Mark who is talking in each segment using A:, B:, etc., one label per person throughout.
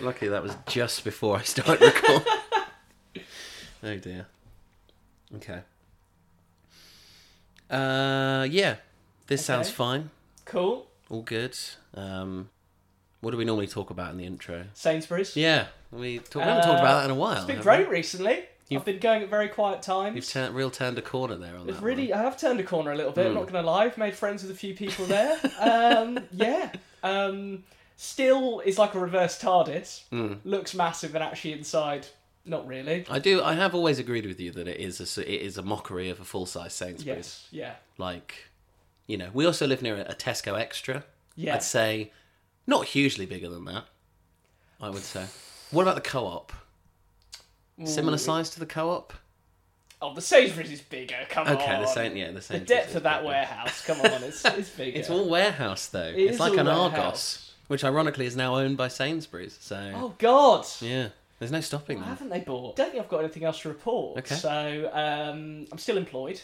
A: Luckily, that was just before I started recording. oh dear. Okay. Uh, yeah. This sounds
B: Okay.
A: fine.
B: Cool.
A: All good. Um, what do we normally talk about in the intro?
B: Sainsbury's.
A: Yeah, we, talk, we haven't talked
B: Uh,
A: about that in a while.
B: It's been
A: have
B: great recently.
A: You've-
B: I've been going at very quiet
A: We? You've
B: times.
A: turned real turned a corner there on
B: I've
A: that.
B: really,
A: one.
B: I have turned a corner a little bit.
A: Hmm.
B: I'm not going to lie. I've made friends with a few people there. um, yeah. Um, still is like a reverse TARDIS.
A: Hmm.
B: Looks massive, and actually inside, not really.
A: I do. I have always agreed with you that it is a s- it is a mockery of a full size Sainsbury's.
B: Yes. Yeah.
A: Like, you know, we also live near a Tesco Extra.
B: Yeah.
A: I'd say not hugely bigger than that. I would say. What about the co-op? Similar size to the co-op?
B: Oh, the Sainsbury's is bigger. Come on.
A: Okay, the same. Yeah, the
B: Oh, The
A: same.
B: depth of that warehouse. Come on, it's it's bigger.
A: It's all warehouse though. it's
B: is
A: like
B: all
A: an Argos,
B: warehouse.
A: which ironically is now owned by Sainsbury's. So
B: Oh God.
A: yeah, there's no stopping
B: Why
A: that.
B: haven't they bought? Don't think I've got anything else to report.
A: Okay.
B: So um, I'm still employed.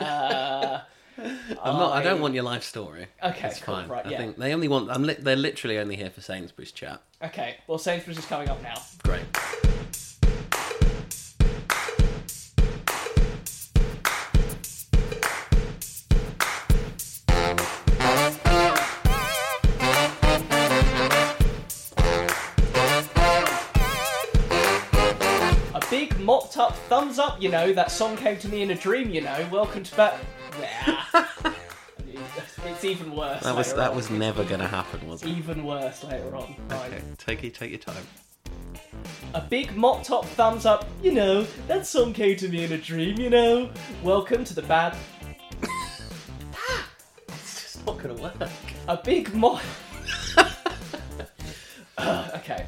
B: uh,
A: I'm not. I don't want your life story.
B: Okay,
A: it's
B: Oh. cool,
A: fine.
B: right,
A: I
B: yeah.
A: think they only want. I'm. Li- they're literally only here for Sainsbury's chat.
B: Okay. Well, Sainsbury's is coming up now.
A: Great.
B: A big mopped up thumbs up. You know that song came to me in a dream. You know. Welcome to back. Yeah. it's even worse.
A: That was.
B: later
A: That
B: on.
A: was never going to happen, was it?
B: even worse later on. Right.
A: Okay. Take your. Take your time.
B: A big mop top thumbs up, you know, that song came to me in a dream, you know. Welcome to the bad.
A: It's just not going to work.
B: A big mop. okay.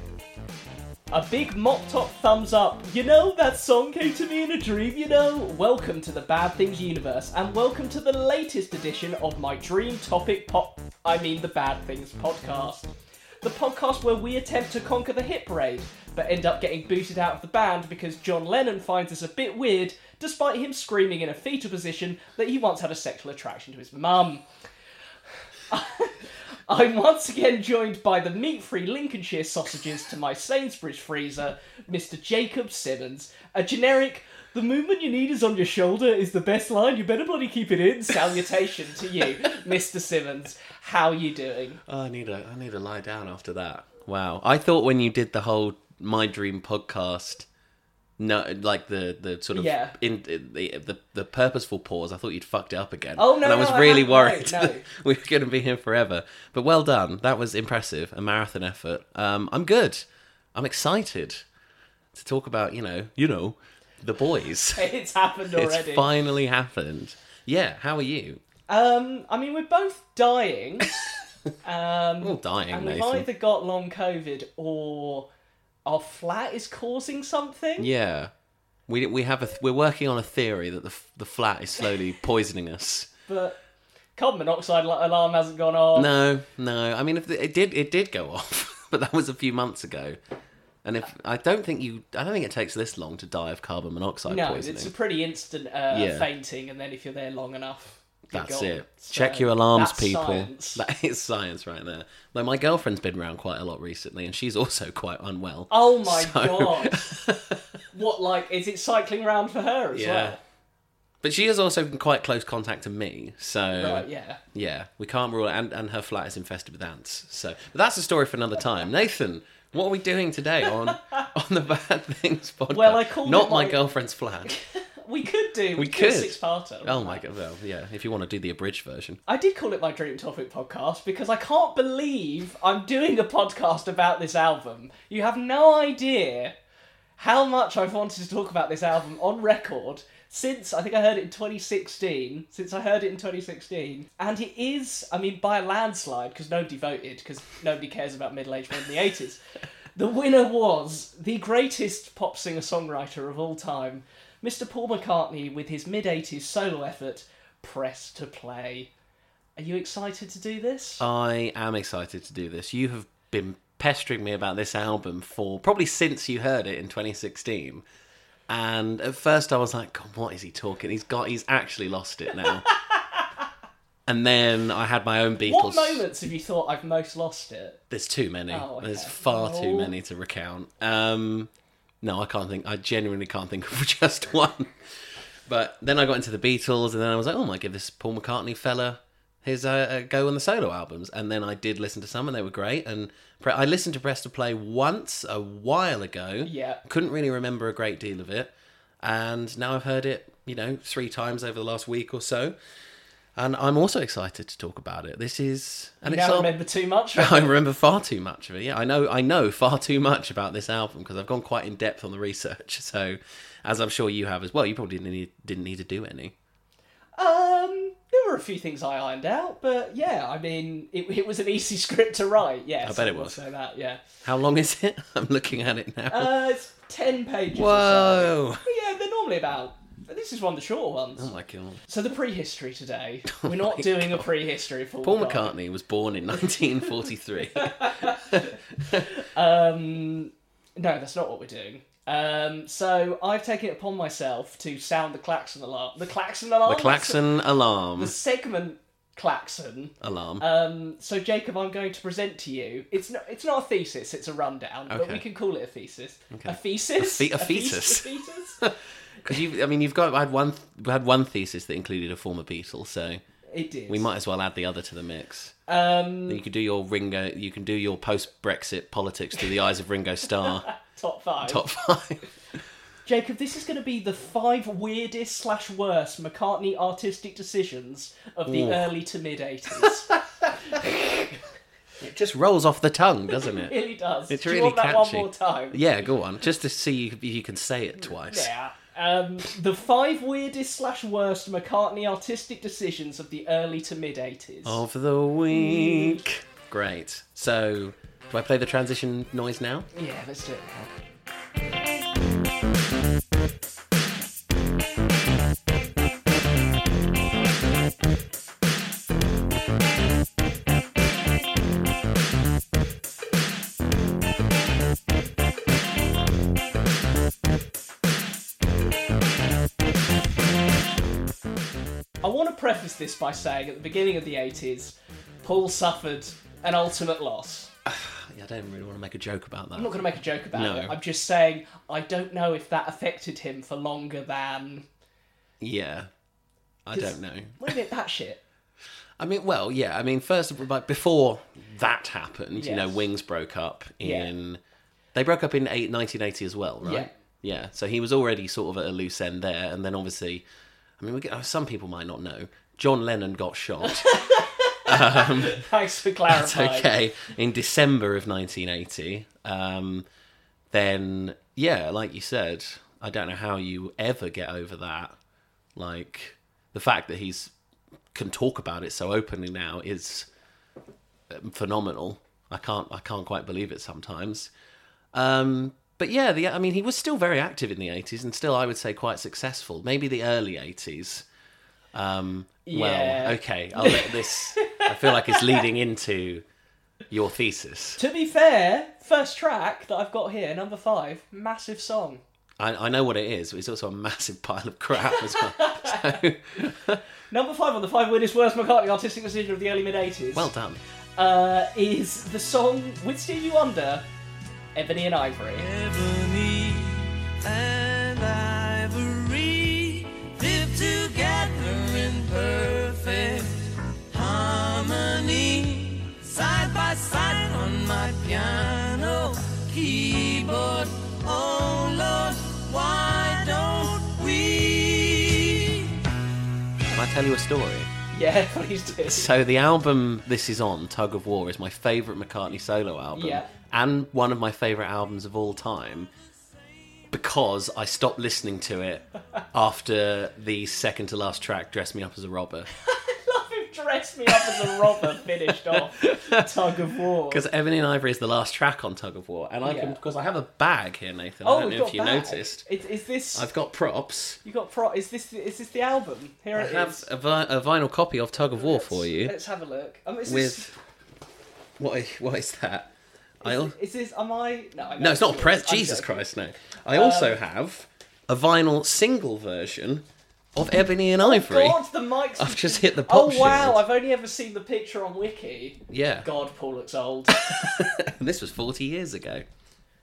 B: A big mop top thumbs up, you know, that song came to me in a dream, you know. Welcome to the Bad Things universe, and welcome to the latest edition of my Dream Topic Pop. I mean, the Bad Things podcast. The podcast where we attempt to conquer the hit parade, but end up getting booted out of the band because John Lennon finds us a bit weird, despite him screaming in a fetal position that he once had a sexual attraction to his mum. I'm once again joined by the meat free Lincolnshire sausages to my Sainsbury's freezer, Mr. Jacob Simmons. A generic, the movement you need is on your shoulder is the best line, you better bloody keep it in. Salutation to you, Mr. Simmons. How you doing?
A: Oh, I need a. I need to lie down after that. Wow. I thought when you did the whole my dream podcast. No, like the the sort of
B: Yeah.
A: in, the, the the purposeful pause. I thought you'd fucked it up again.
B: Oh, no,
A: And I
B: no,
A: was
B: I
A: really
B: haven't. No,
A: worried
B: no.
A: we were going to be here forever. But well done. That was impressive. A marathon effort. Um, I'm good. I'm excited to talk about you know you know the boys.
B: It's happened
A: it's
B: already.
A: finally happened. Yeah. How are you?
B: Um, I mean, we're both dying. Um,
A: We're all dying,
B: and we've
A: Nathan.
B: either got long COVID or our flat is causing something.
A: Yeah, we we have a th- we're working on a theory that the f- the flat is slowly poisoning us.
B: But carbon monoxide al- alarm hasn't gone off.
A: No, no. I mean, if the, it did it did go off, but that was a few months ago. And if I don't think you, I don't think it takes this long to die of carbon monoxide
B: No,
A: poisoning.
B: it's a pretty instant uh,
A: Yeah.
B: fainting, and then if you're there long enough, you're
A: That's
B: gone.
A: it.
B: So
A: Check your alarms,
B: that's
A: people.
B: science.
A: That is science right there. Though my girlfriend's been around quite a lot recently, and she's also quite unwell.
B: Oh my
A: So-
B: god! what like is it cycling round for her as
A: Yeah. But she is also in quite close contact to me, so
B: well? Right, yeah.
A: Yeah, we can't rule it, and, and her flat is infested with ants. So, but that's a story for another time. Nathan, what are we doing today on on the Bad Things podcast?
B: Well, I called
A: not
B: it
A: my
B: my-
A: girlfriend's flat.
B: We could do. We,
A: could.
B: six parter.
A: Oh my god! Well, yeah, if you want to do the abridged version,
B: I did call it my dream topic podcast because I can't believe I'm doing a podcast about this album. You have no idea how much I've wanted to talk about this album on record since I think I heard it in 2016. Since I heard it in 2016, and it is, I mean, by a landslide because nobody voted because nobody cares about middle-aged men in the 80s. The winner was the greatest pop singer-songwriter of all time, Mr. Paul McCartney, with his mid-80s solo effort. Press to play. Are you excited to do
A: Uh,
B: this?
A: I am excited to do this. You have been pestering me about this album for probably since you heard it in 2016. And at first I was like, God, what is he talking? He's got he's actually lost it now. And then I had my own Beatles.
B: What moments have you thought I've most lost it?
A: There's too many.
B: Oh, okay.
A: There's far too
B: No.
A: many to recount. Um, no, I can't think. I genuinely can't think of just one. But then I got into the Beatles, and then I was like, oh, I might give this Paul McCartney fella his uh, uh, go on the solo albums. And then I did listen to some, and they were great. And Pre- I listened to Press to Play once a while ago.
B: Yeah.
A: Couldn't really remember a great deal of it. And now I've heard it, you know, three times over the last week or so. And I'm also excited to talk about it. This is. And
B: You
A: it's
B: don't
A: our-
B: remember too much.
A: I remember far too much of it. Yeah, I know. I know far too much about this album because I've gone quite in depth on the research. So, as I'm sure you have as well, you probably didn't need, didn't need to do any.
B: um, there were a few things I ironed out, but yeah, I mean, it, it was an easy script to write. Yes,
A: bet it
B: will
A: was.
B: Say that, yeah.
A: How long is it? I'm looking at it now.
B: Uh, it's ten pages. Or so.
A: Whoa!
B: But yeah, they're normally about. This is one of the shorter ones.
A: Oh my god!
B: So the prehistory today. We're not doing a prehistory for
A: Paul McCartney was born in 1943.
B: Um, no, that's not what we're doing. Um, so I've taken it upon myself to sound the klaxon alarm. The klaxon alarm.
A: the klaxon
B: The
A: alarm.
B: segment klaxon.
A: Alarm.
B: Um, so Jacob, I'm going to present to you. It's not. It's not a thesis. It's a rundown, but
A: Okay.
B: we can call it a thesis. A thesis.
A: A fe- a
B: thesis- a fetus?
A: Because you, I mean, you've got. I had one. I had one thesis that included a former Beatle, so
B: it did.
A: we might as well add the other to the mix.
B: Um,
A: You could do your Ringo. You can do your post-Brexit politics through the eyes of Ringo Starr.
B: top five.
A: top five.
B: Jacob, this is going to be the five weirdest slash worst McCartney artistic decisions of the
A: Ooh.
B: early to mid '80s.
A: It just rolls off the tongue, doesn't
B: it
A: it?
B: really does.
A: It's
B: Do
A: really
B: you want that
A: catchy.
B: one more time?
A: Yeah, go on. Just to see if you can say it twice.
B: Yeah. Um, the five weirdest slash worst McCartney artistic decisions of the early to mid '80s.
A: Of the week. Great. So, do I play the transition noise now?
B: Yeah, let's do it. I want to preface this by saying at the beginning of the 80s, Paul suffered an ultimate loss.
A: I don't really want to make a joke about
B: I'm not
A: that.
B: going to make a joke about
A: No.
B: it. I'm just saying I don't know if that affected him for longer than
A: Yeah. I don't know.
B: wait a minute that shit.
A: I mean, well, yeah. I mean, first, of all, like before that happened, you know,
B: Yes.
A: Wings broke up
B: Yeah.
A: in. They broke up in eight, 1980 as well, right?
B: Yeah.
A: Yeah. So he was already sort of at a loose end there, and then obviously, I mean, we get, some people might not know. John Lennon got shot.
B: Thanks for
A: It's
B: clarifying.
A: okay. In December of 1980, um, then yeah, like you said, I don't know how you ever get over that. Like the fact that he's can talk about it so openly now is um, phenomenal. I can't I can't quite believe it sometimes. Um, but yeah, the I mean he was still very active in the 80s and still I would say quite successful. Maybe the early 80s. Um,
B: Yeah.
A: Well, okay, I'll let this. I feel like it's leading into your thesis.
B: To be fair, first track that I've got here, number five, massive song.
A: I, I know what it is. But it's also a massive pile of crap as well. So,
B: Number five on the five weirdest worst McCartney artistic decision of the early mid '80s.
A: well done.
B: uh, is the song with Stevie Wonder, Ebony and Ivory.
C: Ebony and ivory live together in perfect harmony. Side by side on my piano keyboard. Oh Lord, why don't we?
A: Can I tell you a story?
B: Yeah, please do.
A: So the album this is on, Tug of War, is my favourite McCartney solo album,
B: Yeah.
A: and one of my favourite albums of all time. Because I stopped listening to it after the second to last track, "Dress Me Up as a Robber,"
B: Dress me up as a robber finished off tug of war.
A: because Ebony and Ivory is the last track on Tug of War, and I can
B: Yeah.
A: because I have a bag here, Nathan.
B: Oh,
A: I don't
B: we've
A: know
B: got
A: if you
B: that.
A: noticed.
B: Is, is this
A: I've got props.
B: You got pro? Is this is this the album? Here
A: I
B: it is.
A: have a, vi- a vinyl copy of Tug of War for you.
B: Let's have a look. Um, is
A: With what? i- What is that? I al-
B: this, is this? Am I? No, I know
A: no, it's not a
B: yours.
A: press.
B: I'm
A: Jesus
B: joking.
A: Christ, no. I also have a vinyl single version of Ebony and
B: Oh,
A: Ivory.
B: God, the mic's.
A: I've just hit the
B: Oh
A: pop
B: wow!
A: shield.
B: I've only ever seen the picture on Wiki.
A: Yeah.
B: God, Paul looks old.
A: this was 40 years ago.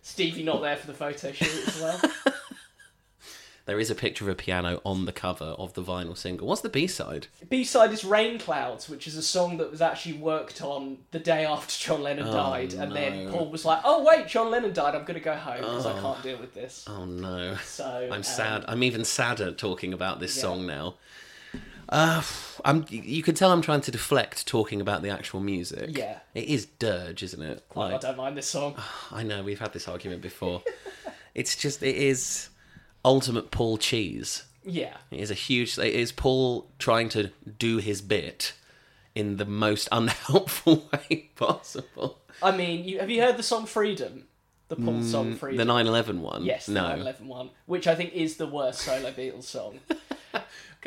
B: Stevie not there for the photo shoot as well.
A: There is a picture of a piano on the cover of the vinyl single. What's the B side?
B: B side is Rain Clouds, which is a song that was actually worked on the day after John Lennon died, and
A: Oh,
B: then
A: no.
B: Paul was like, "Oh wait, John Lennon died. I'm gonna go home because I can't deal with this."
A: Oh no.
B: So
A: I'm
B: um,
A: sad. I'm even sadder talking about this
B: Yeah.
A: song now. Uh, I'm. You can tell I'm trying to deflect talking about the actual music.
B: Yeah.
A: It is dirge, isn't it?
B: um, I
A: Like,
B: don't mind this song.
A: I know we've had this argument before. it's just it is ultimate Paul cheese.
B: Yeah,
A: It is a huge. It is Paul trying to do his bit in the most unhelpful way possible.
B: I mean, you, have you heard the song Freedom? The Paul song Freedom.
A: The 9/11 one.
B: yes, the
A: Mm, No.
B: 9/11 one, which I think is the worst solo Beatles song.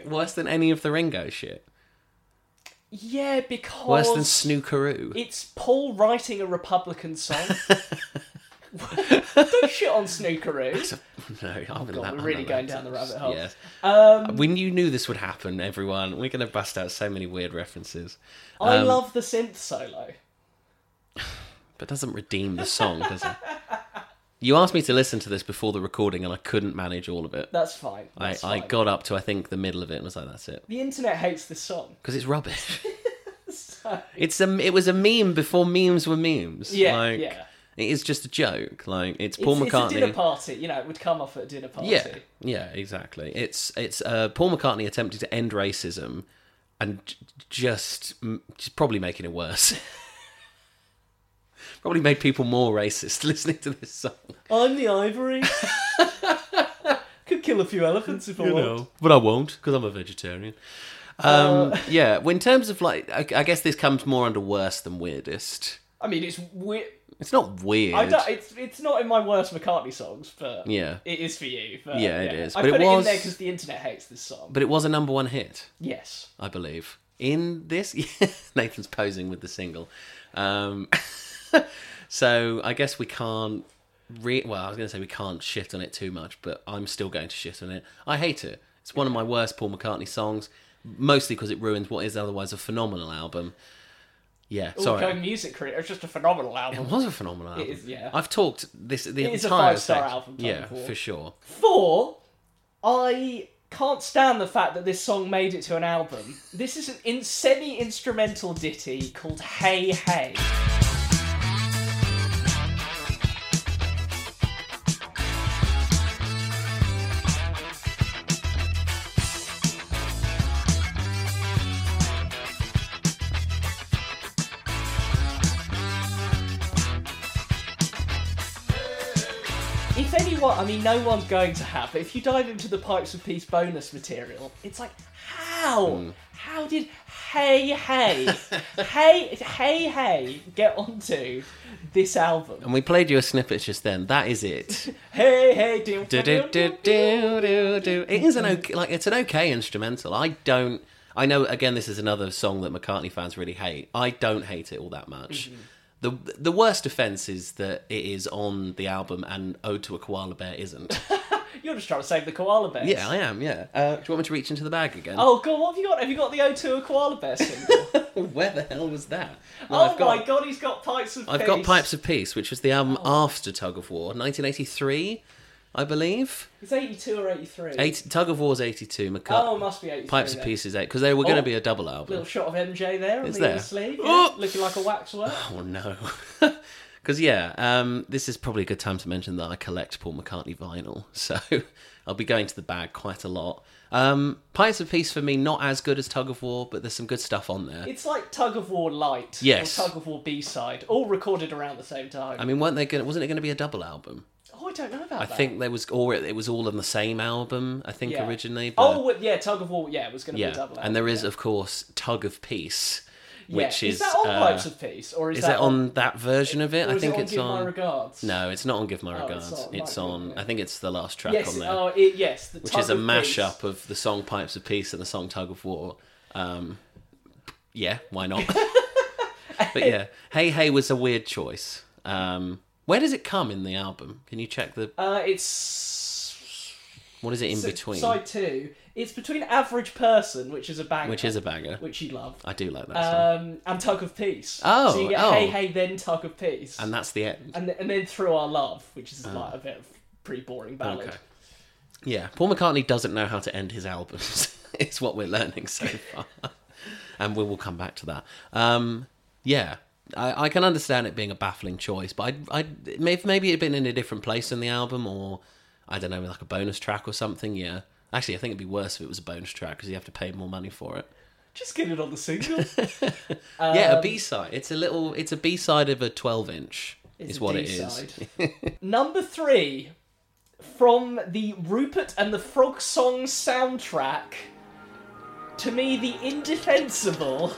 A: Worse than any of the Ringo shit.
B: Yeah, because
A: Worse than Snookeroo.
B: It's Paul writing a Republican song. Don't shit on Snookeroo.
A: No, I'm gonna.
B: God,
A: I'm
B: we're really
A: gonna-
B: going down the Um, rabbit hole.
A: Yeah. when you knew this would happen, everyone, we're gonna bust out so many weird references,
B: I
A: um,
B: love the synth solo.
A: but doesn't redeem the song, does it? You asked me to listen to this before the recording, and I couldn't manage all of it.
B: That's fine.
A: I,
B: That's
A: I
B: fine.
A: got up to I think the middle of it and was like, "That's it,"
B: The internet hates this song.
A: because it's rubbish.
B: So,
A: it's a it was a meme before memes were memes.
B: yeah,
A: like,
B: yeah.
A: It is just a joke. Like it's
B: It's,
A: Paul
B: it's
A: McCartney.
B: a dinner party. You know, it would come off at a dinner party.
A: Yeah, yeah, exactly. It's it's uh, Paul McCartney attempting to end racism, and j- just, m- just probably making it worse. probably made people more racist listening to this song.
B: I'm the ivory. Could kill a few elephants if I want.
A: but I won't because I'm a vegetarian. Um, yeah, well, in terms of like, I, I guess this comes more under worse than weirdest.
B: I mean, it's weird.
A: It's not weird.
B: I don't, it's it's not in my worst McCartney songs, but
A: Yeah.
B: it is for you. But,
A: Yeah, it is.
B: I
A: But it
B: put it, in
A: was-
B: there because the internet hates this song.
A: But it was a number one hit.
B: Yes.
A: I believe. In this, Nathan's posing with the single. Um, so I guess we can't. Re- well, I was going to say we can't shit on it too much, but I'm still going to shit on it. I hate it. It's one of my worst Paul McCartney songs, mostly because it ruins what is otherwise a phenomenal album. Yeah, sorry.
B: Sorry. music career. It's just a phenomenal album.
A: It was a phenomenal album.
B: is, yeah.
A: I've talked this the
B: It is a
A: entire
B: five-star
A: section-
B: album, Tom
A: Yeah,
B: Paul.
A: for sure.
B: Four, I can't stand the fact that this song made it to an album. This is an in- semi instrumental ditty called Hey Hey. If anyone, I mean, no one's going to have, but if you dive into the Pipes of Peace bonus material, it's like, how?
A: Hmm.
B: How did Hey Hey, Hey, Hey Hey get onto this album?
A: And we played you a snippet just then. That is it.
B: Hey Hey, do,
A: do, do, do, do, do, do. It is an okay, like it's an okay instrumental. I don't. I know. Again, this is another song that McCartney fans really hate. I don't hate it all that much.
B: Mm-hmm.
A: The the worst offense is that it is on the album and Ode to a Koala Bear isn't.
B: You're just trying to save the koala bears.
A: yeah, I am. Yeah. Uh, do you want me to reach into the bag again?
B: Oh god, what have you got? Have you got the O2 a koala bear single?
A: where the hell was that? No,
B: oh
A: I've got,
B: my Oh. god, he's got pipes of
A: I've got Pipes of Peace, which was the album after Tug of War, 1983, I believe.
B: It's 82 or 83.
A: Eight, Tug of War's 82. McCartney.
B: Oh, it must be 83.
A: Pipes of
B: then.
A: Peace is eight because they were going to
B: Oh.
A: be a double album.
B: Little shot of MJ there on
A: It's
B: the
A: there.
B: inner sleeve. yeah,
A: Oh!
B: Looking like a waxwork.
A: Oh no. Because yeah, um, this is probably a good time to mention that I collect Paul McCartney vinyl, so I'll be going to the bag quite a lot. Um, Pirates of Peace for me, not as good as Tug of War, but there's some good stuff on there.
B: It's like Tug of War Light
A: Yes.
B: or Tug of War B side, all recorded around the same time.
A: I mean, weren't they going? Wasn't it going to be a double album?
B: oh, I don't know about
A: I
B: that.
A: think there was, or it was all on the same album. I think
B: Yeah.
A: originally. But,
B: Oh, well, yeah, Tug of War, yeah, it was going to be a
A: yeah,
B: double.
A: and there is of course Tug of Peace, which is
B: that on
A: uh,
B: Pipes of Peace? Or is,
A: is that on that version of it?
B: or
A: I
B: is
A: think
B: it on
A: it's
B: Give My
A: on.
B: Regards?
A: No, it's not on Give My
B: it's
A: Regards.
B: on-
A: it's
B: might be,
A: on.
B: yeah.
A: I think it's the last track
B: Yes,
A: on there.
B: oh, it, yes. The
A: which is a mashup of the song Pipes of Peace and the song Tug of War. Um, yeah, why not? but yeah, Hey Hey was a weird choice. Um, where does it come in the album? Can you check the
B: Uh, it's
A: what is it in
B: So-
A: between?
B: Side two. It's between Average Person, which is a banger,
A: which is a banger.
B: which you love,
A: I do like that song.
B: um, and Tug of Peace.
A: Oh,
B: so you get
A: oh.
B: Hey Hey Then Tug of Peace,
A: And that's the end.
B: and, th- and then Through Our Love, which is like a bit of pretty boring ballad.
A: Ah. Okay. Yeah, Paul McCartney doesn't know how to end his albums. it's what we're learning so far, and we will come back to that. Um, yeah, I, I can understand it being a baffling choice, but I, I maybe maybe it'd been in a different place in the album, or I don't know, like a bonus track or something. Yeah, actually, I think it'd be worse if it was a bonus track because you have to pay more money for it.
B: Just get it on the single.
A: yeah,
B: Um,
A: a B side. It's a little. It's a B side of a twelve inch.
B: It's
A: Is
B: a
A: what it
B: D-side.
A: is.
B: Number three from the Rupert and the Frog Song soundtrack. To me, the indefensible.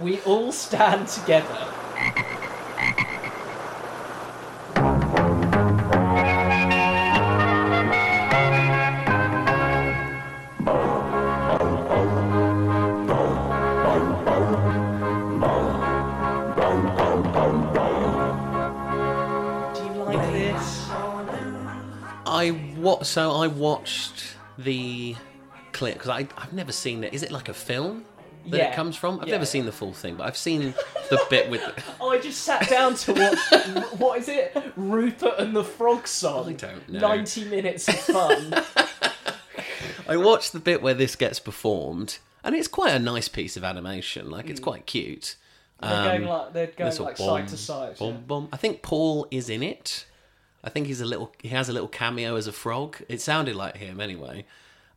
B: we all stand together. Do you like this?
A: I what? So I watched the clip because I I've never seen it. Is it like a film that
B: Yeah.
A: it comes from? I've
B: Yeah,
A: never
B: yeah.
A: seen the full thing, but I've seen the bit with.
B: Oh, I just sat down to watch. what is it? Rupert and the Frog Song.
A: I don't know.
B: 90 minutes of fun.
A: I watched the bit where this gets performed, and it's quite a nice piece of animation. Like
B: Mm.
A: it's quite cute.
B: they're going
A: Um,
B: like, they're going
A: It's a
B: like
A: bomb,
B: side to side.
A: bomb, bomb. I think Paul is in it. I think he's a little. He has a little cameo as a frog. It sounded like him anyway.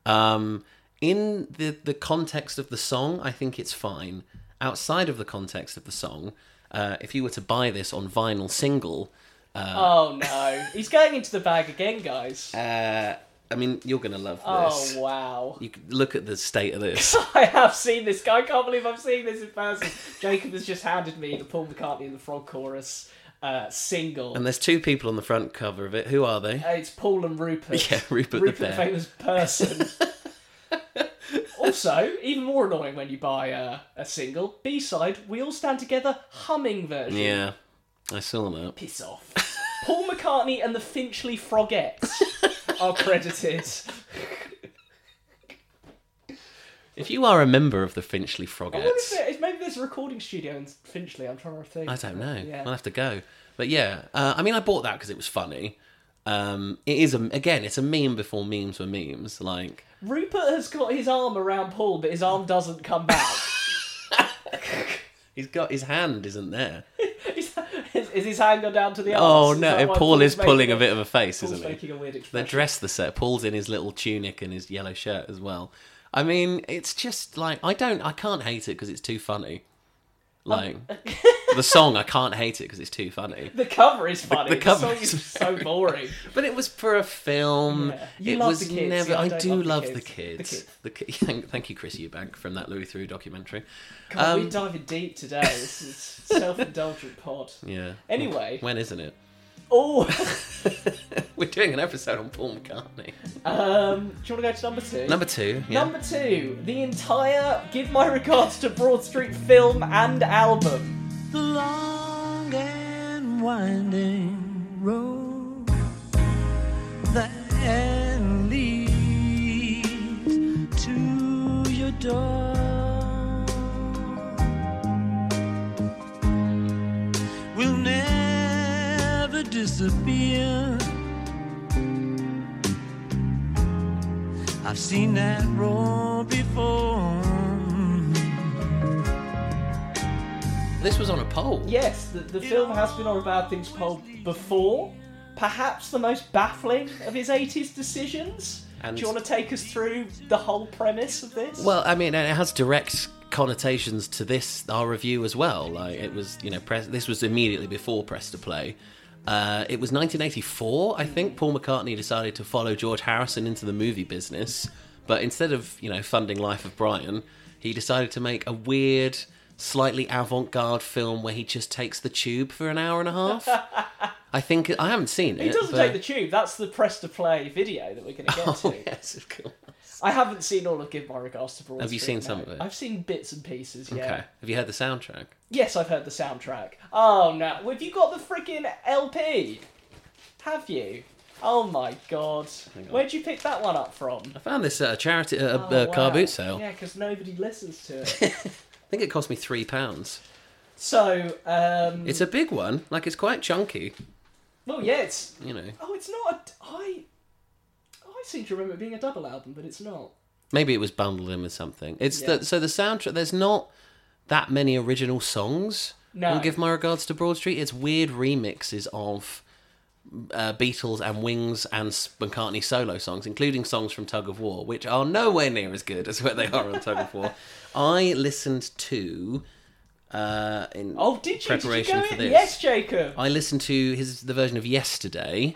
A: Um, in the the context of the song, I think it's fine. Outside of the context of the song, uh, if you were to buy this on vinyl single,
B: Oh no. He's going into the bag again, guys.
A: uh, I mean, you're gonna love
B: Oh
A: this.
B: wow.
A: You could look at the state of this.
B: I have seen this guy. I can't believe I'm seeing this in person. Jacob has just handed me the Paul McCartney and the Frog Chorus uh, single.
A: and there's two people on the front cover of it. Who are they?
B: Uh, it's Paul and Rupert.
A: Yeah, Rupert the
B: Rupert the
A: Bear.
B: famous person. also, even more annoying when you buy a, a single B side. We all stand together humming version.
A: Yeah, I saw that.
B: Piss off. Paul McCartney and the Finchley Frogettes are credited.
A: If you are a member of the Finchley Frogettes,
B: I wonder if there- if maybe there's a recording studio in Finchley. I'm trying to think.
A: I don't know.
B: Yeah.
A: I'll have to go. But yeah, uh, I mean, I bought that because it was funny. Um, it is a, again, it's a meme before memes were memes. Like,
B: Rupert has got his arm around Paul, but his arm doesn't come back.
A: he's got his hand isn't there.
B: is, is his hand gone down to the arm?
A: Oh
B: Is
A: no,
B: that
A: and
B: why
A: Paul is
B: Paul's
A: pulling
B: making
A: a bit of a face,
B: Paul's
A: isn't he?
B: making a weird
A: They're
B: expression.
A: dressed the set. Paul's in his little tunic and his yellow shirt as well. I mean, it's just like I don't, I can't hate it because it's too funny. Like the song, I can't hate it because it's too funny.
B: The cover is funny. The,
A: cover
B: song
A: is
B: is so boring.
A: But it was for a film.
B: Yeah. You
A: it
B: love
A: was
B: the kids,
A: never.
B: yeah, I
A: I,
B: don't
A: do
B: love
A: love,
B: the
A: the
B: kids.
A: kids. The ki- Thank you, Chris Eubank, from that Louis Theroux documentary.
B: God,
A: Um,
B: we're diving deep today. This is self-indulgent pod.
A: Yeah.
B: Anyway,
A: When isn't it?
B: oh,
A: We're doing an episode on Paul McCartney.
B: um, do you want to go to number two?
A: Number two. Yeah.
B: Number two, the entire "Give My Regards to Broad Street" film and album.
C: The long and winding road that leads to your door will never disappear. I've seen that road before.
A: This was on a poll.
B: Yes, the, the film has been on a Bad Things poll before. Perhaps the most baffling of his 80s decisions.
A: And-
B: Do you want to take us through the whole premise of this?
A: Well, I mean, and it has direct connotations to this our review as well. Like it was, you know, press. This was immediately before press to play. Uh, it was 1984, I think. Paul McCartney decided to follow George Harrison into the movie business, but instead of you know funding Life of Brian, he decided to make a weird, slightly avant-garde film where he just takes the tube for an hour and a half. I think I haven't seen it.
B: he doesn't
A: but...
B: take the tube. That's the press to play video that we're going to get
A: Oh
B: to.
A: yes, of course.
B: I haven't seen all of Give My Regards to Broad
A: Have you
B: Street,
A: seen some
B: no.
A: of it?
B: I've seen bits and pieces, yeah.
A: Okay. Have you heard the soundtrack?
B: Yes, I've heard the soundtrack. Oh, no. Have you got the freaking LP? Have you? Oh my god.
A: on.
B: Where'd you pick that one up from?
A: I found this at a charity, at a,
B: Oh,
A: a car
B: wow.
A: boot sale.
B: Yeah, because nobody listens to it.
A: I think it cost me three pounds.
B: so, um.
A: It's a big one, like it's quite chunky.
B: Well, yeah, it's.
A: You know,
B: Oh, it's not a. I. oh, I seem to remember it being a double album, but it's not.
A: maybe it was bundled in with something. It's
B: Yeah.
A: the so the soundtrack. There's not that many original songs.
B: No.
A: And give my regards to Broad Street. It's weird remixes of uh, Beatles and Wings and S- McCartney solo songs, including songs from Tug of War, which are nowhere near as good as what they are on Tug of War. I listened to. Uh, in
B: Oh, did you?
A: Preparation
B: did you
A: for
B: go in?
A: this. Um,
B: Yes, Jacob.
A: I listened to his the version of Yesterday,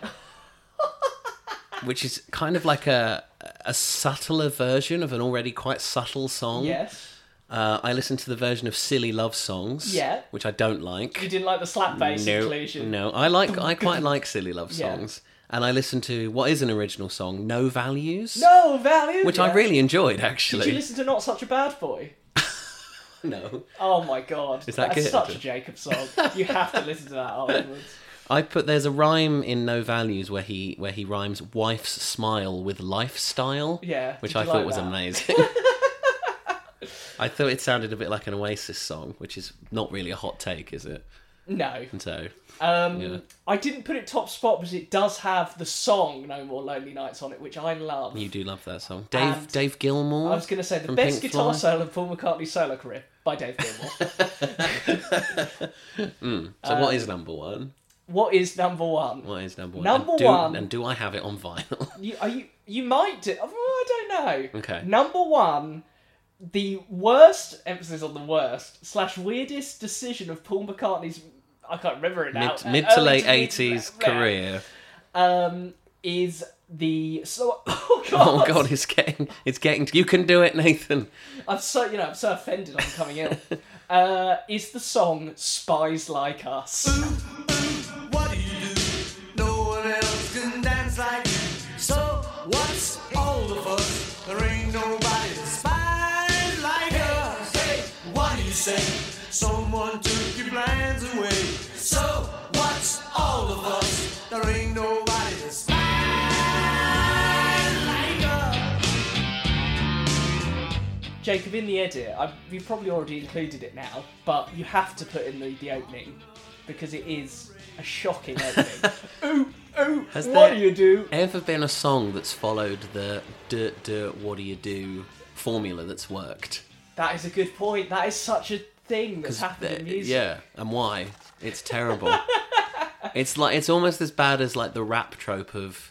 A: which is kind of like a a subtler version of an already quite subtle song.
B: Yes.
A: Uh, I listened to the version of Silly Love Songs.
B: Yeah.
A: Which I don't
B: You
A: like.
B: didn't like the slap bass inclusion.
A: no, I like I quite like Silly Love
B: Yeah.
A: Songs, and I listened to what is an original song, No Values,
B: No value.
A: which
B: yeah.
A: I really enjoyed
B: Did you
A: actually.
B: listen to Not Such a Bad Boy?
A: No,
B: Oh my god.
A: Is that
B: That's
A: good?
B: such a Jacob song. you have to listen to that afterwards.
A: I put there's a rhyme in No Values where he where he rhymes wife's smile with lifestyle.
B: Yeah.
A: which
B: did
A: I
B: you
A: thought
B: like
A: was
B: that?
A: amazing. I thought it sounded a bit like an Oasis song, which is not really a hot take, is it?
B: No.
A: And so,
B: Um,
A: Yeah.
B: I didn't put it top spot because it does have the song "No More Lonely Nights" on it, which I love.
A: you do love that song, Dave.
B: And-
A: Dave Gilmore.
B: I was going to say the
A: From
B: best
A: Pink
B: guitar
A: Floyd?
B: solo of Paul McCartney's solo career by Dave Gilmour.
A: Hmm. So,
B: Um,
A: what is number one?
B: what is number one?
A: What is number one?
B: Number
A: and do,
B: one-
A: And do I have it on vinyl?
B: You, are you you might do. oh, I don't know.
A: Okay.
B: Number one, the worst emphasis on the worst slash weirdest decision of Paul McCartney's. I can't remember it now.
A: mid,
B: uh,
A: mid to
B: early
A: late
B: mid-
A: eighties
B: yeah,
A: career.
B: Um, is the so oh
A: Oh
B: god,
A: god, it's getting, it's getting. You can do it, Nathan.
B: I'm so you know I'm so offended I'm coming ill. Uh, is the song "Spies Like Us"?
C: What do you do? No one else can dance like you. So what's all the fuss? There ain't nobody spies like us. Hey, what do you say? Someone took your plans away. So what's all the fuss? There ain't nobody spies like us.
B: Jacob, in the edit, I've, you've probably already included it now, but you have to put in the, the opening because it is a shocking opening. ooh, ooh,
A: Has
B: what
A: there-
B: do you do?
A: Ever been a song that's followed the dirt, dirt, what do you do formula that's worked?
B: That is a good point. That is such a thing that's happened in
A: Th-
B: music.
A: Yeah, and why? It's terrible. it's like it's almost as bad as like the rap trope of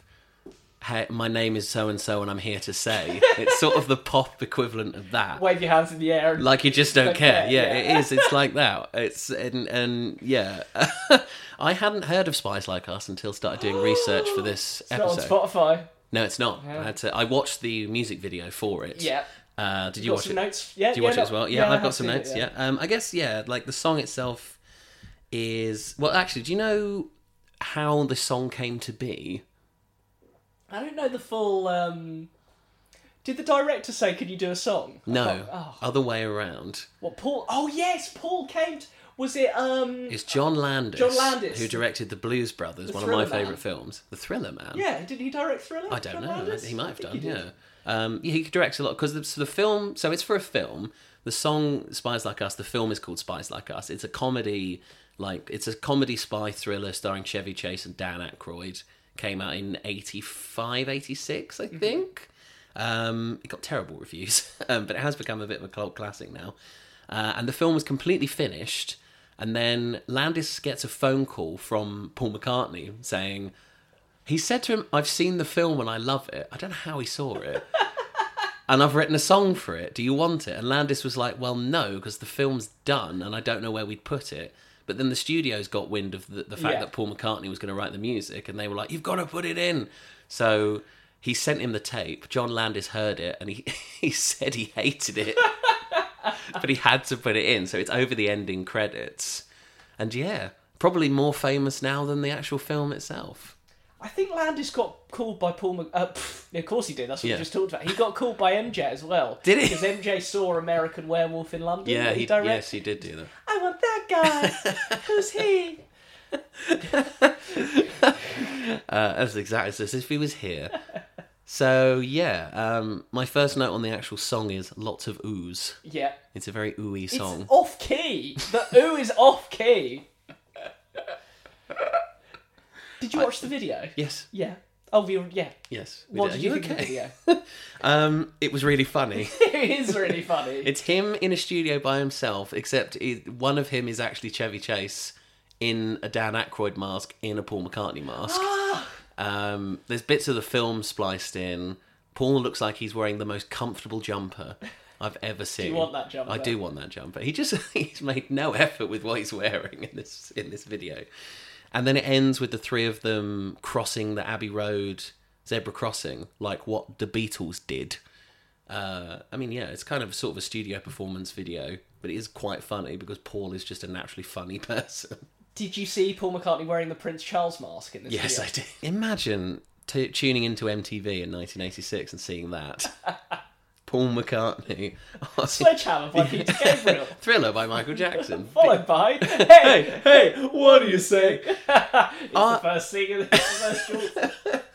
A: hey, my name is so and so and I'm here to say. it's sort of the pop equivalent of that.
B: Wave your hands in the air and
A: Like you just don't
B: Don't
A: care.
B: care,
A: Yeah,
B: yeah.
A: it is. It's like that. It's and and yeah. I hadn't heard of Spies Like Us until I started doing research for this
B: put it on
A: episode.
B: Spotify.
A: No, it's not. I had to. I watched the music video for it.
B: Yeah.
A: Uh, did you
B: got
A: watch
B: some
A: it?
B: notes? Yeah,
A: Do you
B: yeah,
A: watch
B: no-
A: it as well? Yeah,
B: I
A: I've
B: have
A: got some
B: seen it,
A: notes. yeah. Um, I guess yeah. Like the song itself is well. Actually, do you know how the song came to be?
B: I don't know the full. Um... Did the director say, "Can you do a song"? I
A: No,
B: can't- Oh,
A: other way around.
B: what Paul? Oh yes, Paul came. To... Was it um?
A: It's John Landis,
B: John Landis.
A: who directed the Blues Brothers,
B: The
A: one of my
B: Thriller Man.
A: favorite films, the Thriller Man.
B: Yeah, did he direct Thriller?
A: I don't
B: John
A: know.
B: Landis?
A: He might have
B: I
A: done.
B: think he did.
A: Yeah. Um, yeah, he directs a lot because the, so the film. So it's for a film. The song "Spies Like Us." The film is called "Spies Like Us." It's a comedy, like it's a comedy spy thriller starring Chevy Chase and Dan Aykroyd. Came out in 85, 86,
B: Mm-hmm.
A: I think. Um, it got terrible reviews, um, but it has become a bit of a cult classic now. Uh, and the film was completely finished, and then Landis gets a phone call from Paul McCartney saying, he said to him, I've seen the film and I love it. I don't know how he saw it. and I've written a song for it. Do you want it? And Landis was like, Well, no, because the film's done and I don't know where we'd put it. But then the studios got wind of the, the fact
B: Yeah.
A: that Paul McCartney was going to write the music and they were like, You've got to put it in. So he sent him the tape. John Landis heard it and he, he said he hated it. but he had to put it in. So it's over the ending credits. And yeah, probably more famous now than the actual film itself.
B: I think Landis got called by Paul. Mc- uh, pff, yeah, of course he did. That's what
A: Yeah.
B: we just talked about. He got called by MJ as well.
A: Did he?
B: Because MJ saw American Werewolf in London.
A: Yeah,
B: that
A: he,
B: he directed.
A: yes, he did do that.
B: I want that guy. Who's he?
A: Uh, that's exactly it's as if he was here. So yeah, um, my first note on the actual song is lots of oohs.
B: Yeah.
A: It's a very ooey song.
B: It's off key. The ooh is off key. Did you watch the video?
A: Yes,
B: Yeah. Oh, we, yeah.
A: yes. we
B: What
A: did.
B: did
A: Are
B: you,
A: you
B: think of the
A: okay?
B: video?
A: Um, it was really funny.
B: it is really funny.
A: It's him in a studio by himself, except it, one of him is actually Chevy Chase in a Dan Aykroyd mask in a Paul McCartney mask. um, there's bits of the film spliced in. Paul looks like he's wearing the most comfortable jumper I've ever seen.
B: want that jumper?
A: I do want that jumper. He just he's made no effort with what he's wearing in this in this video. And then it ends with the three of them crossing the Abbey Road zebra crossing, like what the Beatles did. Uh, I mean, yeah, it's kind of sort of a studio performance video, but it is quite funny because Paul is just a naturally funny person.
B: Did you see Paul McCartney wearing the Prince Charles mask in this
A: Yes,
B: video?
A: I did. Imagine t- tuning into MTV in 1986 and seeing that. Paul McCartney.
B: Sledgehammer by Peter Gabriel.
A: Thriller by Michael Jackson.
B: Followed by, hey,
A: Hey, hey, what do you say? Uh,
B: it's the first singer of the commercial.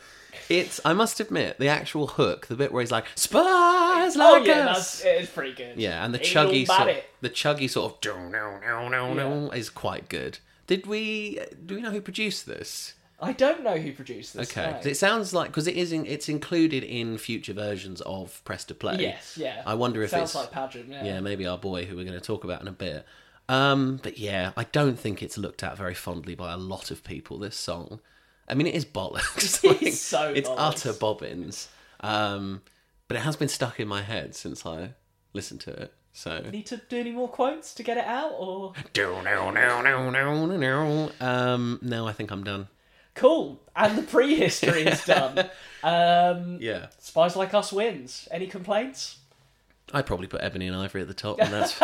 A: It's, I must admit, the actual hook, the bit where he's like, spies
B: oh
A: like
B: yeah,
A: us.
B: that's, it is pretty good.
A: Yeah, and the
B: Ain't
A: chuggy sort,
B: nobody.
A: the chuggy sort of do no no no no is quite good. Did we uh, do we know who produced this?
B: I don't know who produced this.
A: Okay, 'Cause
B: no.
A: it sounds like because it is in, it's included in future versions of Press to Play.
B: Yes, Uh, yeah.
A: I wonder if it's
B: sounds like Padgham. Yeah.
A: yeah maybe our boy who we're going to talk about in a bit. Um, but yeah, I don't think it's looked at very fondly by a lot of people. This song, I mean, it is bollocks.
B: It is so
A: it's
B: bollocks.
A: utter bobbins. Um, but it has been stuck in my head since I listened to it. So
B: Need to do any more quotes to get it out, or
A: no, no, no, no, no, no, no. Um, no, I think I'm done.
B: cool? And the prehistory is done. Um,
A: Yeah,
B: Spies like us wins. Any complaints?
A: I probably put Ebony and Ivory at the top, and that's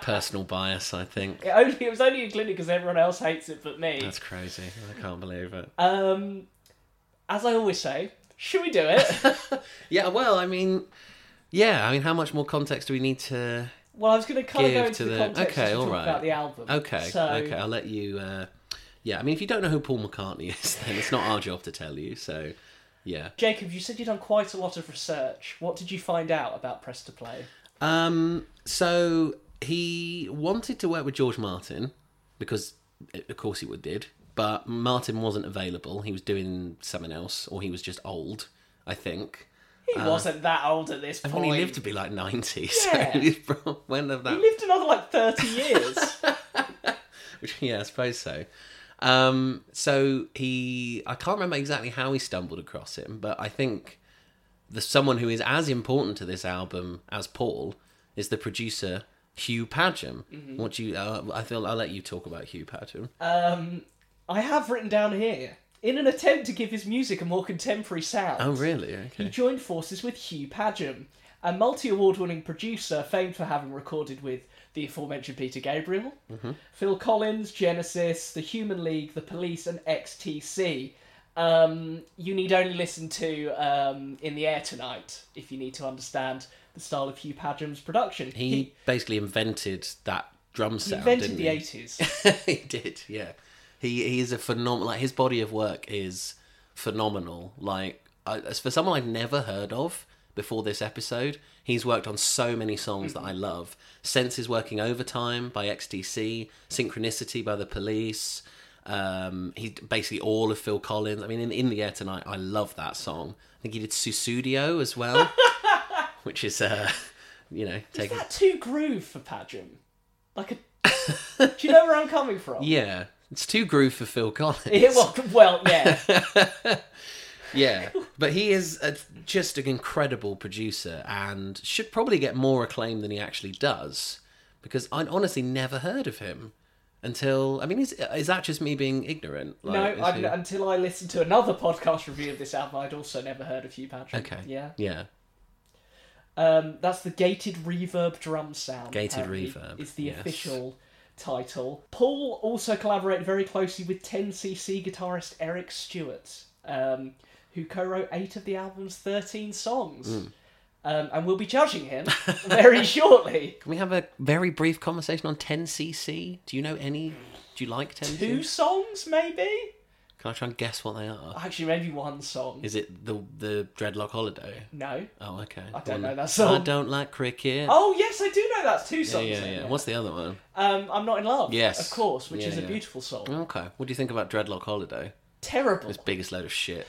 A: personal bias. I think
B: It only it was only included because everyone else hates it but me.
A: that's crazy. I can't believe it.
B: Um, as I always say, should we do it?
A: yeah, well, I mean, yeah, I mean, how much more context do we need to?
B: well, I was going to kind of
A: Give
B: go into
A: to
B: the,
A: the-
B: context
A: okay,
B: as we
A: all
B: talk
A: right.
B: about the album.
A: Okay,
B: so
A: okay, I'll let you. Uh, yeah, I mean, if you don't know who Paul McCartney is, then it's not our job to tell you. So, yeah.
B: Jacob, you said you'd done quite a lot of research. What did you find out about Press to Play?
A: Um, so he wanted to work with George Martin because, of course, he would did. But Martin wasn't available. He was doing something else, or he was just old, I think.
B: He wasn't that old at this
A: And
B: point.
A: when he Uh, lived to be like ninety,
B: Yeah.
A: so he's from when of that
B: He lived another like thirty years.
A: Which, yeah, I suppose so. Um, so he, I can't remember exactly how he stumbled across him, but I think the someone who is as important to this album as Paul is the producer Hugh Padgham.
B: Mm-hmm.
A: What do you? Uh, I feel I'll let you talk about Hugh Padgham.
B: um, I have written down here in an attempt to give his music a more contemporary sound.
A: oh, really?
B: He
A: Okay.
B: joined forces with Hugh Padgham, a multi award winning producer famed for having recorded with the aforementioned Peter Gabriel,
A: Mm-hmm.
B: Phil Collins, Genesis, The Human League, The Police, and XTC. Um, you need only listen to um, In the Air Tonight if you need to understand the style of Hugh Padgham's production.
A: He basically invented that drum sound.
B: invented
A: didn't he?
B: the 80s.
A: he did, yeah. He he is a phenomenal. Like his body of work is phenomenal. Like I, as for someone I'd never heard of before this episode, he's worked on so many songs that I love. Senses working overtime by XTC, Synchronicity by the Police. Um, he basically all of Phil Collins. I mean, in, in the air tonight, I love that song. I think he did Susudio as well, which is uh, you know,
B: Is
A: taking
B: that too groove for Padgham? Like a. Do you know where I'm coming from?
A: yeah, it's too groove for Phil Collins.
B: Yeah, well, well, yeah.
A: Yeah, but he is a, just an incredible producer and should probably get more acclaim than he actually does because I honestly never heard of him until. I mean, is, is that just me being ignorant? Like,
B: No,
A: is
B: I,
A: he-
B: until I listened to another podcast review of this album, I'd also never heard of Hugh Patrick.
A: Okay.
B: Yeah.
A: Yeah.
B: Um, that's the gated reverb drum sound.
A: Gated
B: apparently,
A: reverb,
B: is the
A: yes.
B: official title. Paul also collaborated very closely with 10cc guitarist Eric Stewart, um, who co-wrote eight of the album's 13 songs.
A: Hmm.
B: Um, and we'll be judging him very shortly.
A: Can we have a very brief conversation on 10cc? Do you know any? Do you like 10cc?
B: Two songs, maybe.
A: Can I try and guess what they are?
B: I actually read you one song.
A: Is it the the Dreadlock Holiday?
B: No.
A: Oh, okay.
B: I don't
A: One-
B: know that song.
A: I don't like cricket.
B: Oh yes, I do know that's two
A: yeah,
B: songs.
A: yeah,
B: in
A: yeah.
B: there.
A: What's the other one?
B: Um, I'm not in love.
A: Yes.
B: of course, which
A: Yeah,
B: is a
A: yeah.
B: beautiful song.
A: Okay. What do you think about Dreadlock Holiday?
B: Terrible.
A: It's biggest load of shit.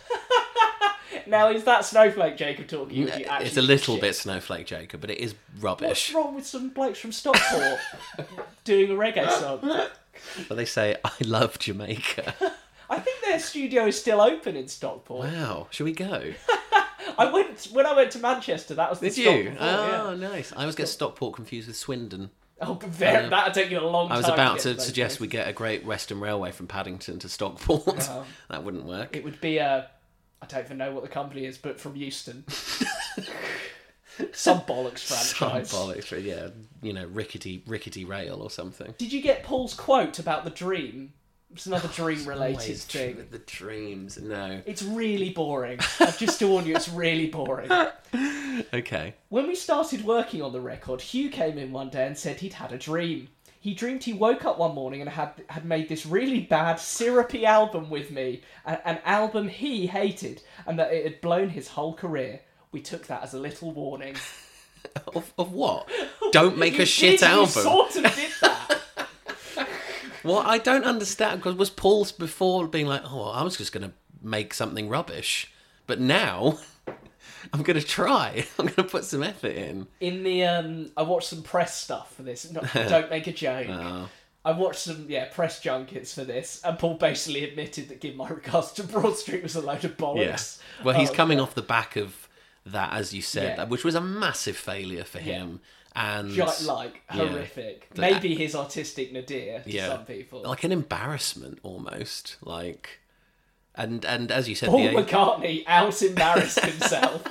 B: Now is that snowflake Jacob talking? Would you actually
A: it's a little
B: shit?
A: bit Snowflake Jacob, but it is
B: What's
A: rubbish.
B: wrong with some blokes from Stockport doing a reggae song?
A: But they say I love Jamaica.
B: I think their studio is still open in Stockport.
A: Wow. Should we go?
B: I went when I went to Manchester. That was the
A: Did you?
B: Stockport,
A: Oh,
B: yeah.
A: nice. I always get Stockport confused with Swindon.
B: Oh, but very,
A: Uh,
B: that'd take you a long
A: I
B: time.
A: was about
B: get
A: to
B: those
A: suggest we
B: places.
A: get a Great Western Railway from Paddington to Stockport.
B: Wow.
A: that wouldn't work.
B: It would be a. I don't even know what the company is, but from Euston. Some bollocks
A: Some
B: franchise.
A: bollocks, but yeah, you know, rickety rickety rail or something.
B: Did you get Paul's quote about the dream? It's another dream related
A: Oh, Always
B: thing.
A: with the dreams. No.
B: It's really boring. I've just to warn you, it's really boring.
A: Okay.
B: When we started working on the record, Hugh came in one day and said he'd had a dream. He dreamed he woke up one morning and had had made this really bad syrupy album with me, an, an album he hated, and that it had blown his whole career. We took that as a little warning.
A: Of, of what? Don't make
B: You
A: a shit
B: did, you
A: album.
B: sort of did that.
A: Well, I don't understand because was Paul's before being like, oh, I was just going to make something rubbish, but now I'm going to try. I'm going to put some effort in.
B: In the um, I watched some press stuff for this. No, don't make a joke.
A: Oh.
B: I watched some yeah press junkets for this, and Paul basically admitted that "Give My Regards to Broad Street" was a load of bollocks.
A: Well, he's
B: Oh,
A: coming off the back of that, as you said,
B: Yeah.
A: which was a massive failure for him. And
B: Gi- like
A: Yeah.
B: horrific.
A: The-
B: Maybe his artistic nadir to
A: Yeah.
B: some people.
A: like an embarrassment almost. Like, and and as you said,
B: Paul
A: the,
B: McCartney out embarrassed himself.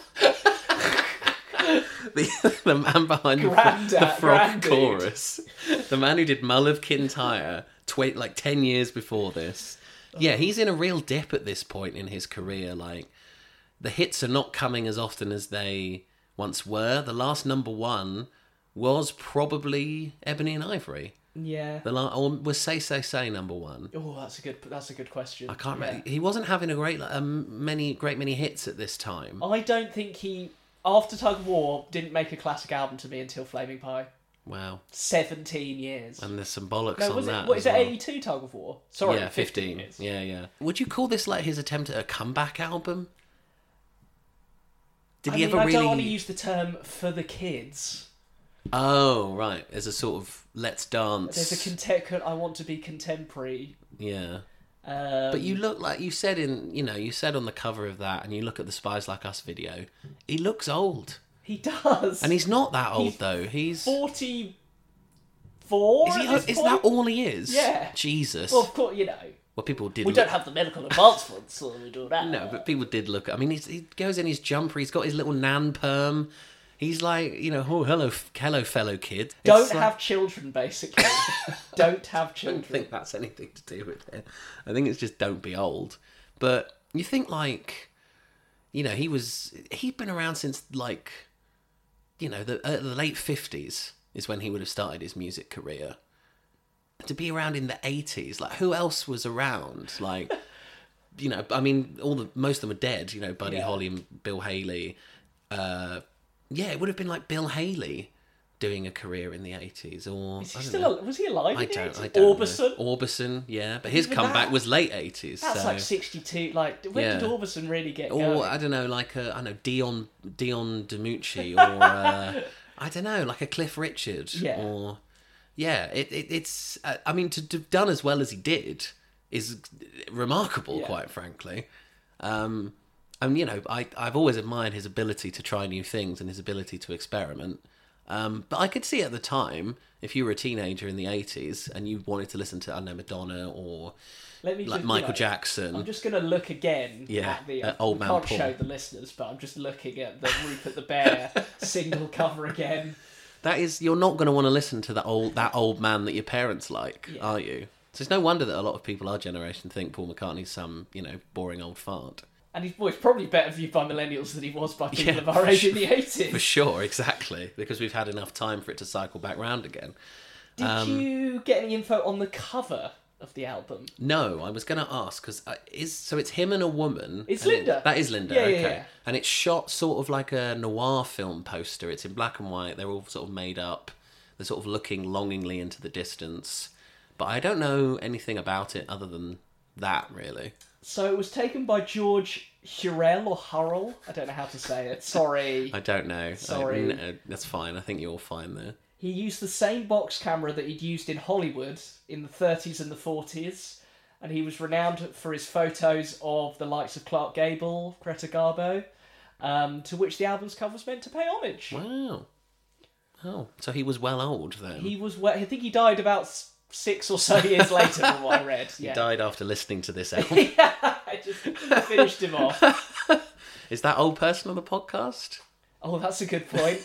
A: the, the man behind the- the
B: Grandad-
A: frog
B: granddude.
A: chorus, the man who did Mull of Kintyre, tw- like ten years before this.
B: Oh.
A: Yeah, he's in a real dip at this point in his career. Like the hits are not coming as often as they once were. The last number one was probably Ebony and Ivory.
B: yeah.
A: The la- or was Say Say Say number one.
B: Oh, that's a good. That's a good question.
A: I can't remember. He wasn't having a great like, um, many great many hits at this time.
B: I don't think he after Tug of War didn't make a classic album to me until Flaming Pie.
A: Wow,
B: Seventeen years.
A: and there's some bollocks
B: no,
A: on
B: was
A: that.
B: it? What
A: as
B: is it?
A: well.
B: Eighty-two Tug of War. Sorry,
A: yeah, 15.
B: years.
A: Yeah, yeah. Would you call this like his attempt at a comeback album? Did
B: I
A: he
B: mean,
A: ever
B: I don't want to
A: really?
B: use the term for the kids.
A: Oh, right. As a sort of let's dance.
B: There's a contemporary. I want to be contemporary.
A: yeah.
B: Um,
A: But you look like you said in you know you said on the cover of that, and you look at the Spies Like Us video. He looks old,
B: he does.
A: and he's not that old
B: He's
A: though. He's
B: forty-four.
A: is, he,
B: at this
A: is
B: point?
A: that all he is?
B: Yeah.
A: Jesus.
B: Well,
A: Well,
B: of course, you know
A: people did.
B: we
A: look,
B: don't have the medical advancements, so we do that.
A: No, but people did look. I mean, he's, he goes in his jumper. He's got his little nan perm. He's like, you know, oh hello, f- hello, fellow kids. It's
B: don't
A: like-
B: have children, basically. don't
A: I
B: have
A: don't
B: children.
A: think that's anything to do with it. I think it's just don't be old. But you think like, you know, he was he'd been around since like, you know, the, uh, the late fifties is when he would have started his music career. To be around in the eighties, like who else was around? Like, you know, I mean, all the most of them are dead. You know, Buddy
B: Yeah.
A: Holly and Bill Haley. Uh, yeah, it would have been like Bill Haley doing a career in the eighties, or
B: Is
A: I
B: he
A: don't
B: still
A: know.
B: al- was he alive?
A: I
B: in the
A: don't.
B: 80s?
A: I don't.
B: Orbison.
A: Know. Orbison, yeah, but his
B: Even
A: comeback
B: that-
A: was late eighties.
B: That's
A: so.
B: like sixty-two. Like when
A: Yeah.
B: did Orbison really get going?
A: or uh, I don't know, like a I don't know Dion Dion DiMucci, or uh, I don't know, like a Cliff Richard,
B: Yeah.
A: or yeah, it, it it's uh, I mean to have done as well as he did is remarkable,
B: Yeah.
A: quite frankly. Um, and you know, I I've always admired his ability to try new things and his ability to experiment. Um, but I could see at the time, if you were a teenager in the '80s and you wanted to listen to I don't know Madonna or
B: Let me
A: like
B: just,
A: Michael
B: you know,
A: Jackson,
B: I'm just going to look again
A: Yeah,
B: at the.
A: at Old
B: I
A: Man
B: can't
A: Paul.
B: show the listeners, but I'm just looking at the Rupert the Bear single cover again.
A: That is, you're not going to want to listen to that old that old man that your parents like,
B: Yeah.
A: are you? So it's no wonder that a lot of people our generation think Paul McCartney's some you know boring old fart.
B: And his voice probably better viewed by millennials than he was by people
A: Yeah,
B: of our
A: for
B: age
A: sure.
B: in the
A: For
B: 80s.
A: sure, exactly, because we've had enough time for it to cycle back round again.
B: Did you get any info on the cover of the album.
A: No, I was going to ask because is so it's him and a woman.
B: It's
A: and it-
B: Linda.
A: that is Linda.
B: Yeah, yeah,
A: okay.
B: yeah.
A: And it's shot sort of like a noir film poster. It's in black and white. They're all sort of made up. They're sort of looking longingly into the distance. But I don't know anything about it other than that, really.
B: So it was taken by George Hurrell or Hurrell. I don't know how to say it. Sorry.
A: I don't know.
B: Sorry.
A: I, no, that's fine. I think you're fine there.
B: He used the same box camera that he'd used in Hollywood in the 30s and the 40s, and he was renowned for his photos of the likes of Clark Gable, Greta Garbo, um, to which the album's cover was meant to pay homage.
A: Wow. Oh, so he was well old then.
B: He was, we- I think he died about s- six or so years later, from what I read. Yeah.
A: died after listening to this album.
B: I just finished him off.
A: Is that old person on the podcast?
B: Oh, that's a good point.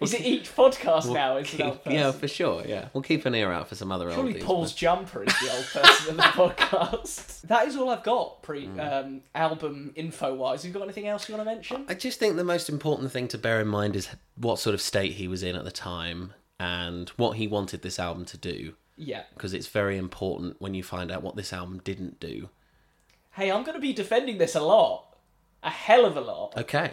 B: Is it each podcast now? Is it old person?
A: Yeah, for sure. Yeah, we'll keep an ear out for some other
B: Probably
A: oldies.
B: Paul's jumper is the old person of the podcast. That is all I've got pre um, album info wise. You got anything else you want to mention?
A: I just think the most important thing to bear in mind is what sort of state he was in at the time and what he wanted this album to do,
B: Yeah.
A: because it's very important when you find out what this album didn't do.
B: Hey, I'm going to be defending this a lot, a hell of a lot.
A: Okay.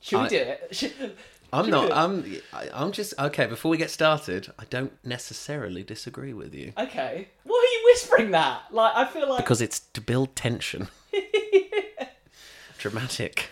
B: Should we
A: I-
B: do it? Should-
A: I'm
B: Should
A: not.
B: we?
A: I'm. I- I'm just okay. Before we get started, I don't necessarily disagree with you
B: Okay. Why are you whispering that? Like, I feel like
A: because it's to build tension. Dramatic.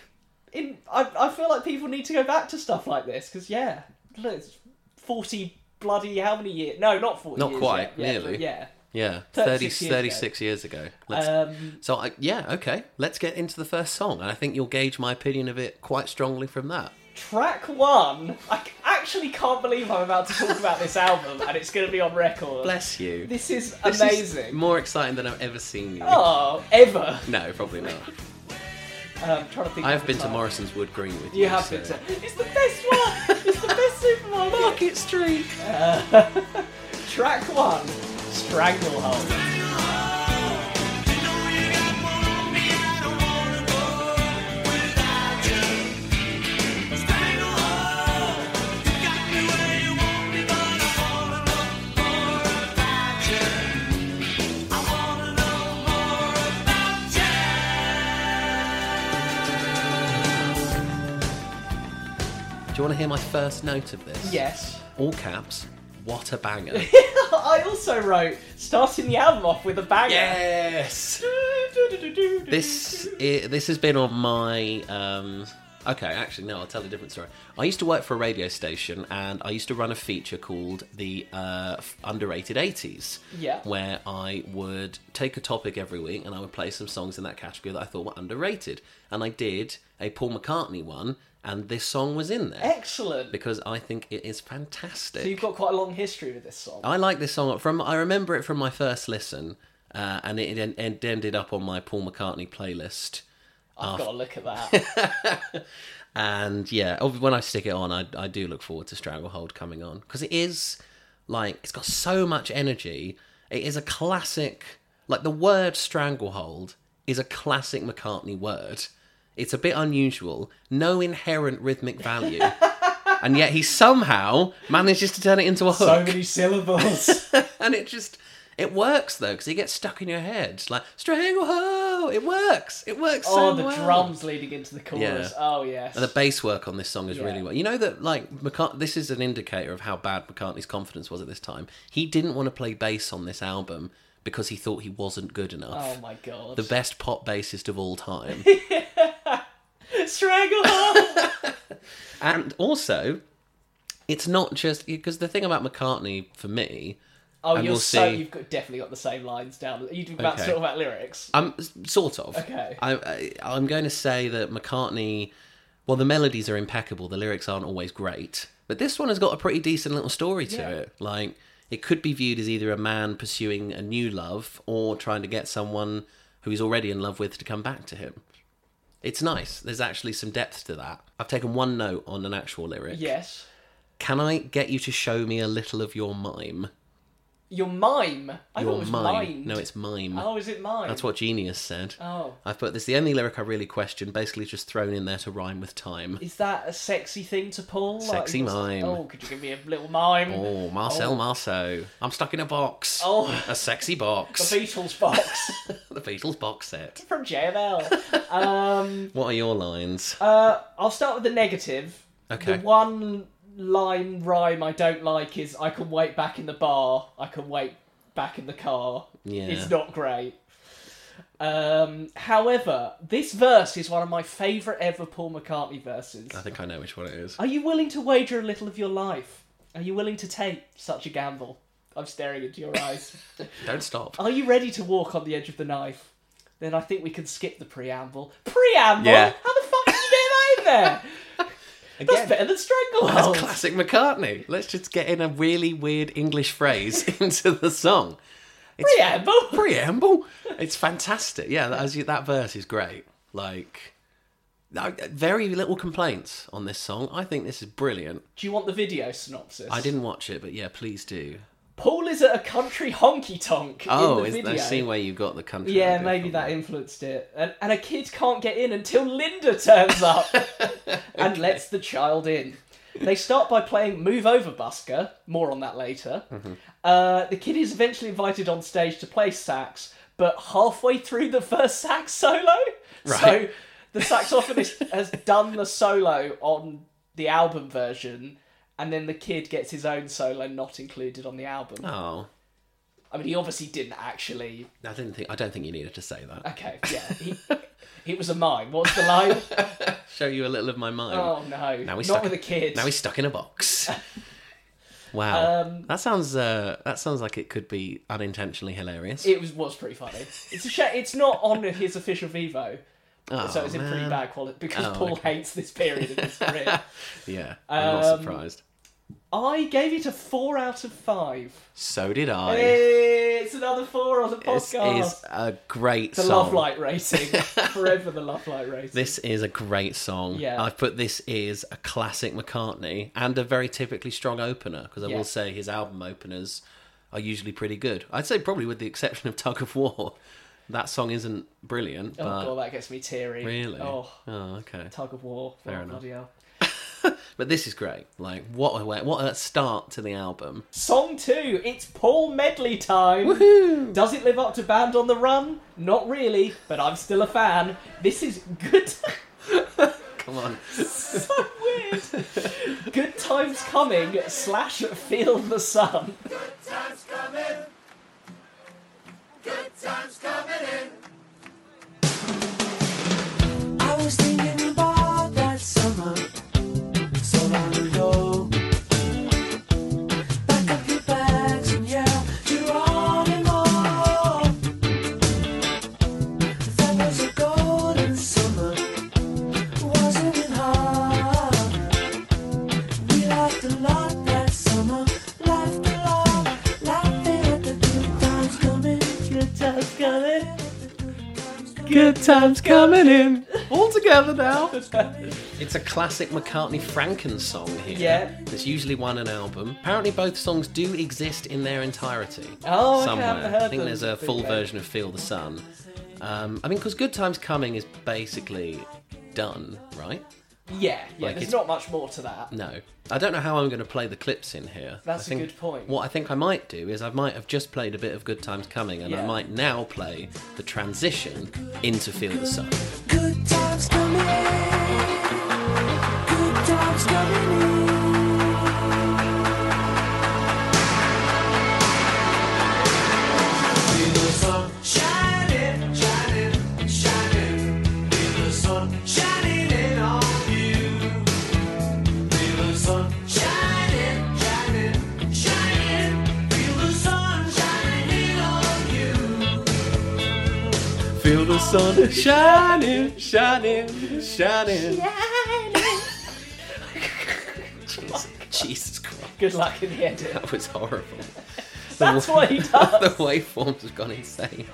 B: in I, I feel like people need to go back to stuff like this because yeah, look, it's forty bloody how many years? No, not forty.
A: Not
B: years
A: quite,
B: yet. Yeah,
A: nearly.
B: Yeah.
A: Yeah,
B: 36
A: 36
B: years ago.
A: 36 years ago. Let's,
B: Um,
A: so, I, yeah, okay. Let's get into the first song. And I think you'll gauge my opinion of it quite strongly from that.
B: track one. I c- actually can't believe I'm about to talk about this album and it's going to be on record.
A: Bless you.
B: This is
A: This is
B: amazing.
A: more exciting than I've ever seen you.
B: Oh, ever.
A: No, probably not.
B: Um, trying to think.
A: I
B: of
A: have
B: the
A: been to
B: title.
A: Morrison's Wood Green with you.
B: You have been to. It's the best one. it's the best supermarket.
A: Market Street.
B: Track one. Stranglehold.
A: Do you want to hear my first note of this?
B: Yes.
A: All caps. What a banger.
B: I also wrote starting the album off with a banger.
A: yes. This i this has been on my. Um, okay, actually, no, I'll tell a different story. I used to work for a radio station, and I used to run a feature called the uh, f- underrated eighties.
B: Yeah.
A: Where I would take a topic every week, and I would play some songs in that category that I thought were underrated, and I did a Paul McCartney one, and this song was in there
B: Eh. Excellent.
A: because I think it is fantastic.
B: So you've got quite a long history with this song.
A: I like this song from. I remember it from my first listen, uh, and it, en- en- ended up on my Paul McCartney playlist.
B: I've got to look at that.
A: And yeah, ob- when I stick it on, I, I do look forward to Stranglehold coming on because it is like it's got so much energy. It is a classic. Like the word Stranglehold is a classic McCartney word. It's a bit unusual, no inherent rhythmic value, and yet he somehow manages to turn it into a hook.
B: so many syllables.
A: and it just it works though because it gets stuck in your head like stranglehold it works it works
B: oh,
A: so
B: the
A: well.
B: drums leading into the chorus.
A: Yeah.
B: Oh yes.
A: and the bass work on this song is
B: Yeah.
A: really well you know that like McCart- this is an indicator of how bad mccartney's confidence was at this time he didn't want to play bass on this album because he thought he wasn't good enough
B: oh my god.
A: the best pop bassist of all time
B: Stranglehold.
A: and also it's not just because the thing about mccartney for me
B: oh,
A: And
B: you're
A: we'll
B: so
A: see.
B: you've got, definitely got the same lines down. Are you about to
A: Okay.
B: talk about lyrics?
A: I'm sort of.
B: Okay.
A: I, I I'm going to say that McCartney. Well, the melodies are impeccable. The lyrics aren't always great, but this one has got a pretty decent little story to
B: Yeah.
A: it. Like it could be viewed as either a man pursuing a new love or trying to get someone who he's already in love with to come back to him. It's nice. There's actually some depth to that. I've taken one note on an actual lyric.
B: Yes.
A: Can I get you to show me a little of your mime?
B: Your mime. I thought it
A: You're
B: was
A: mine.
B: mind.
A: No, it's mime.
B: Oh, is it mime?
A: That's what Genius said.
B: Oh.
A: I've put this the only lyric I really question, basically just thrown in there to rhyme with time.
B: Is that a sexy thing to pull?
A: Sexy
B: what's-
A: mime.
B: Oh, could you give me a little mime?
A: Oh, Marcel
B: Oh.
A: Marceau. I'm stuck in a box.
B: Oh.
A: A sexy
B: The
A: box.
B: Beatles box
A: the Beatles box set.
B: from JML. Um,
A: What are your lines?
B: uh, I'll start with the negative.
A: Okay.
B: The one line rhyme I don't like is "I can wait back in the bar, I can wait back in the car."
A: Yeah.
B: It's not great. Um, however, this verse is one of my favourite ever Paul McCartney verses.
A: I think I know which one it is.
B: Are you willing to wager a little of your life? Are you willing to take such a gamble? I'm staring into your eyes.
A: Don't stop.
B: Are you ready to walk on the edge of the knife? Then I think we can skip the preamble. Preamble?
A: Yeah.
B: How the fuck did you get that in there? That's
A: Again,
B: better than
A: that's
B: stranglehold.
A: classic McCartney. Let's just get in a really weird English phrase into the song. It's
B: preamble.
A: preamble. It's fantastic. Yeah, that, as you, that verse is great. Like, I- very little complaints on this song. I think this is brilliant.
B: Do you want the video synopsis?
A: I didn't watch it, but yeah, please do.
B: Paul is at a country honky tonk.
A: Oh,
B: in the
A: is
B: video.
A: the scene where you got the country?
B: Yeah,
A: idea
B: maybe
A: from?
B: that influenced it. And, and a kid can't get in until Linda turns up and lets the child in. They start by playing Move Over Busker, more on that later. Uh, the kid is eventually invited on stage to play sax, but halfway through the first sax solo, so
A: Right.
B: the saxophonist has done the solo on the album version, and then the kid gets his own solo not included on the album.
A: Oh,
B: I mean, he obviously didn't actually
A: I didn't think. I don't think you needed to say that.
B: Okay, yeah. He, he was a mime. What's the line?
A: Show you a little of my mind.
B: oh no.
A: Now
B: Not
A: he's stuck
B: with a kid.
A: Now he's stuck in a box. Wow,
B: Um,
A: that sounds uh, that sounds like it could be unintentionally hilarious.
B: It was was pretty funny. It's a shame it's not on his official Vivo,
A: oh,
B: so it's in pretty
A: man.
B: bad quality because
A: Oh,
B: Paul
A: okay.
B: hates this period of his career.
A: Yeah, I'm not
B: Um,
A: surprised.
B: I gave it a four out of five.
A: So did I.
B: Hey, it's another four on the
A: This
B: podcast.
A: is a great
B: the
A: song.
B: love light rating. Forever the love light rating.
A: This is a great song.
B: Yeah.
A: I've put this is a classic McCartney and a very typically strong opener because I
B: Yeah.
A: will say his album openers are usually pretty good. I'd say probably with the exception of Tug of War. That song isn't brilliant,
B: oh
A: but
B: god, that gets me teary.
A: really,
B: Oh,
A: Oh, okay.
B: tug of war. Fair
A: enough.
B: Bloody hell.
A: But this is great. Like what a way, what a start to the album.
B: Song two. It's Paul Medley time. Does it live up to Band on the Run? Not really, but I'm still a fan. This is good.
A: Come on,
B: so weird. Good times coming slash feel the sun.
C: Good times coming. Good times coming in.
D: I was thinking about that summer so long ago. Pack up your bags and yell, Geronimo. That was a golden summer, wasn't it hard? We laughed a lot that summer, laughed a lot, laughing at the good times coming.
B: Good times coming.
A: good times coming in. All together now. It's a classic McCartney Franken song here.
B: Yeah.
A: It's usually one an album. Apparently, both songs do exist in their entirety.
B: Oh, okay, I
A: somewhere.
B: haven't heard
A: I think
B: them.
A: there's a full
B: Okay.
A: version of Feel the Sun. Um, I mean, because Good Times Coming is basically done, right?
B: Yeah, yeah.
A: Like
B: there's
A: it's-
B: not much more to that.
A: No. I don't know how I'm going to play the clips in here.
B: That's
A: I
B: a
A: think
B: good point.
A: What I think I might do is I might have just played a bit of Good Times Coming and I
B: Yeah.
A: might now play the transition into Feel the Sun.
D: Good times coming. Good times coming in.
C: Feel the sun shining, shining, shining. Feel the sun shining in on you. Feel the sun shining, shining, shining. Feel the sun shining in on you.
A: Feel the sun shining, shining, shining. Jesus, Jesus Christ,
B: Good luck in the edit.
A: that was horrible.
B: That's
A: wa-
B: what he does.
A: the waveforms have gone insane.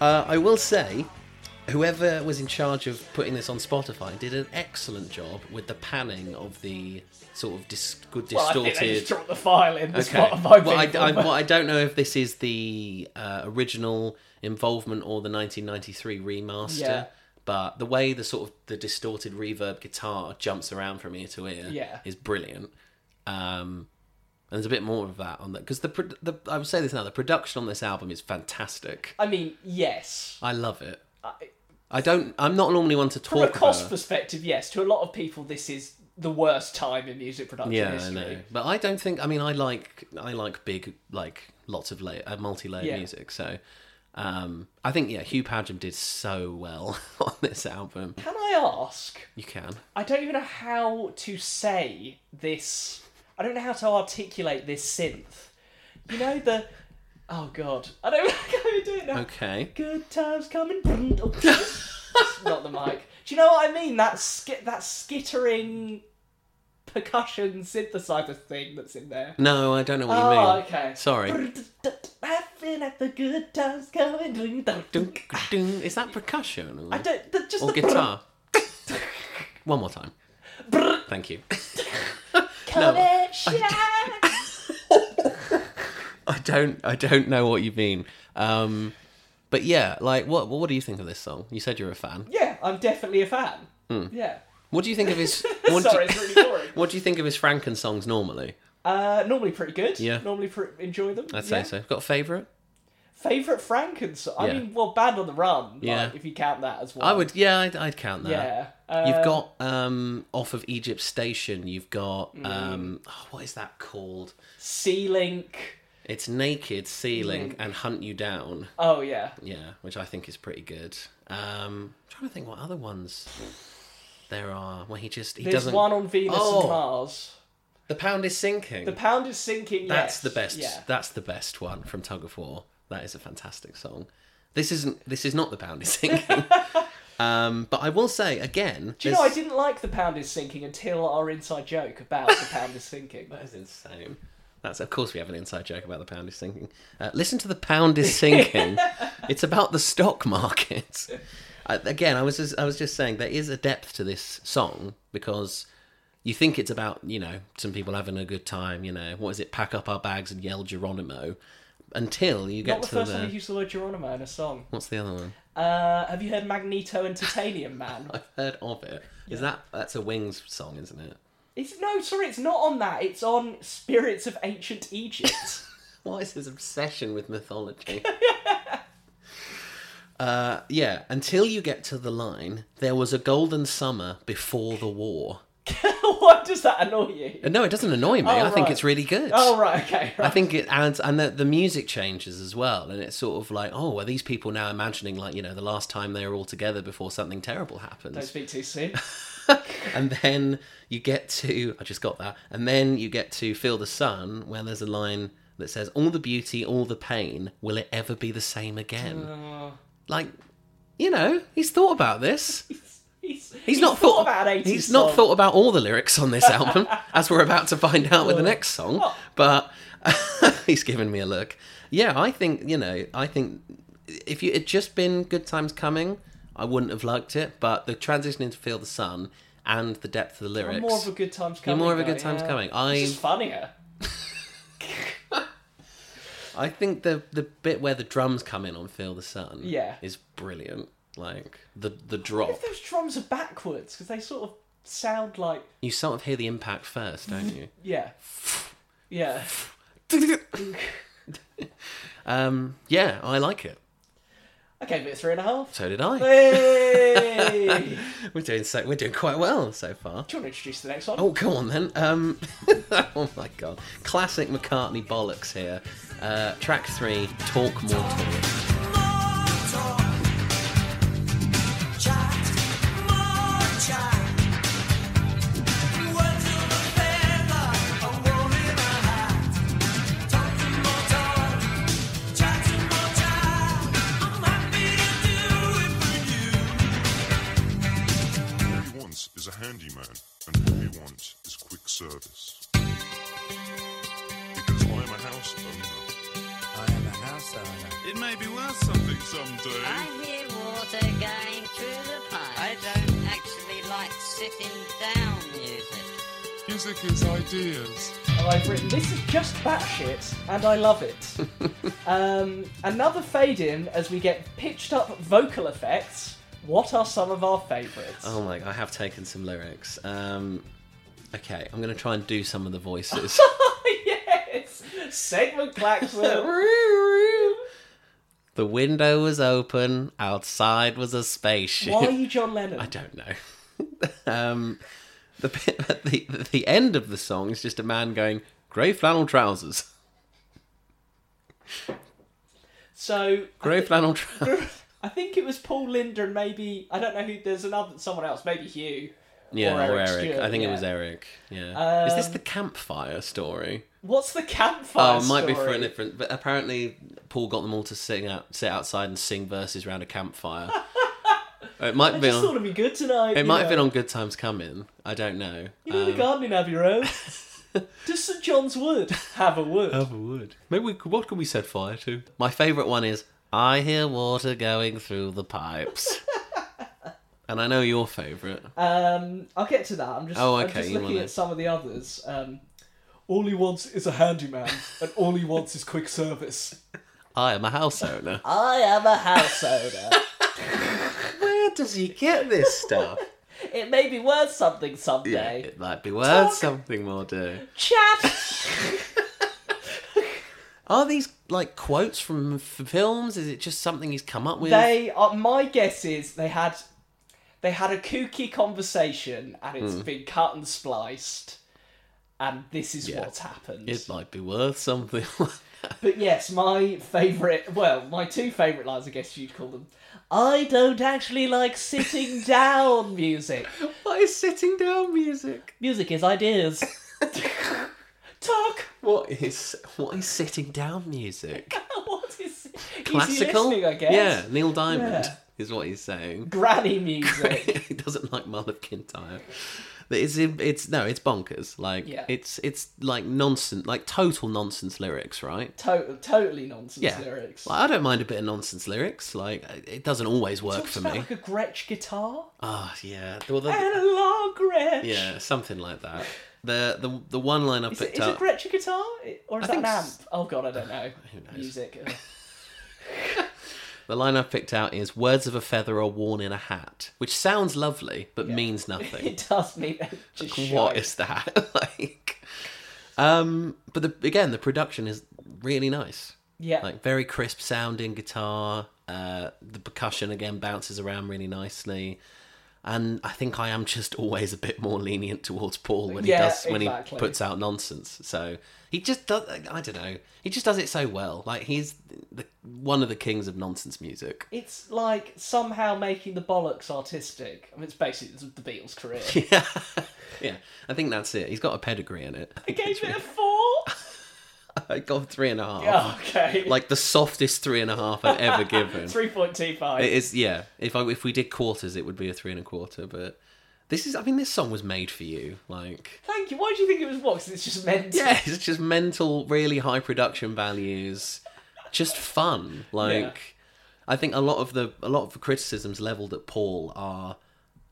A: Uh, I will say, whoever was in charge of putting this on Spotify did an excellent job with the panning of the sort of dis- good
B: Well, I
A: distorted.
B: think they just dropped the file in the Spotify
A: Well, I,
B: people,
A: I,
B: but-
A: well, I don't know if this is the uh, original involvement or the 1993 remaster,
B: Yeah.
A: but the way the sort of the distorted reverb guitar jumps around from ear to ear
B: Yeah.
A: is brilliant. Um, and there's a bit more of that on that because the, pro- the I would say this now the production on this album is fantastic.
B: I mean, yes.
A: I love it.
B: I,
A: I don't. I'm not normally one to
B: from a
A: talk
B: cost
A: about.
B: perspective, yes. To a lot of people, this is the worst time in music production
A: Yeah, I
B: history.
A: know. But I don't think. I mean, I like I like big like lots of layer, uh, multi-layered
B: Yeah.
A: music. So um, I think yeah, Hugh Padgham did so well on this album.
B: Can I ask?
A: You can.
B: I don't even know how to say this. I don't know how to articulate this synth. You know the. Oh god, I don't know how to do it now.
A: Okay.
B: Good times coming. Oh, Not the mic. Do you know what I mean? That sk- that skittering percussion synthesizer thing that's in there.
A: No, I don't know what you
B: Oh,
A: mean.
B: okay.
A: Sorry.
B: Laughing at the good times coming.
A: Dunk, dunk. Is that percussion or,
B: I don't. The, just
A: or
B: the
A: guitar? One more time. Thank you.
B: Come
A: No.
B: and shine.
A: I don't. I don't know what you mean. Um, but yeah, like what? What do you think of this song? You said you're a fan.
B: Yeah, I'm definitely a fan. Yeah.
A: What do you think of his? What
B: Sorry,
A: Hmm. do,
B: it's really boring.
A: What do you think of his Franken songs normally?
B: Uh, normally pretty good.
A: Yeah.
B: Normally pr enjoy them.
A: I'd say
B: yeah.
A: so. Got a favourite?
B: Favorite Frankenstein. I
A: Yeah.
B: mean, well, Band on the Run. like,
A: Yeah.
B: if you count that as well.
A: I would. Yeah, I'd, I'd count that.
B: Yeah. Uh,
A: You've got um, off of Egypt Station. You've got
B: Mm.
A: um, oh, what is that called?
B: Sea Link.
A: It's Naked
B: Mm.
A: Ceiling and Hunt You Down.
B: Oh yeah.
A: Yeah, which I think is pretty good. Um, I'm trying to think what other ones there are where he just he
B: There's
A: doesn't.
B: one on Venus
A: Oh.
B: and Mars.
A: The pound is sinking.
B: The pound is sinking.
A: That's
B: yes.
A: the best.
B: Yeah.
A: That's the best one from Tug of War. That is a fantastic song. This isn't. This is not the pound is sinking. um, but I will say again.
B: Do you know I didn't like the pound is sinking until our inside joke about the pound is sinking.
A: That is insane. That's of course we have an inside joke about the pound is sinking. Uh, listen to the pound is sinking. it's about the stock market. Uh, again, I was just, I was just saying there is a depth to this song because you think it's about you know some people having a good time. You know what is it? Pack up our bags and yell Geronimo until you get
B: Not the
A: to
B: first time you used the word Geronimo in a song.
A: What's the other one?
B: Uh, have you heard Magneto and Titanium Man?
A: I've heard of it. Is that that's a Wings song, isn't it?
B: It's no, sorry, it's not on that. It's on Spirits of Ancient Egypt.
A: What is his obsession with mythology? uh, yeah. Until you get to the line, there was a golden summer before the war.
B: Why does that annoy you?
A: And no, it doesn't annoy me. I think
B: right.
A: it's really good.
B: Oh right, okay.
A: I
B: Right.
A: think it adds, and the, the music changes as well, and it's sort of like, oh, are these people now imagining like you know the last time they were all together before something terrible happens?
B: Don't speak too soon.
A: and then you get to I just got that, and then you get to feel the sun where there's a line that says, "All the beauty, all the pain, will it ever be the same again?"
B: Uh. Oh.
A: Like, you know, he's thought about this. He's,
B: He's, he's,
A: not thought,
B: about an 80s
A: He's
B: song.
A: not thought about all the lyrics on this album, as we're about to find out with the next song.
B: Oh.
A: But he's giving me a look. Yeah, I think you know. I think if you had just been "Good Times Coming," I wouldn't have liked it. But the transition into "Feel the Sun" and the depth of the lyrics.
B: More of a good times
A: You're
B: coming.
A: more of a
B: guy,
A: good time's
B: yeah.
A: coming.
B: It's
A: I
B: just funnier.
A: I think the the bit where the drums come in on "Feel the Sun"
B: Yeah.
A: is brilliant. Like the the drop,
B: If those drums are backwards because they sort of sound like
A: you sort of hear the impact first, don't you?
B: yeah, yeah.
A: um, yeah, I like it.
B: I gave it a three and a half.
A: So did I.
B: Hey! Do you
A: We're doing so we're doing quite well so far.
B: want to introduce the next one?
A: Oh, come on then. Um, oh my god, classic McCartney bollocks here. Uh, track three, talk more talk.
E: All he wants is a handyman, and all he wants is quick service. Because I'm a house owner.
F: I am a house owner.
E: It may be worth something someday.
G: I hear water going
F: sitting down music.
E: Music is ideas.
B: And I've written, this is just batshit, and I love it. um, another fade in as we get pitched up vocal effects. What are some of our favourites?
A: Oh my! I have taken some lyrics. Um, okay, I'm going to try and do some of the voices.
B: yes! Segment Claxon.
A: the window was open. Outside was a spaceship.
B: Why are you John Lennon?
A: I don't know. um, the bit at the the end of the song is just a man going grey flannel trousers,
B: So
A: grey flannel trousers.
B: I think it was Paul Linder and maybe I don't know who. There's another someone else, maybe Hugh.
A: Yeah,
B: Or
A: or
B: Eric
A: Eric.
B: Stewart,
A: I think
B: yeah. Um,
A: it was Eric. Yeah. is this the campfire story?
B: What's the campfire?
A: Oh, it might be for
B: story?
A: a different. But apparently, Paul got them all to sing out, sit outside and sing verses round a campfire. it might
B: I
A: have been.
B: just
A: On,
B: thought it'd be good tonight.
A: it
B: you
A: might have been on
B: know.
A: Oh. Good Times Coming. I don't know.
B: You know the gardening abbey road. Does St John's Wood have a wood?
A: would. Maybe we, could- what can we set fire to? My favourite one is I hear water going through the pipes. and I know your favourite.
B: Um, I'll get to that. I'm just,
A: Oh,
B: I'm
A: okay,
B: just
A: you
B: looking
A: wanna-
B: at some of the others. Um, all he wants is a handyman, and all he wants is quick service.
A: I am a house owner.
B: I am a house owner.
A: Where does he get this stuff?
B: it may be worth something
A: Yeah,
B: someday.
A: it might be worth
B: Talk.
A: something more, dear.
B: Chat.
A: Are these like quotes from f- films? Is it just something he's come up with?
B: They are. My guess is they had, they had a kooky conversation, and it's
A: Hmm.
B: been cut and spliced, and this is what's happened.
A: It might be worth something.
B: But yes, my favourite, well, my two favourite lines, I guess you'd call them. I don't actually like sitting down music.
A: Why is sitting down music?
B: Music is ideas. Talk.
A: What is what is sitting down music?
B: What is easy
A: Classical?
B: listening, I guess.
A: Yeah, Neil Diamond
B: Yeah.
A: is what he's saying.
B: Granny music.
A: he doesn't like Mother Kintyre. It's it's no, it's bonkers. Like
B: Yeah.
A: it's it's like nonsense, like total nonsense lyrics, right?
B: Total, totally nonsense
A: Yeah.
B: lyrics.
A: Like, I don't mind a bit of nonsense lyrics. Like it doesn't always work
B: Talks
A: for
B: about
A: me.
B: like a Gretsch guitar
A: Ah, yeah. Well, the-
B: and a long Gretsch.
A: Yeah, something like that. The the the one line I
B: Is it,
A: picked
B: is it
A: up.
B: Gretsch a guitar or is
A: I
B: that an
A: think
B: amp?
A: s-
B: Oh god, I don't know.
A: knows?
B: Music. Ugh.
A: the line I picked out is "Words of a feather are worn in a hat," which sounds lovely but means nothing.
B: it does mean just
A: what
B: shite.
A: is that like? Um, but the, again, the production is really nice.
B: yeah.
A: Like very crisp sounding guitar. Uh, the percussion again bounces around really nicely. And I think I am just always a bit more lenient towards Paul when
B: Yeah,
A: he does when
B: exactly.
A: he puts out nonsense. So he just does. I don't know. He just does it so well. Like he's the, one of the kings of nonsense music.
B: It's like somehow making the bollocks artistic. I mean, it's basically it's the Beatles' career.
A: yeah, yeah. I think that's it. He's got a pedigree in it.
B: I gave it a four.
A: I got three and a half.
B: Oh, okay,
A: Like the softest three and a half I've ever given.
B: three point two
A: It
B: five.
A: is, yeah. If I if we did quarters, it would be a three and a quarter. But this is, I mean, this song was made for you. Like,
B: Thank you. Why do you think it was what? 'Cause it's just meant. to-
A: yeah, it's just mental, really high production values, just fun. Like, I think a lot of the a lot of the criticisms leveled at Paul are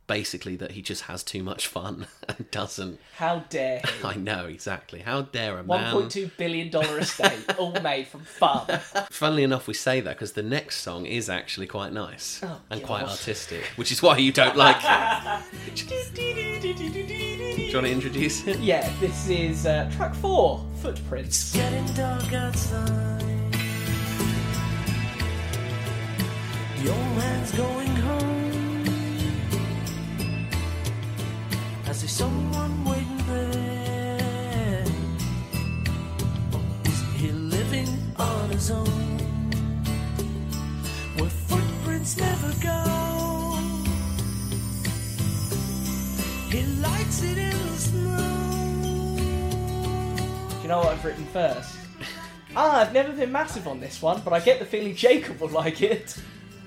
A: basically that he just has too much fun and doesn't.
B: How dare he?
A: I know exactly. How dare a
B: One
A: man?
B: point two billion dollar estate, all made from fun.
A: Funnily enough, we say that because the next song is actually quite nice
B: Oh,
A: and
B: God.
A: quite artistic, which is why you don't like it. Do you want to introduce it?
B: yeah, this is uh, track four, Footprints.
D: Getting dark outside. The old man's going home. I see someone waiting there. Or is he living on his own? Where footprints never go. He likes it in the snow.
B: Do you know what I've written first? Ah, I've never been massive on this one, but I get the feeling Jacob will like it.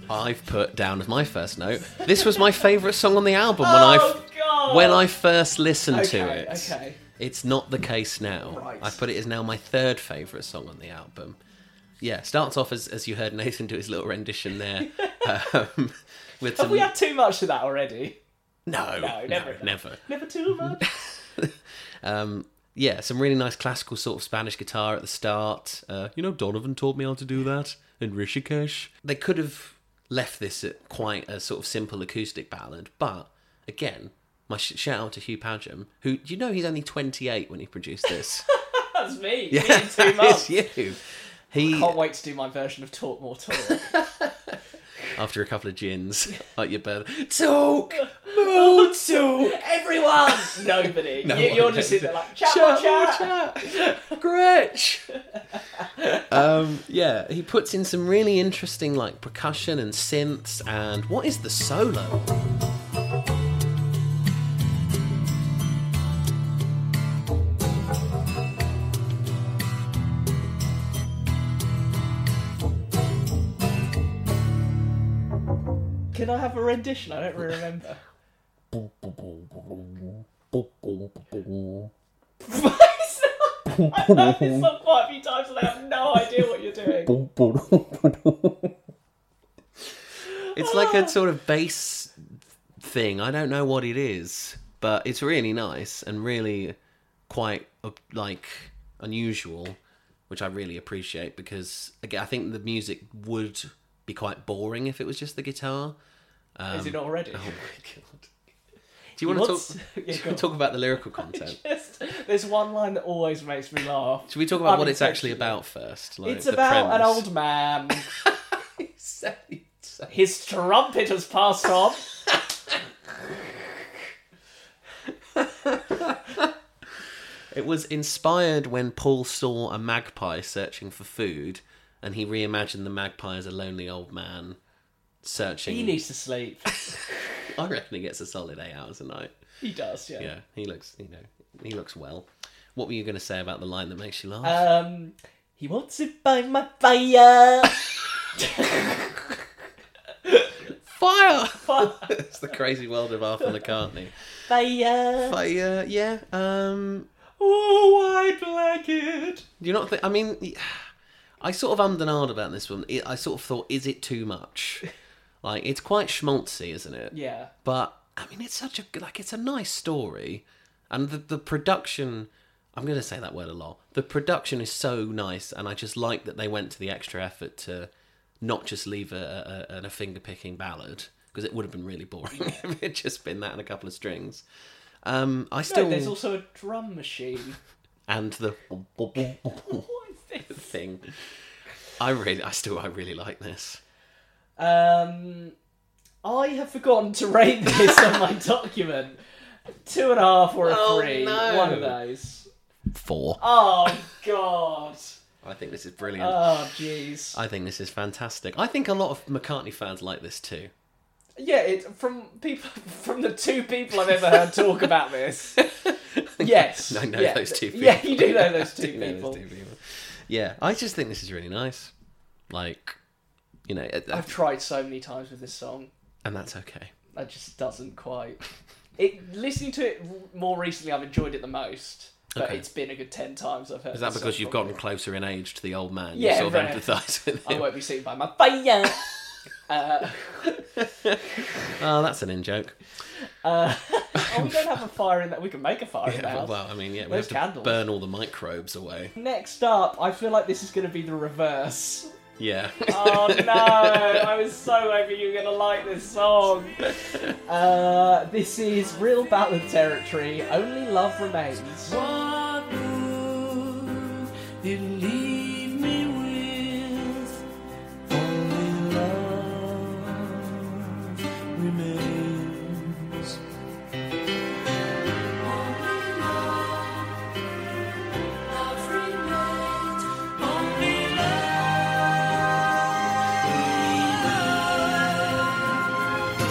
A: I've put down as my first note. This was my favourite song on the album when
B: oh
A: I
B: God!
A: when I first listened to
B: Okay,
A: it.
B: okay.
A: It's not the case now.
B: Right.
A: I put it as now my third favourite song on the album. Yeah, it starts off as as you heard Nathan do his little rendition there. um, with
B: Have
A: some,
B: we had too much of that already?
A: No,
B: No, never.
A: no, never.
B: Never too much.
A: yeah, some really nice classical sort of Spanish guitar at the start. Uh, you know, Donovan taught me how to do that in Rishikesh. They could have left this at quite a sort of simple acoustic ballad, but again, my sh- shout out to Hugh Padgham, who you know he's only 28 when he produced this.
B: That's me. Me in two months.
A: it's you. He
B: Can't wait to do my version of Talk More Talk.
A: after a couple of gins at your birth, talk, more talk.
B: Everyone! Nobody.
A: No
B: you,
A: one
B: you're just
A: knows.
B: sitting there like, chat,
A: Chat,
B: chat, chat.
A: Gretch. um, yeah, he puts in some really interesting like percussion and synths. And what is the solo?
B: Can I have a rendition? I don't really remember. It's not- I've done this song quite a few times and I have no idea what you're doing.
A: It's like
B: Ah.
A: a sort of bass thing. I don't know what it is, but it's really nice and really quite uh, like unusual, which I really appreciate because again, I think the music would be quite boring if it was just the guitar.
B: Is it already?
A: Oh my god. Do you want to
B: What's-
A: talk?
B: Yeah,
A: do you
B: go
A: wanna talk about the lyrical content?
B: Just, there's one line that always makes me laugh.
A: Should we talk about what it's actually
B: Unintentionally.
A: about first? Like
B: It's
A: uh, the
B: about an
A: premise.
B: old man.
A: Exactly. Exactly.
B: His trumpet has passed on.
A: It was inspired when Paul saw a magpie searching for food, and he reimagined the magpie as a lonely old man searching.
B: He needs to sleep.
A: I reckon he gets a solid eight hours a night.
B: He does, yeah.
A: Yeah, he looks. You know, he looks well. What were you going to say about the line that makes you laugh?
B: Um, he wants it by my fire.
A: Fire!
B: fire,
A: it's the crazy world of Arthur McCartney.
B: fire.
A: But uh, yeah, um,
B: Oh, white blanket.
A: Do you not think? I mean, I sort of ummed and ahed about this one. I I sort of thought, is it too much? Like, it's quite schmaltzy, isn't it?
B: Yeah.
A: But I mean, it's such a good- like, it's a nice story, and the the production. I'm going to say that word a lot. The production is so nice, and I just like that they went to the extra effort to not just leave a a, a, a finger picking ballad because it would have been really boring if it had just been that and a couple of strings. Um, I
B: No,
A: still
B: there's also a drum machine.
A: and the
B: What is this?
A: thing. I really, I still, I really like this.
B: Um, I have forgotten to rate this on my document. Two and a half or a
A: Oh,
B: three.
A: no.
B: One of those.
A: Four.
B: Oh, God.
A: I think this is brilliant.
B: Oh, jeez.
A: I think this is fantastic. I think a lot of McCartney fans like this too.
B: Yeah, it, from people from the two people I've ever heard talk about this. Yes,
A: I know
B: yeah.
A: those two people.
B: Yeah, you do know those
A: I
B: two
A: do know
B: people.
A: those two people. Yeah, I just think this is really nice. Like, you know, it-
B: I've tried so many times with this song.
A: and that's okay.
B: That just doesn't quite. It listening to it r- more recently, I've enjoyed it the most. But
A: Okay.
B: it's been a good ten times I've heard.
A: Is that because you've gotten closer in age to the old man? You
B: Yeah,
A: sort of
B: right.
A: empathise with
B: I
A: him.
B: won't be seen by my fire. uh,
A: Oh, that's an in joke.
B: oh, we don't have a fire in that. We can make a fire in the house.
A: Well, I mean, yeah, we have
B: Those
A: to
B: candles.
A: burn all the microbes away.
B: Next up, I feel like this is going to be the reverse.
A: Yeah.
B: Oh no! I was so hoping you were gonna like this song. Uh, this is real ballad territory. Only love remains.
D: What would it leave me with? Only love remains. Only love, love remains. Only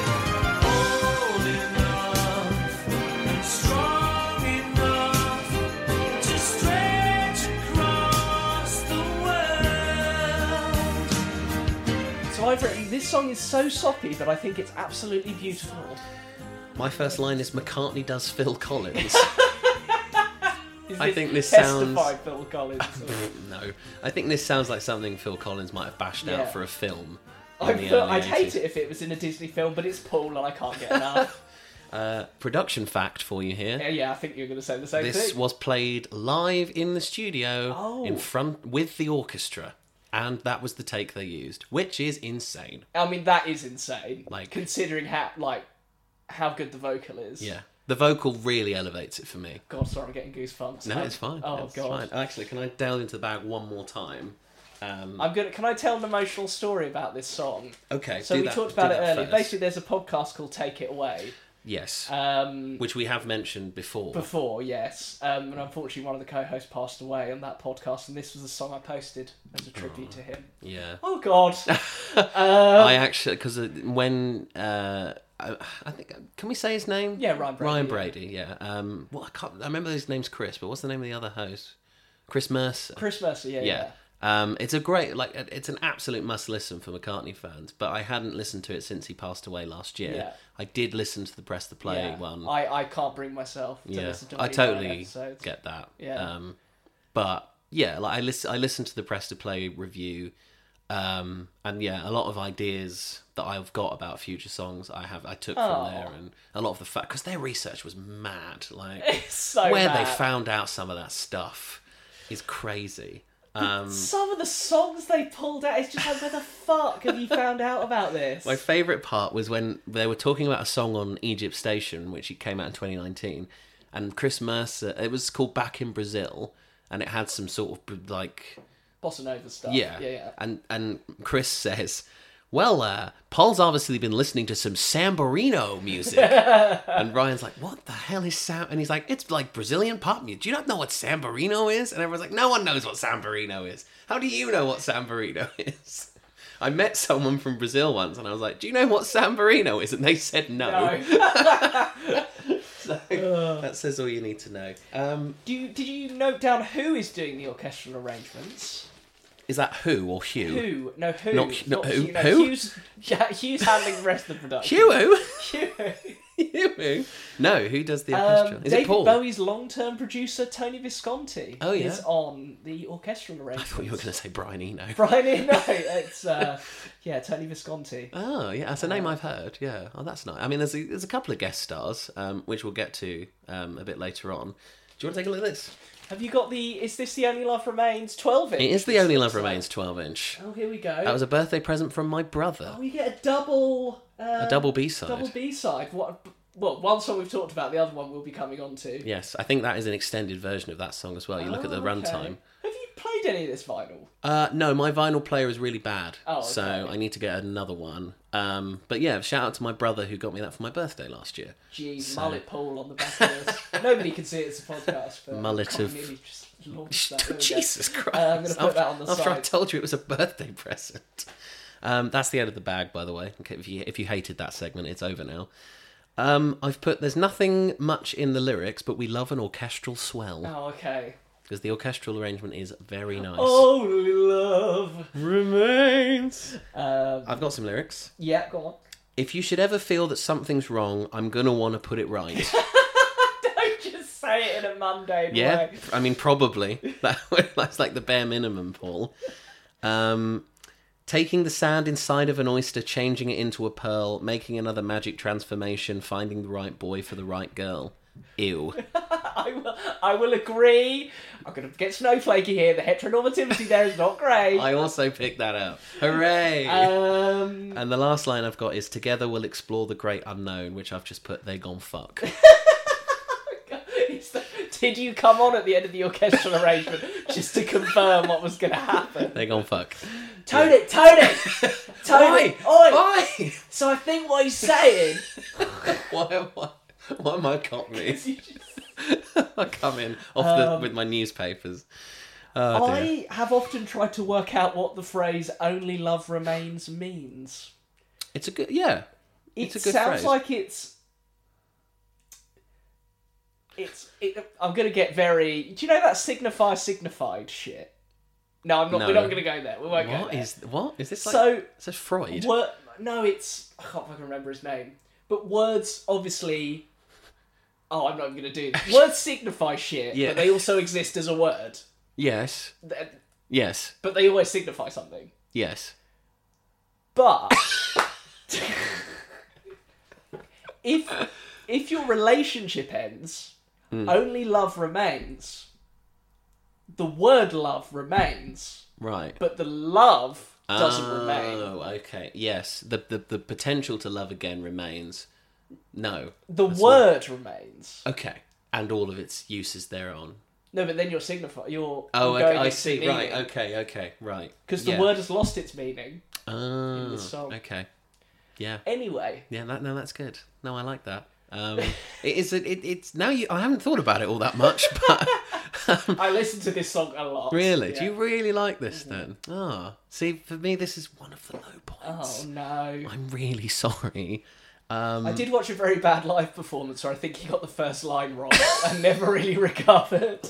D: love remains. Only love strong enough to stretch across the world.
B: So I've written this song is so soppy that I think it's absolutely beautiful.
A: My first line is McCartney does Phil Collins.
B: Is
A: I think this
B: testified
A: sounds-
B: Phil Collins.
A: No, I think this sounds like something Phil Collins might have bashed
B: Yeah.
A: out for a film. in
B: I
A: the
B: feel,
A: early
B: I'd hate
A: 80s.
B: it if it was in a Disney film, but it's Paul and I can't get enough.
A: Uh, production fact for you here.
B: Yeah, yeah, I think you're going to say the same
A: This
B: thing.
A: was played live in the studio
B: Oh.
A: in front with the orchestra, and that was the take they used, which is insane.
B: I mean, that is insane.
A: Like-
B: considering how like how good the vocal is.
A: Yeah, the vocal really elevates it for me.
B: God, sorry, I'm getting goosebumps.
A: No,
B: I'm-
A: it's fine.
B: Oh
A: it's
B: God.
A: fine. Actually, can I delve into the bag one more time? Um,
B: I'm gonna. Can I tell an emotional story about this song?
A: okay.
B: So
A: do
B: we
A: that-
B: talked
A: do
B: about it
A: that
B: earlier.
A: first.
B: Basically, there's a podcast called Take It Away.
A: yes,
B: Um,
A: which we have mentioned before.
B: before, yes, um, and unfortunately, one of the co-hosts passed away on that podcast, and this was the song I posted as a tribute to him.
A: Yeah,
B: Oh God. Uh,
A: I actually because when uh, I, I think can we say his name?
B: Yeah, Ryan Brady,
A: Ryan
B: yeah.
A: Brady. Yeah. Um, well, I can't. I remember his name's Chris, but what's the name of the other host? Chris Mercer.
B: Chris Mercer. Yeah.
A: yeah.
B: yeah.
A: Um, it's a great, like, it- it's an absolute must listen for McCartney fans. But I hadn't listened to it since he passed away last year.
B: Yeah.
A: I did listen to the press the play
B: Yeah.
A: one.
B: I, I can't bring myself to
A: yeah,
B: listen to
A: I
B: any of our
A: totally
B: episodes.
A: get that.
B: Yeah.
A: Um, but yeah, like I listen, I listened to the press to play review, um, and yeah, a lot of ideas that I've got about future songs I have I took
B: Oh.
A: from there, and a lot of the fact because their research was mad, like
B: It's so
A: where they
B: bad.
A: found out some of that stuff is crazy. Um,
B: Some of the songs they pulled out, it's just like, where the fuck have you found out about this?
A: My favourite part was when they were talking about a song on Egypt Station, which it came out in 2019, and Chris Mercer. It was called Back in Brazil, and it had some sort of b- like
B: Bossa Nova stuff.
A: yeah,
B: Yeah, yeah.
A: And and Chris says, "Well, uh, Paul's obviously been listening to some Samborino music," and Ryan's like, "What the hell is Sam?" And he's like, "It's like Brazilian pop music. Do you not know what Samborino is?" And everyone's like, "No one knows what Samborino is. How do you know what Samborino is?" I met someone from Brazil once, and I was like, "Do you know what Samborino is?" And they said no.
B: No.
A: That says all you need to know. Um,
B: Do you, did you note down who is doing the orchestral arrangements?
A: is that who or Hugh?
B: Who? No, who?
A: Not Hugh- not who-
B: Hugh, no,
A: who?
B: Hugh's, yeah, Hugh's handling the rest of the production.
A: Hugh?
B: Hugh.
A: Hugh? No, who does the orchestra?
B: Um,
A: is
B: David
A: it Paul?
B: Bowie's long-term producer Tony Visconti
A: Oh, yeah.
B: is on the orchestral arrangements.
A: I thought you were going to say Brian Eno.
B: Brian Eno. It's uh, yeah, Tony Visconti.
A: Oh yeah, that's a name I've heard. Yeah. Oh, that's nice. I mean, there's a, there's a couple of guest stars, um, which we'll get to um, a bit later on. Do you want to take a look at this?
B: Have you got the? Is this the only love remains? Twelve inch.
A: It is the
B: This
A: only
B: looks
A: Love
B: like.
A: Remains 12 inch.
B: Oh, here we go.
A: That was a birthday present from my brother.
B: We get a double. Uh,
A: A double B side.
B: Double B side. What? Well, one song we've talked about, the other one we'll be coming on to.
A: Yes, I think that is an extended version of that song as well. You look at the
B: Oh, okay.
A: runtime.
B: Have you played any of this vinyl?
A: Uh, no, my vinyl player is really bad,
B: Oh,
A: so
B: okay.
A: I need to get another one. Um, but yeah, shout out to my brother who got me that for my birthday last year.
B: Gee, mullet Paul on the back of this. Nobody can see it, it's a podcast. But
A: Mullet
B: God, I
A: of-
B: nearly just launched that. There we go.
A: Jesus Christ!
B: Uh, I'm gonna put
A: after,
B: that on the
A: after I
B: side.
A: told you it was a birthday present. Um, that's the end of the bag, by the way. Okay, if you if you hated that segment, it's over now. Um, I've put there's nothing much in the lyrics, but we love an orchestral swell
B: Oh, okay.
A: because the orchestral arrangement is very nice.
B: Holy love.
A: remains.
B: Um,
A: I've got some lyrics.
B: yeah, go on.
A: If you should ever feel that something's wrong, I'm gonna want to put it right.
B: Don't just say it in a mundane
A: Yeah,
B: way.
A: I mean, probably that, that's like the bare minimum, Paul. Um, taking the sand inside of an oyster, changing it into a pearl, making another magic transformation, finding the right boy for the right girl. Ew.
B: I will, I will agree. I'm going to get snowflakey here. The heteronormativity there is not great.
A: I also picked that up. Hooray!
B: Um,
A: and the last line I've got is "Together we'll explore the great unknown," which I've just put "They gone fuck."
B: is that- did you come on at the end of the orchestral arrangement just to confirm what was going to happen?
A: they gone fuck.
B: Tony, Tony, Tony, oi.
A: Why?
B: So I think what he's saying
A: Why? Why? Why am I cockney?
B: is you just-
A: I come in off the, with my newspapers. Oh, dear.
B: Um, I have often tried to work out what the phrase "only love remains" means.
A: It's a good, yeah.
B: It
A: It's a good
B: sounds
A: phrase.
B: like it's. It's. It, I'm gonna get very. Do you know that signify signified shit? No, I'm not. We're
A: No.
B: not gonna go there. We won't go
A: What
B: there.
A: is what is this like?
B: So-
A: this is Freud.
B: Wor- no, it's I can't fucking remember his name. But words obviously. Oh, I'm not even gonna do this. Words signify shit,
A: Yeah.
B: but they also exist as a word.
A: Yes,
B: Th-
A: yes,
B: But they always signify something.
A: yes.
B: But if if your relationship ends,
A: Hmm.
B: only love remains. The word love remains,
A: Right.
B: but the love doesn't
A: oh,
B: remain.
A: okay. Yes, the, the the potential to love again remains. No.
B: The word remains.
A: Okay. And all of its uses thereon.
B: No, but then you're signifying you're.
A: Oh,
B: you're
A: okay,
B: going
A: I
B: into
A: see.
B: meaning.
A: Right. Okay. Okay. Right.
B: Because the
A: Yeah.
B: word has lost its meaning.
A: Ah,
B: this song.
A: Okay. Yeah.
B: Anyway,
A: Yeah. That, no, that's good. No, I like that. Um, it is. It, it, it's now. You. I haven't thought about it all that much, but
B: I listen to this song a lot.
A: really, do
B: Yeah.
A: you really like this then? Ah. see, for me, this is one of the low
B: Oh
A: points.
B: no!
A: I'm really sorry.
B: I did watch a very bad live performance where I think he got the first line wrong and never really recovered.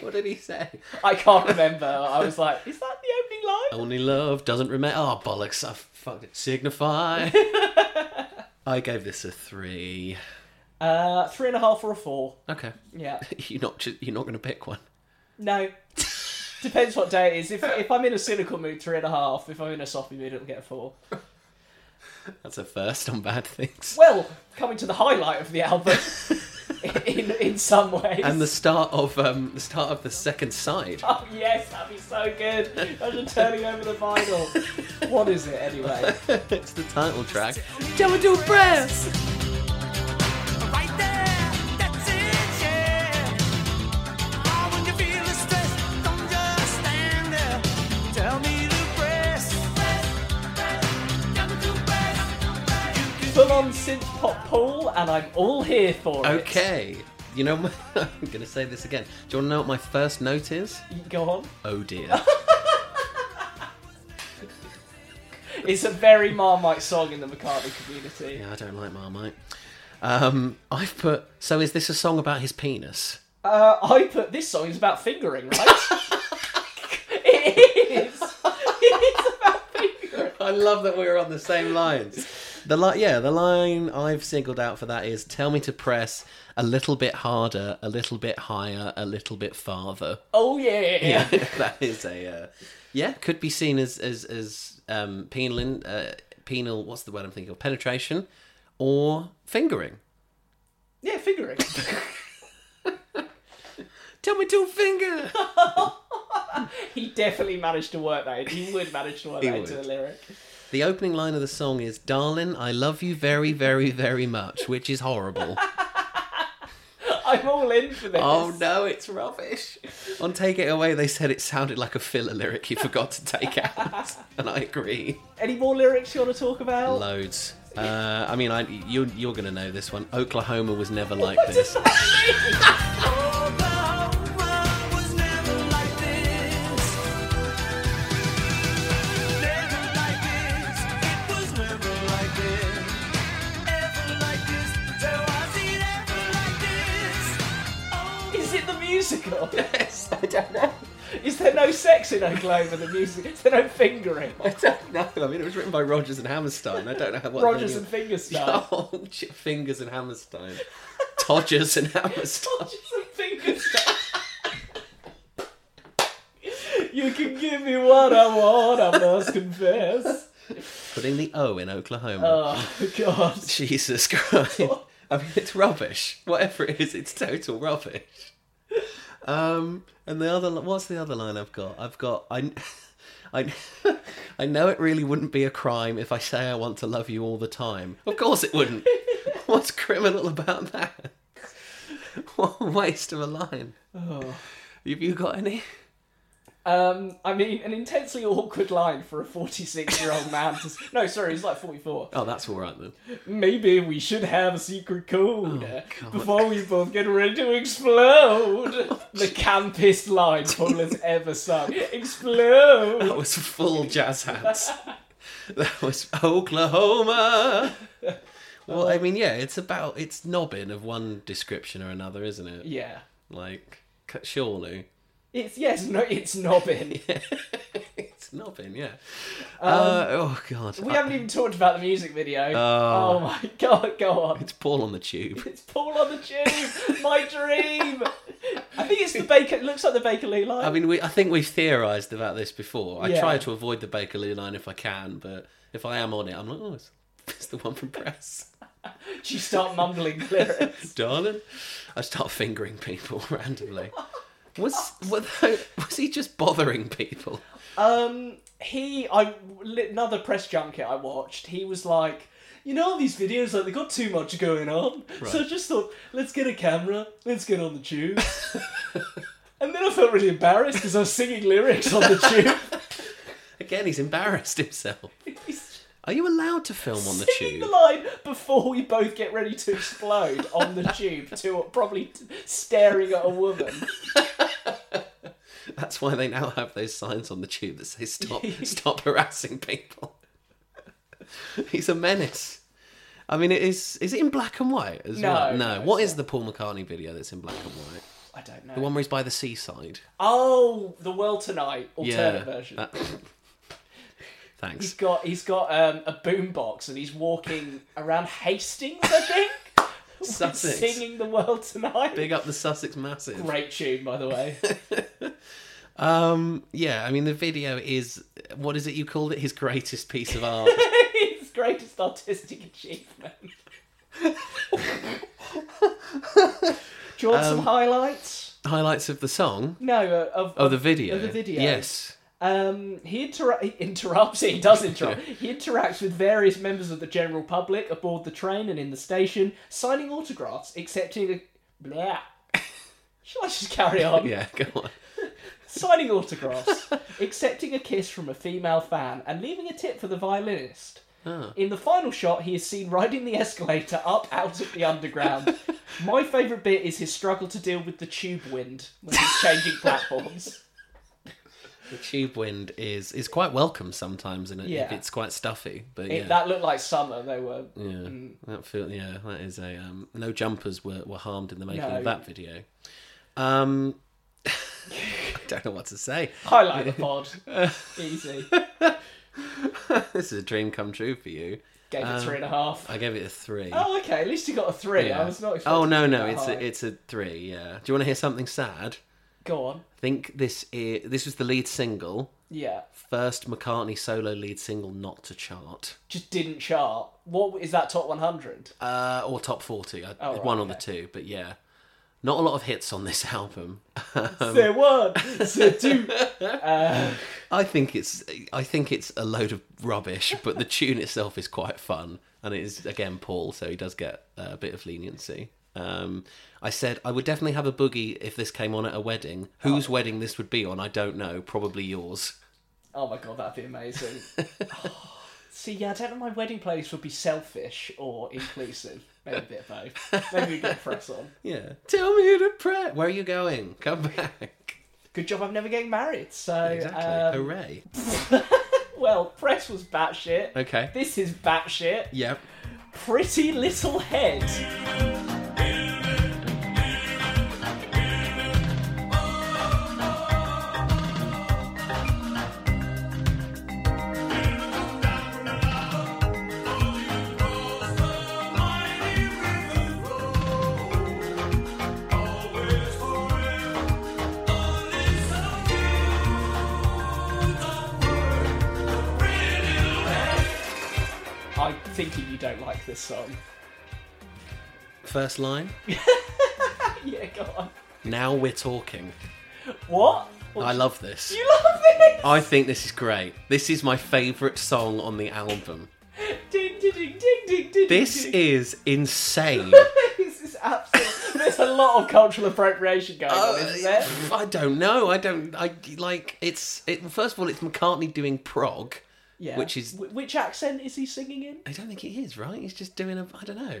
A: What did he say?
B: I can't remember. I was like, is that the opening line?
A: Only love doesn't remain. Oh bollocks! I fucked it. Signify. I gave this a three.
B: Uh, three and a half or a four.
A: Okay.
B: Yeah.
A: You're not. ju- You're not going to pick one.
B: No. Depends what day it is. If, if I'm in a cynical mood, three and a half. If I'm in a soppy mood, it'll get a four.
A: That's a first on bad things.
B: Well, coming to the highlight of the album, in, in some ways.
A: and the start of um, the start of the second side.
B: Oh, yes, that'd be so good. Imagine turning over the vinyl. What is it, anyway?
A: it's the title track.
C: Right there, that's it, yeah. Oh, when you feel the stress, don't just stand there. Tell me to press.
B: Full on synth pop pool, and I'm all here for it.
A: Okay. You know, my- I'm going to say this again. Do you want to know what my first note is?
B: Go on.
A: Oh dear.
B: It's a very Marmite song in the McCartney community.
A: yeah, I don't like Marmite. Um, I've put. So is this a song about his penis?
B: Uh, I put this song is about fingering, right? it is. It is about fingering.
A: I love that we're on the same lines. The li- yeah, the line I've singled out for that is "Tell me to press a little bit harder, a little bit higher, a little bit farther."
B: Oh yeah.
A: yeah, that is a uh, yeah could be seen as as as um, penal in, uh, penal what's the word I'm thinking of penetration or fingering.
B: Yeah, fingering.
A: Tell me to finger.
B: he definitely managed to work that. in. He would manage to work
A: He
B: that into
A: would.
B: the lyric.
A: the opening line of the song is "Darling, I love you very, very, very much," which is horrible.
B: I'm all in for this.
A: oh no, it's rubbish. On Take It Away, they said it sounded like a filler lyric he forgot to take out, and I agree.
B: Any more lyrics you want to talk about?
A: Loads. Uh, I mean, I, you're you're gonna know this one. Oklahoma was never like
B: What does
A: this.
B: that mean?
C: Oh, love was never like this. Never like this. It was never like this. Ever like this. There was it ever like this. Oh,
B: Is it the musical?
A: Yes, I don't know.
B: Is there no sex in Oklahoma? The music. Is there no fingering?
A: I don't know. I mean, it was written by Rogers and Hammerstein. I don't know how. What
B: Rogers and Fingerstyle.
A: oh, shit, fingers and Hammerstein. Todgers and Hammerstein.
B: Rogers and Fingerstyle. you can give me what I want. I must confess.
A: Putting the O in Oklahoma.
B: Oh God.
A: Jesus Christ. I mean, it's rubbish. Whatever it is, it's total rubbish. Um, and the other, what's the other line I've got? I've got I. I, I know it really wouldn't be a crime if I say I want to love you all the time. Of course it wouldn't. What's criminal about that? What a waste of a line. Have you got any?
B: Um, I mean, an intensely awkward line for a 46 year old man to. s- No, sorry, he's like 44.
A: Oh, that's all right then.
B: Maybe we should have a secret code uh,
A: God.
B: before we both get ready to explode. the campest line Paul has ever sung. Explode!
A: That was full jazz hands. that was Oklahoma. Well, I mean, yeah, it's about it's nobbing of one description or another, isn't it?
B: Yeah.
A: Like, c- surely
B: It's, yes, no, it's nobbing.
A: it's nobbing, yeah. uh, oh God,
B: Um, We
A: I-
B: haven't even talked about the music video.
A: Oh.
B: oh my god, go on.
A: it's Paul on the tube.
B: It's Paul on the tube! my dream! I think it's the Baker. It looks like the Bakerloo line.
A: I mean, we I think we've theorised about this before. I
B: Yeah.
A: try to avoid the Bakerloo line if I can, but if I am on it, I'm like, oh, it's It's the one from Press.
B: You start mumbling lyrics.
A: Darling, I start fingering people randomly. Was were tho- was he just bothering people?
B: Um, he, I another press junket I watched. He was like, you know, these videos like they got too much going on, so I
A: Right.
B: just thought, let's get a camera, let's get on the tube. and then I felt really embarrassed because I was singing lyrics on the tube.
A: Again, he's embarrassed himself.
B: He's
A: Are you allowed to film on the tube?
B: Singing the line before we both get ready to explode on the tube, to probably t- staring at a woman.
A: That's why they now have those signs on the tube that say "Stop, stop harassing people." He's a menace. I mean, it is. Is it in black and white as
B: No,
A: well?
B: no,
A: No.
B: it's
A: What is the Paul McCartney video that's in black and white?
B: I don't know.
A: The one where he's by the seaside.
B: Oh, the World Tonight alternate
A: yeah.
B: version.
A: that-
B: He's
A: Thanks.
B: got he's got um, a boombox and he's walking around Hastings, I think,
A: Sussex.
B: singing "The World Tonight."
A: Big up the Sussex Massive.
B: Great tune, by the way.
A: Um, yeah, I mean the video is what is it you called it? His greatest piece of art.
B: His greatest artistic achievement. Do you want
A: Um,
B: some highlights?
A: Highlights of the song.
B: No, uh, of
A: Oh, the video.
B: Of the video.
A: Yes.
B: Um, he, intera- he interrupts. He does interrupt. He interacts with various members of the general public aboard the train and in the station, signing autographs, accepting. A- Blah. Shall I just carry on?
A: Yeah. Go on.
B: Signing autographs, accepting a kiss from a female fan, and leaving a tip for the violinist.
A: Ah.
B: In the final shot, he is seen riding the escalator up out of the underground. My favourite bit is his struggle to deal with the tube wind when he's changing platforms.
A: The tube wind is is quite welcome sometimes, and
B: Yeah.
A: if it's quite stuffy. But
B: It,
A: yeah,
B: That mm. looked like summer. They were
A: yeah, that feel yeah, that is a um, no jumpers were, were harmed in the making
B: No.
A: of that video. Um, I don't know what to say.
B: highlight the pod. Easy.
A: this is a dream come true for you.
B: Gave it three and a half.
A: Uh, I gave it a three.
B: Oh, okay. At least you got a three. I was not.
A: oh
B: expecting
A: no,
B: it
A: no,
B: that
A: it's
B: high.
A: a, it's a three. Yeah. Do you want to hear something sad?
B: Go on.
A: I think this is, this was the lead single,
B: Yeah.
A: first McCartney solo lead single not to chart.
B: Just didn't chart. What is that top one hundred?
A: Uh, or top 40. I,
B: Oh, right,
A: one or the
B: okay.
A: two, but yeah. Not a lot of hits on this album.
B: Say one. Say two.
A: I think it's I think it's a load of rubbish, but the tune itself is quite fun, and it is again Paul, so he does get a bit of leniency. Um, I said I would definitely have a boogie if this came on at a wedding. Whose wedding this would be on, I don't know. Probably yours.
B: Oh my god, that'd be amazing. See, yeah, I don't know. My wedding place would be selfish or inclusive. Maybe a bit of both. Maybe we get a press on.
A: Yeah. Tell me to pray. Where are you going? Come back.
B: Good job. I'm never getting married. So,
A: Exactly. Oh.
B: um,
A: Hooray.
B: well, press was batshit.
A: Okay.
B: This is batshit.
A: Yep.
B: Pretty little head. I'm thinking you don't like this song.
A: First line.
B: Yeah, go on.
A: Now we're talking.
B: What?
A: I love this.
B: You love it.
A: I think this is great. This is my favourite song on the album.
B: Ding, ding, ding, ding, ding, ding.
A: This
B: ding.
A: is insane.
B: This is absolute. There's a lot of cultural appropriation going on, isn't
A: Uh,
B: there?
A: I don't know. I don't. I like. It's. It, first of all, it's McCartney doing prog.
B: Yeah.
A: Which is-
B: Wh- which accent is he singing in?
A: I don't think it is right. He's just doing a. I don't know.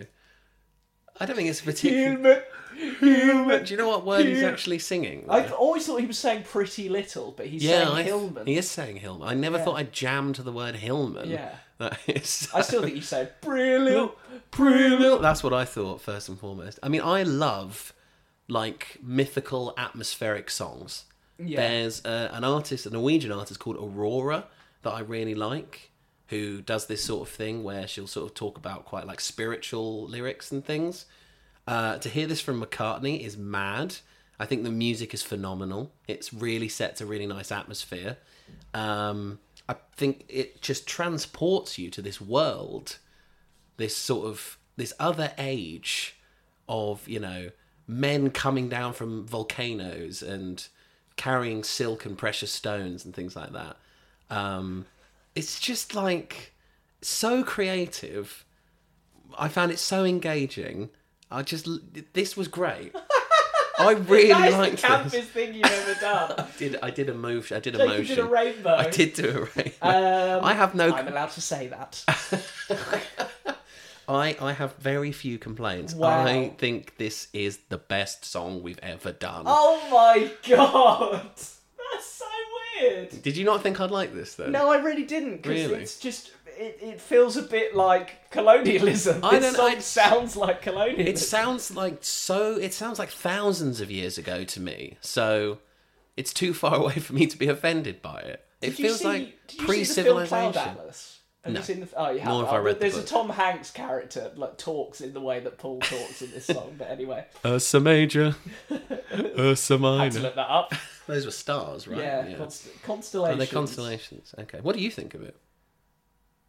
A: I don't think it's particular.
B: Human, human.
A: Do you know what word he's
B: Hil-
A: actually singing? though?
B: I always thought he was saying pretty little, but he's
A: yeah,
B: saying
A: I,
B: Hillman.
A: he is saying Hillman. I never thought I'd jam to the word Hillman.
B: Yeah.
A: That is.
B: I still think he said brilliant.
A: Brilliant. That's what I thought first and foremost. I mean, I love like mythical atmospheric songs. There's uh, an artist, a Norwegian artist called Aurora that I really like, who does this sort of thing where she'll sort of talk about quite like spiritual lyrics and things. Uh, to hear this from McCartney is mad. I think the music is phenomenal. It's really sets a really nice atmosphere. Um, I think it just transports you to this world this sort of this other age of you know men coming down from volcanoes and carrying silk and precious stones and things like that. Um, it's just like so creative. I found it so engaging. I just this was great. I really
B: That is the
A: liked
B: campest
A: this.
B: thing you've ever done.
A: Did I did a move? I did a
B: Like you
A: motion.
B: did a rainbow.
A: I did do a rainbow.
B: Um,
A: I have no.
B: I'm allowed to say that.
A: I, I have very few complaints.
B: Wow.
A: I think this is the best song we've ever done.
B: oh my god, that's so weird.
A: Did you not think I'd like this though?
B: No, I really didn't. 'cause
A: Really?
B: It's just it, it feels a bit like colonialism.
A: I
B: this
A: don't-
B: song
A: I-
B: sounds like colonialism.
A: It sounds like so. It sounds like thousands of years ago to me. So it's too far away for me to be offended by it. It
B: Did you
A: feels
B: see-
A: like
B: did you see the film Cloud
A: pre-civilization.
B: Atlas? Have
A: No.
B: you seen the? Oh, you have.
A: Nor have I read the
B: There's a
A: book.
B: Tom Hanks character like talks in the way that Paul talks in this song. But anyway,
A: Ursa Major, Ursa
B: had to
A: Minor.
B: look that up.
A: Those were stars, right?
B: Yeah, Const- Constellations.
A: Are they constellations? Okay. What do you think of it?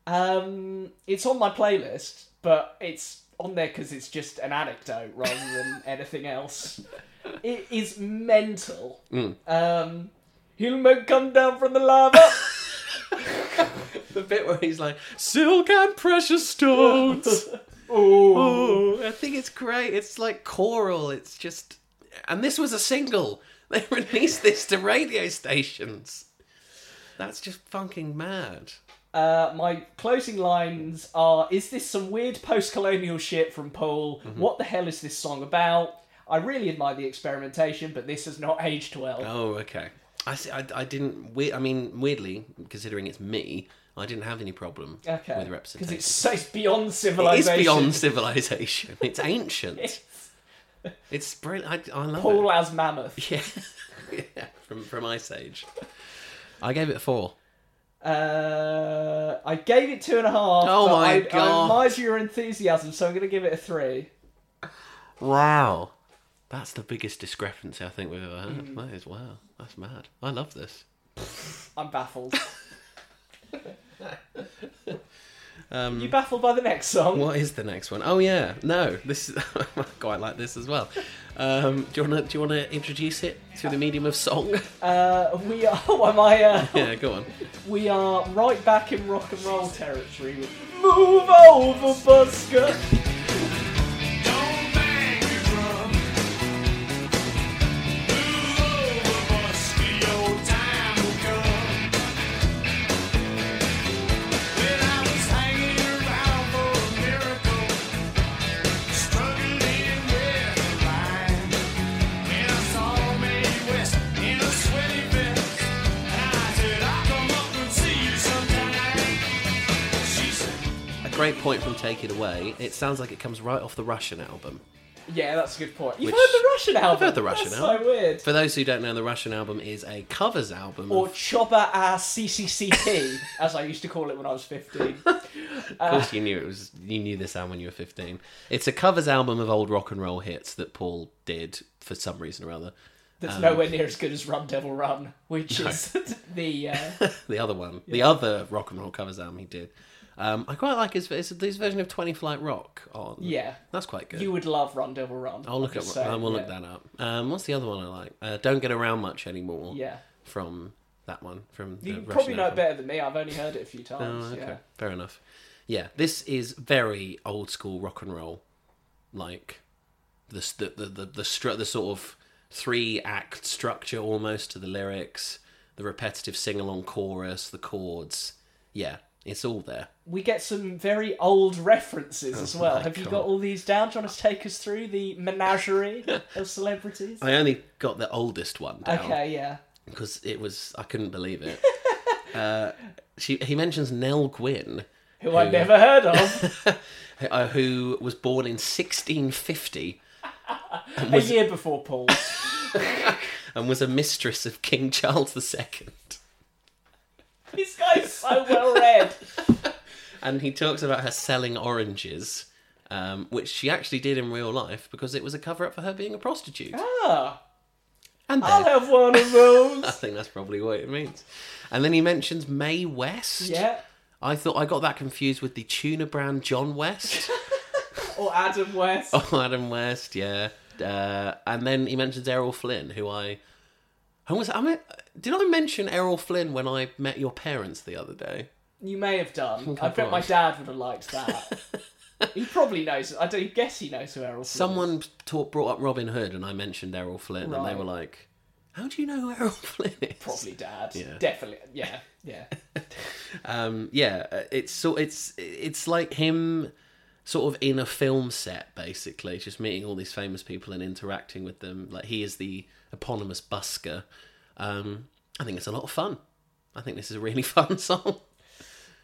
B: Um, it's on my playlist, but it's on there because it's just an anecdote rather than anything else. It is mental.
A: Hmm.
B: Um, human come down from the lava.
A: The bit where he's like, "Silk and precious stones."
B: Ooh.
A: Oh, I think it's great. It's like choral. It's just, and this was a single. They released this to radio stations. That's just fucking mad.
B: Uh, my closing lines are: Is this some weird post-colonial shit from Paul?
A: Mm-hmm.
B: What the hell is this song about? I really admire the experimentation, but this has not aged well.
A: Oh, okay. I see, I, I didn't. We, I mean, weirdly, considering it's me, I didn't have any problem
B: okay,
A: with
B: because
A: representation.
B: it's so it's
A: It
B: beyond
A: is
B: civilization.
A: beyond civilization. It's ancient. it's brilliant. I, I love
B: Paul
A: it.
B: as mammoth.
A: Yeah. yeah, from from Ice Age. I gave it a four.
B: Uh, I gave it two and a half.
A: Oh
B: but
A: my
B: I, I
A: God.
B: admire your enthusiasm, so I'm going to give it a three.
A: Wow. That's the biggest discrepancy I think we've ever had. That is wow. That's mad. I love this.
B: I'm baffled.
A: Um,
B: you baffled by the next song?
A: What is the next one? Oh yeah, no, this is I quite like this as well. Um, do you wanna do you wanna introduce it through the medium of song?
B: Uh, we are. Oh, am I? Uh,
A: yeah, go on.
B: We are right back in rock and roll territory. With Move over, busker.
A: A great point from Take It Away. It sounds like it comes right off the Russian album.
B: Yeah, that's a good point. You've
A: Which-
B: heard the Russian album.
A: heard the Russian
B: That's
A: album.
B: So weird.
A: For those who don't know, the Russian album is a covers album.
B: Or
A: of
B: Chopper as CCCP, as I used to call it when I was 15.
A: course, you knew it was. You knew this album when you were fifteen. It's a covers album of old rock and roll hits that Paul did for some reason or other.
B: That's nowhere near as good as Run Devil Run, which is the. Uh,
A: the other one, the other rock and roll covers album he did. Um, I quite like his, his, his version of Twenty Flight Rock on.
B: Yeah.
A: that's quite good.
B: You would love Run Devil Run.
A: I'll look at.
B: Just
A: I
B: saying,
A: will
B: yeah.
A: look that up. Um, what's the other one I like? Uh, Don't get around much anymore.
B: Yeah.
A: from that one from the
B: You
A: Russian
B: probably know it
A: album.
B: better than me. I've only heard it a few times.
A: Oh, okay,
B: yeah.
A: fair enough. Yeah, this is very old school rock and roll, like the s- the the the, the, stru- the sort of three act structure almost to the lyrics, the repetitive sing along chorus, the chords. Yeah, it's all there.
B: We get some very old references as well.
A: Oh my
B: Have you
A: God.
B: got all these down? Do you want to take us through the menagerie of celebrities?
A: I only got the oldest one down
B: Okay, yeah.
A: because it was I couldn't believe it. uh, she he mentions Nell Gwynn.
B: Who I've never heard of
A: uh, who was born in 1650
B: a year before Paul.
A: and was a mistress of King Charles II.
B: this guy's so well read.
A: And he talks about her selling oranges, um, which she actually did in real life because it was a cover up for her being a prostitute.
B: Ah,
A: And
B: I'll
A: there-
B: have one of
A: I
B: those.
A: think that's probably what it means. And then he mentions Mae West.
B: yeah.
A: I thought I got that confused with the tuna brand John West.
B: Or Adam West.
A: Oh, Adam West, yeah. Uh, and then he mentions Errol Flynn, who I. Who was I? mean, Did I mention Errol Flynn when I met your parents the other day?
B: You may have done. I
A: I've
B: bet my
A: done.
B: dad would have liked that. he probably knows. I don't guess he knows who Errol. Flynn is.
A: Someone taught, brought up Robin Hood, and I mentioned Errol Flynn, and they
B: Right.
A: were like, "How do you know who Errol Flynn is?"
B: probably dad.
A: Yeah.
B: Definitely. Yeah. Yeah.
A: Um, yeah, uh, it's so it's it's like him, sort of in a film set, basically, just meeting all these famous people and interacting with them. Like he is the eponymous busker. Um, I think it's a lot of fun. I think this is a really fun song.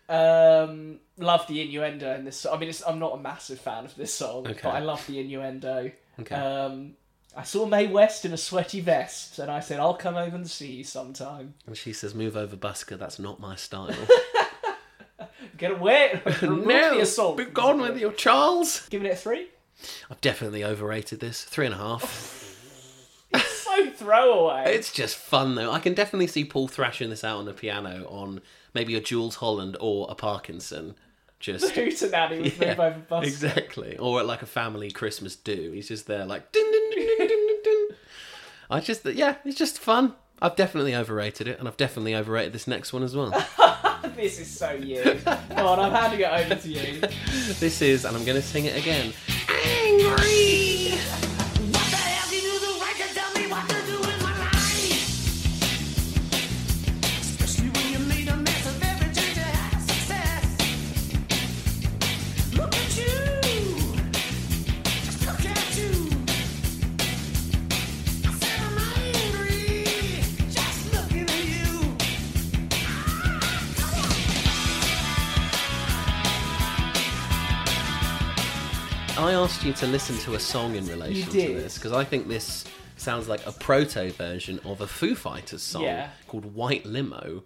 B: Um, love the innuendo in this. I mean, it's, I'm not a massive fan of this song,
A: Okay. Hmm.
B: but I love the innuendo.
A: Okay.
B: Um, I saw Mae West in a sweaty vest, and I said, "I'll come over and see you sometime."
A: And she says, "Move over, busker. That's not my style."
B: Get away! Remove the
A: no,
B: assault.
A: be gone with you, Charles.
B: Giving it a three.
A: I've definitely overrated this. Three and a half.
B: So throwaway.
A: It's just fun though. I can definitely see Paul thrashing this out on the piano on maybe a Jules Holland or a Parkinson. Just
B: Hootenanny with
A: Yeah,
B: move over bus.
A: Exactly. Or at like a family Christmas do. He's just there like dun, dun, dun, dun, dun, dun, dun. I just yeah, it's just fun. I've definitely overrated it and I've definitely overrated this next one as well.
B: This is so you. Come on, I'm handing it over to you.
A: this is and I'm going to sing it again. Angry.
D: What the hell did you do right to tell me what to do with my life? Especially when you made a mess of every chance you had of success. Look at you. Just look at you. I said I'm angry. Just looking at you. Ah, come
A: I
D: on.
A: asked you to listen to a song in relation to
B: did.
A: this because I think this sounds like a proto version of a Foo Fighters song
B: Yeah.
A: called White Limo.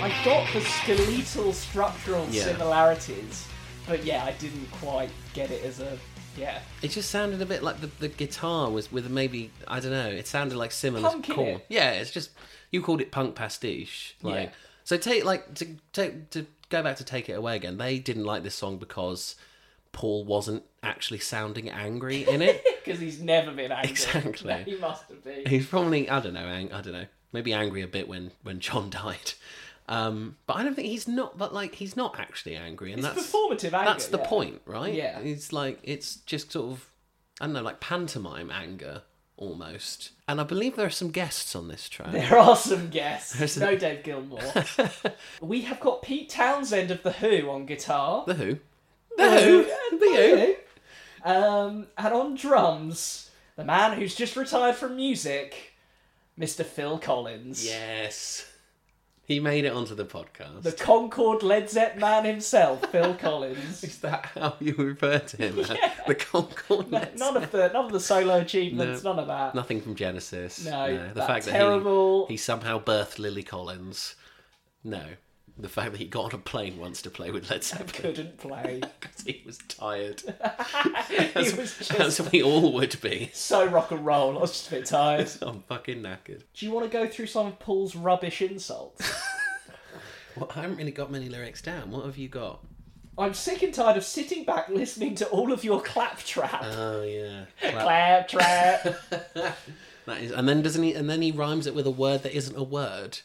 B: I got the skeletal structural
A: Yeah.
B: similarities, but yeah, I didn't quite get it as a yeah.
A: It just sounded a bit like the, the guitar was with maybe I don't know. It sounded like similar
B: Punk, innit?
A: chord. Yeah, it's just you called it punk pastiche. Like
B: Yeah.
A: so, take like to take to go back to take it away again. They didn't like this song because Paul wasn't actually sounding angry in it.
B: Because he's never been angry.
A: Exactly.
B: he must have been.
A: He's probably I don't know. Ang- I don't know. Maybe angry a bit when when John died. Um, but I don't think he's not. But like he's not actually angry, and
B: It's
A: that's
B: performative anger.
A: that's the
B: yeah.
A: point, right?
B: Yeah.
A: It's like it's just sort of I don't know, like pantomime anger almost. And I believe there are some guests on this track.
B: There are some guests. No Dave Gilmore. we have got Pete Townsend of The Who on guitar.
A: the Who. The Who. The
B: Who. Um, and on drums, the man who's just retired from music, Mr. Phil Collins.
A: Who. Yes. He made it onto the podcast.
B: The Concord Led Zepp man himself, Phil Collins.
A: Is that how you refer to him? The Concord.
B: No,
A: Nets?
B: none of the none of the solo achievements, none of that.
A: Nothing from Genesis.
B: No,
A: the
B: that
A: fact
B: terrible-
A: that he, he somehow birthed Lily Collins. No, the fact that he got on a plane once to play with Led Zeppelin
B: Couldn't play.
A: 'cause he was tired.
B: he was just
A: As we all would be.
B: so rock and roll. I was just a bit tired.
A: I'm fucking knackered.
B: Do you want to go through some of Paul's rubbish insults?
A: Well, I haven't really got many lyrics down. What have you got?
B: I'm sick and tired of sitting back listening to all of your claptrap.
A: Oh yeah, Clap.
B: claptrap.
A: that is. And then doesn't he? And then he rhymes it with a word that isn't a word.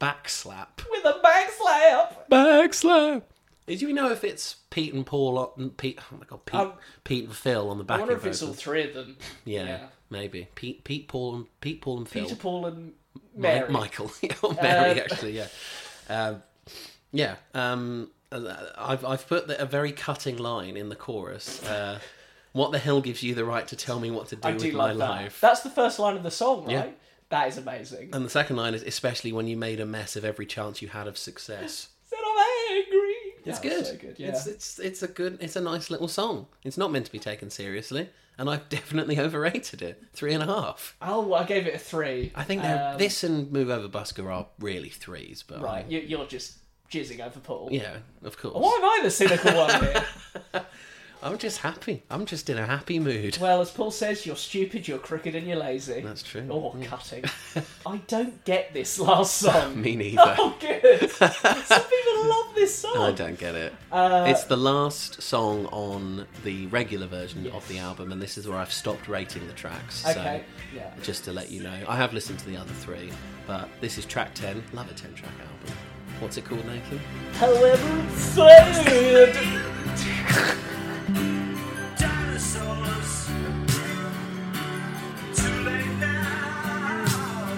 A: Backslap.
B: with a back slap.
A: Backslap. Did you know if it's Pete and Paul? On, Pete. Oh my god, Pete,
B: Um,
A: Pete and Phil on the
B: I
A: back.
B: wonder
A: of
B: if it's all
A: vocals.
B: three of them.
A: yeah,
B: yeah.
A: maybe Pete, Pete, Paul, and Pete, Paul, and Phil.
B: Peter, Paul, and
A: Mi-
B: Mary.
A: Michael, or Mary,
B: Um,
A: actually, yeah, um, yeah. Um, I've I've put the, a very cutting line in the chorus. Uh, what the hell gives you the right to tell me what to do
B: I
A: with
B: do
A: my
B: like that.
A: life?
B: That's the first line of the song, right?
A: Yeah.
B: That is amazing.
A: And the second line is especially when you made a mess of every chance you had of success.
B: Said I'm angry.
A: It's
B: That
A: good.
B: was So good. Yeah.
A: It's it's it's a good it's a nice little song. It's not meant to be taken seriously, and I've definitely overrated it. Three and a half.
B: Oh, well, I gave it a three.
A: I think they're
B: Um,
A: this and Move Over Busker are really threes, but
B: Right, you, you're just jizzing over Paul.
A: yeah, of course.
B: Why am I the cynical one here?
A: I'm just happy. I'm just in a happy mood.
B: Well, as Paul says, you're stupid, you're crooked, and you're lazy.
A: That's true. Mm.
B: Or cutting. I don't get this last song.
A: Me neither.
B: Oh, good. Some people love this song.
A: I don't get it.
B: Uh,
A: it's the last song on the regular version of the album, and this is where I've stopped rating the tracks.
B: Okay.
A: So,
B: Yeah.
A: just to let you know, I have listened to the other three, but this is track 10. Love a 10 track album. What's it called, Nathan?
B: However, it's said.
C: Dinosaurs. Too late now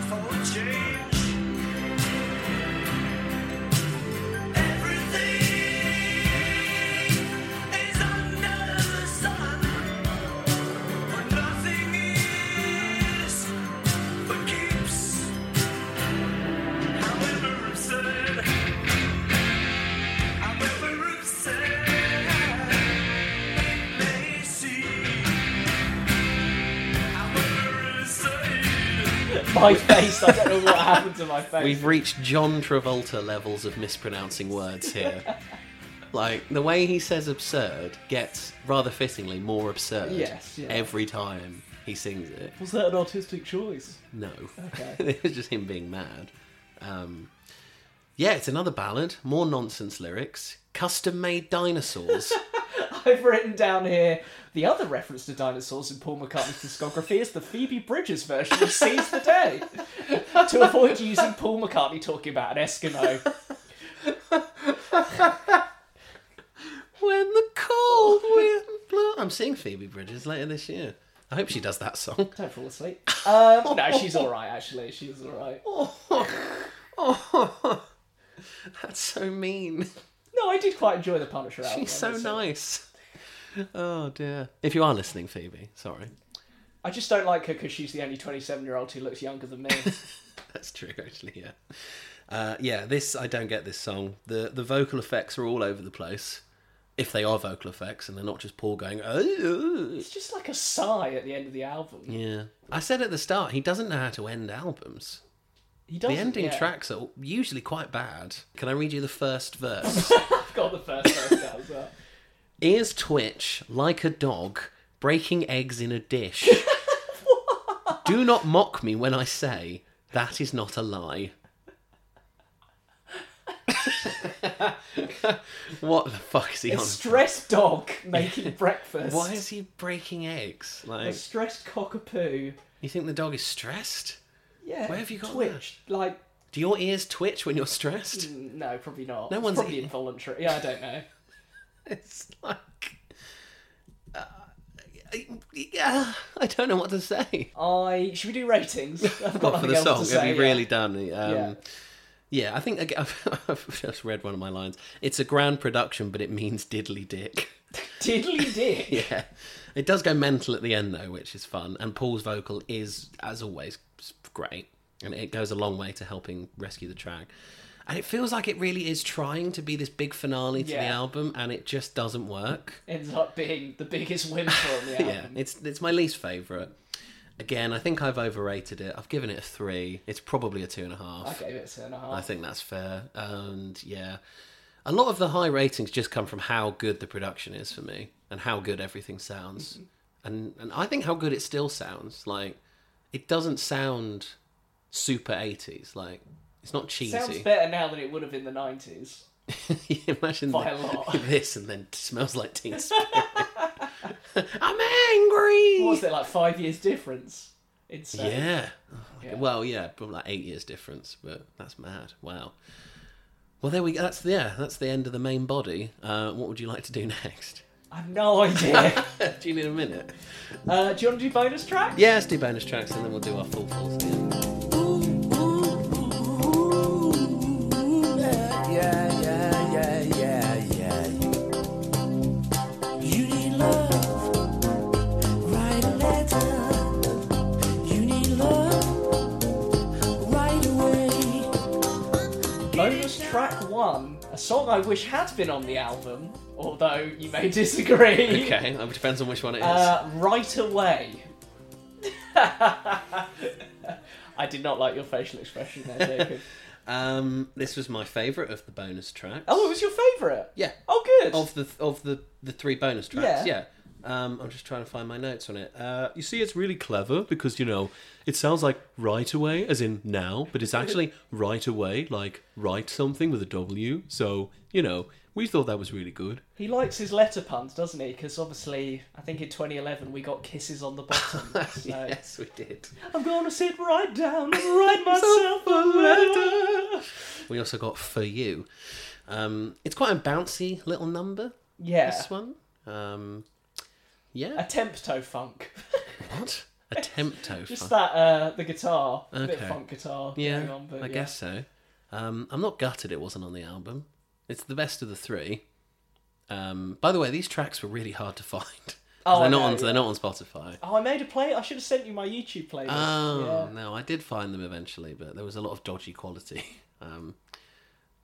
C: for a change. Everything is under the sun, but nothing is but keeps. However absurd, however absurd may seem, however absurd.
B: my face. I don't know what happened to my face.
A: We've reached John Travolta levels of mispronouncing words here. like, the way he says absurd gets rather fittingly more absurd
B: Yes, yeah.
A: every time he sings it.
B: Was that an autistic choice?
A: No.
B: Okay.
A: it was just him being mad. Um, yeah, it's another ballad, more nonsense lyrics, custom made dinosaurs.
B: I've written down here the other reference to dinosaurs in Paul McCartney's discography is the Phoebe Bridges version of Seize the Day to avoid using Paul McCartney talking about an Eskimo.
A: when the cold wind blows. I'm seeing Phoebe Bridges later this year. I hope she does that song.
B: Don't fall asleep.
A: Oh,
B: Um, no, she's alright, actually. She's alright.
A: Oh, That's so mean.
B: No, I did quite enjoy the Punisher album.
A: She's so
B: honestly.
A: nice. Oh dear. If you are listening, Phoebe, sorry.
B: I just don't like her because she's the only 27 year old who looks younger than me.
A: That's true, actually. Yeah, uh, yeah. This I don't get this song. the The vocal effects are all over the place. If they are vocal effects, and they're not just Paul going, oh.
B: it's just like a sigh at the end of the album.
A: Yeah, I said at the start he doesn't know how to end albums.
B: He
A: The
B: doesn't,
A: ending
B: yeah.
A: tracks are usually quite bad. Can I read you the first verse?
B: I've got the first verse down as well.
A: Ears twitch like a dog breaking eggs in a dish. Do not mock me when I say that is not a lie. what the fuck is he
B: A
A: on?
B: stressed dog making breakfast.
A: Why is he breaking eggs?
B: a
A: Like,
B: stressed cockapoo?
A: you think the dog is stressed?
B: Yeah.
A: Where have you got
B: Twitch? Like,
A: Do your ears twitch when you're stressed?
B: mm, no, probably not.
A: No
B: it's
A: one's
B: probably
A: eating-
B: involuntary. Yeah, I don't know.
A: It's like, uh, yeah, I don't know what to say.
B: I should we do ratings?
A: But
B: I've
A: for
B: nothing
A: the
B: else to
A: song,
B: say,
A: have
B: yeah.
A: you really done? it? Um,
B: Yeah.
A: yeah. I think I- I've, I've just read one of my lines. It's a grand production, but it means diddly dick.
B: Diddly dick.
A: Yeah, it does go mental at the end though, which is fun. And Paul's vocal is, as always, great, and it goes a long way to helping rescue the track. And it feels like it really is trying to be this big finale to the
B: Yeah.
A: album, and it just doesn't work.
B: Ends up being the biggest whimper on the
A: Yeah,
B: album.
A: it's it's my least favorite. Again, I think I've overrated it. I've given it a three. It's probably a two and a half.
B: I gave it a two and a half.
A: I think that's fair. And yeah, a lot of the high ratings just come from how good the production is for me and how good everything sounds.
B: Mm-hmm.
A: and and I think how good it still sounds. Like it doesn't sound super 80s. Like it's not cheesy.
B: Sounds better now than it would have in the nineties.
A: Imagine
B: By
A: the-
B: a lot.
A: this and then smells like teen spirit. I'm angry.
B: What was there like five years difference? uh, Insane.
A: Yeah.
B: Yeah.
A: Oh Well, yeah, probably like eight years difference, but that's mad. Wow. Well, there we go. That's yeah. That's the end of the main body. Uh, what would you like to do next?
B: I've no idea.
A: do you need a minute?
B: uh, do you want to do bonus track?
A: Yeah, let's do bonus tracks and then we'll do our full full. at the end.
C: yeah, yeah, yeah, yeah, yeah.
D: You need love, write a letter. You need love, right away.
B: Bonus track one, a song I wish had been on the album, although you may disagree.
A: Okay, uh, it depends on which one it is.
B: Uh, right away. I did not like your facial expression there, Jacob.
A: Um, this was my favourite of the bonus tracks.
B: Oh, it was your favourite.
A: yeah.
B: Oh, good.
A: Of the of the the three bonus tracks, yeah.
B: Yeah.
A: Um, I'm just trying to find my notes on it. Uh, you see, it's really clever because you know it sounds like right away, as in now, but it's actually right away, like write something with a W. So you know, we thought that was really good.
B: He likes his letter puns, doesn't he? Because obviously, I think in 2011 we got kisses on the bottom. So.
A: we did.
B: I'm gonna sit right down and write myself a letter.
A: We also got for you. Um, it's quite a bouncy little number.
B: Yeah.
A: This one. Um,
B: A
A: yeah.
B: tempto funk.
A: What? Attempto.
B: Just
A: fun.
B: that, uh, the guitar. A bit of
A: Okay.
B: funk guitar
A: Yeah,
B: going on, but
A: I
B: yeah.
A: guess so. Um, I'm not gutted it wasn't on the album. It's the best of the three. Um, by the way, these tracks were really hard to find.
B: Oh,
A: they're
B: I
A: not
B: know,
A: on.
B: yeah.
A: They're not on Spotify.
B: Oh, I made a play. I should have sent you my YouTube playlist.
A: Oh
B: Yeah.
A: no, I did find them eventually, but there was a lot of dodgy quality. Um,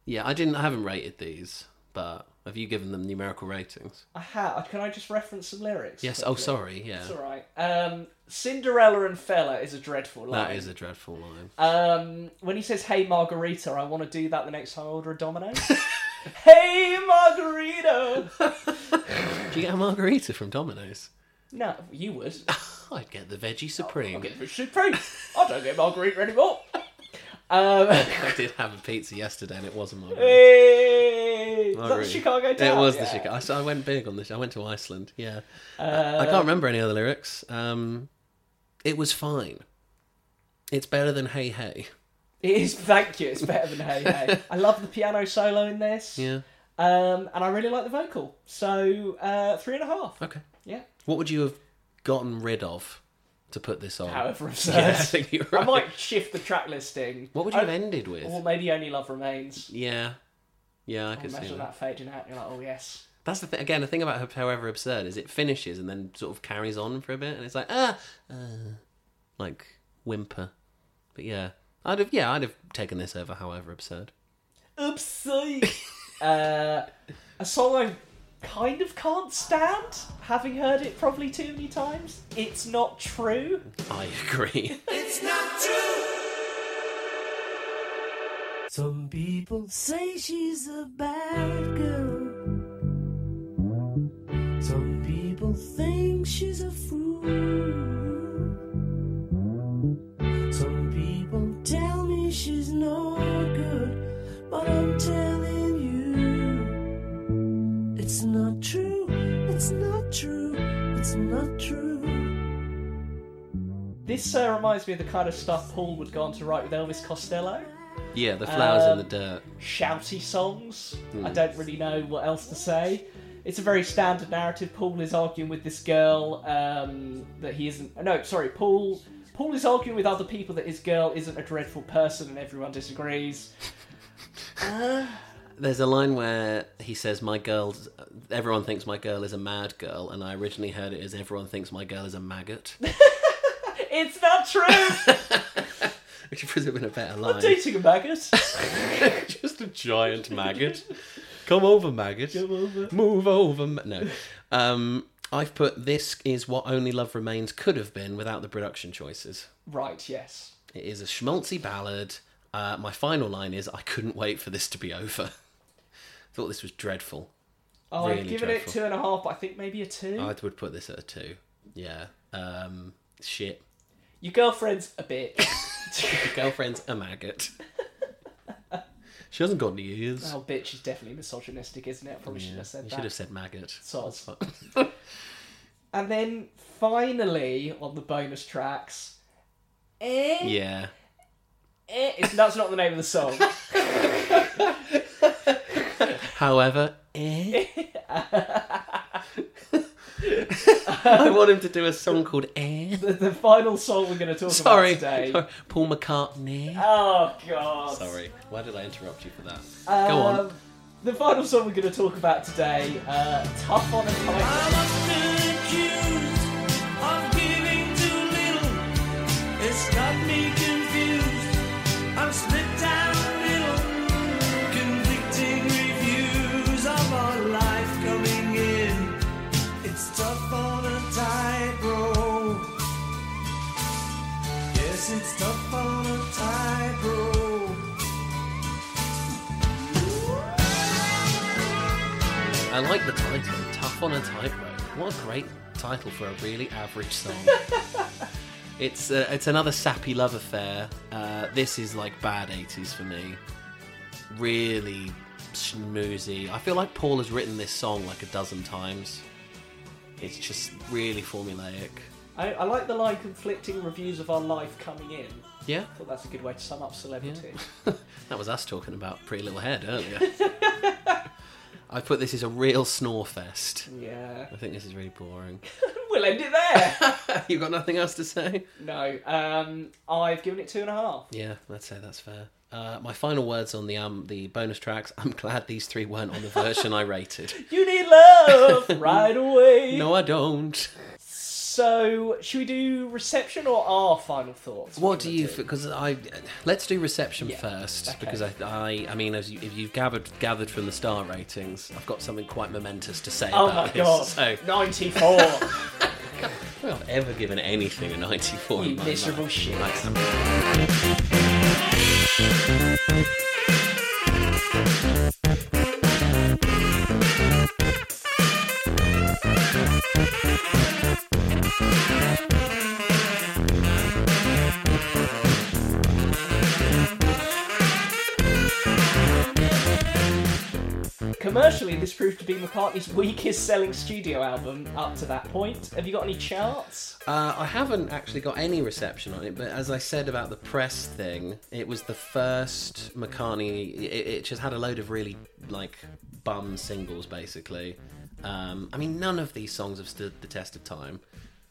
A: yeah, I didn't. I haven't rated these, but have you given them numerical ratings?
B: I ha- Can I just reference some lyrics?
A: Yes. Oh,
B: quickly?
A: sorry. Yeah,
B: It's alright. Um, Cinderella and Fella is a dreadful line.
A: that is a dreadful line.
B: Um, when he says, "Hey Margarita," I want to do that the next time I order a Domino's. hey Margarita.
A: Do you get a margarita from Domino's?
B: No, you would.
A: I'd get the veggie supreme.
B: I get fish supreme. I don't get margarita anymore. Um,
A: I did have a pizza yesterday, and it was a margarita.
B: hey, is that the
A: Margarita.
B: Chicago
A: Oh, It
B: Town?
A: was the
B: Yeah.
A: Chicago. I, so I went big on this. I went to Iceland. Yeah,
B: Uh,
A: I can't remember any other lyrics. Um, it was fine. It's better than Hey Hey.
B: It is. Thank you. It's better than hey hey. I love the piano solo in this.
A: Yeah.
B: Um, and I really like the vocal. So uh, three and a half.
A: Okay.
B: Yeah.
A: What would you have gotten rid of to put this on?
B: However absurd.
A: yeah, I think you're right.
B: I might shift the track listing.
A: What would you have
B: I-
A: ended with?
B: Or maybe only love remains.
A: Yeah. Yeah, I
B: I'll
A: could see
B: Imagine
A: that.
B: that fading out. You're like, oh yes.
A: That's the thing. Again, the thing about however absurd is it finishes and then sort of carries on for a bit, and it's like ah, uh, like whimper. But yeah, I'd have yeah, I'd have taken this over however absurd.
B: Oopsie. uh, a song I kind of can't stand, having heard it probably too many times. It's not true.
A: I agree.
C: It's not true.
D: Some people say she's a bad girl. Some people think she's a fool. Some people tell me she's no good, but I'm telling you, it's not true. It's not true. It's not true.
B: This uh, reminds me of the kind of stuff Paul would go on to write with Elvis Costello.
A: yeah, the flowers in
B: Um,
A: the dirt.
B: Shouty songs.
A: Hmm.
B: I don't really know what else to say. It's a very standard narrative. Paul is arguing with this girl um, that he isn't. No, sorry, Paul. Paul is arguing with other people that his girl isn't a dreadful person, and everyone disagrees.
A: There's a line where he says, "My girl, everyone thinks my girl is a mad girl," and I originally heard it as, "Everyone thinks my girl is a maggot,"
B: It's not true.
A: which would have been a better
B: I'm
A: line.
B: dating a maggot.
A: Just a giant maggot. Come over, maggot. Move over. ma- No. Um, I've put this is what Only Love Remains could have been without the production choices.
B: Right, yes.
A: It is a schmaltzy ballad. Uh, my final line is I couldn't wait for this to be over. Thought this was dreadful.
B: Oh, I've
A: Really
B: given
A: dreadful.
B: it two and a half, but I think maybe a two.
A: I would put this at a two. Yeah. Um, shit.
B: Your girlfriend's a bitch.
A: Your girlfriend's a maggot. she hasn't got any ears.
B: oh, bitch is definitely misogynistic, isn't it? I probably shouldn't have said
A: you
B: that.
A: should have said maggot.
B: Soz. And then finally, on the bonus tracks, eh,
A: Yeah.
B: eh, it's, that's not the name of the song.
A: However, eh? I want him to do a song called Eh.
B: the, the final song we're going to talk
A: Sorry.
B: about today.
A: Sorry. Paul McCartney.
B: Oh, God.
A: Sorry. Why did I interrupt you for that? Go on.
B: Um, The final song we're going to talk about today, uh, Tough on a Tight.
C: I'm often accused of giving too little. It's got me confused. I'm split down the middle. Conflicting reviews of our life coming in. It's tough on a tightrope. Yes, it's tough on a tightrope.
A: I like the title, Tough on a Tightrope. What a great title for a really average song. it's uh, it's another sappy love affair. Uh, this is like bad 80s for me. Really schmoozy. I feel like Paul has written this song like a dozen times. It's just really formulaic.
B: I, I like the line conflicting reviews of our life coming in.
A: Yeah,
B: I thought that's a good way to sum up celebrity.
A: that was us talking about Pretty Little Head earlier. I put this as a real snore fest.
B: Yeah.
A: I think this is really boring.
B: We'll end it there.
A: You've got nothing else to say?
B: no, um, I've given it two and a half.
A: Yeah, I'd say that's fair. Uh, my final words on the um the bonus tracks. I'm glad these three weren't on the version I rated.
B: You need love right away.
A: No, I don't.
B: So, should we do reception or our final thoughts?
A: What do
B: We're
A: you?
B: gonna
A: Because I let's do reception first
B: okay.
A: because I, I I mean as you, if you've gathered gathered from the star ratings, I've got something quite momentous to say
B: Oh my
A: about
B: god,
A: this. So
B: 94.
A: I don't think I've ever given anything a 94.
B: You
A: in my
B: miserable
A: life.
B: shit.
A: Like, I'm-
B: Commercially, this proved to be McCartney's weakest selling studio album up to that point. Have you got any charts?
A: Uh, I haven't actually got any reception on it, but as I said about the press thing, it was the first McCartney. It, it just had a load of really like bum singles, basically. Um, I mean, none of these songs have stood the test of time.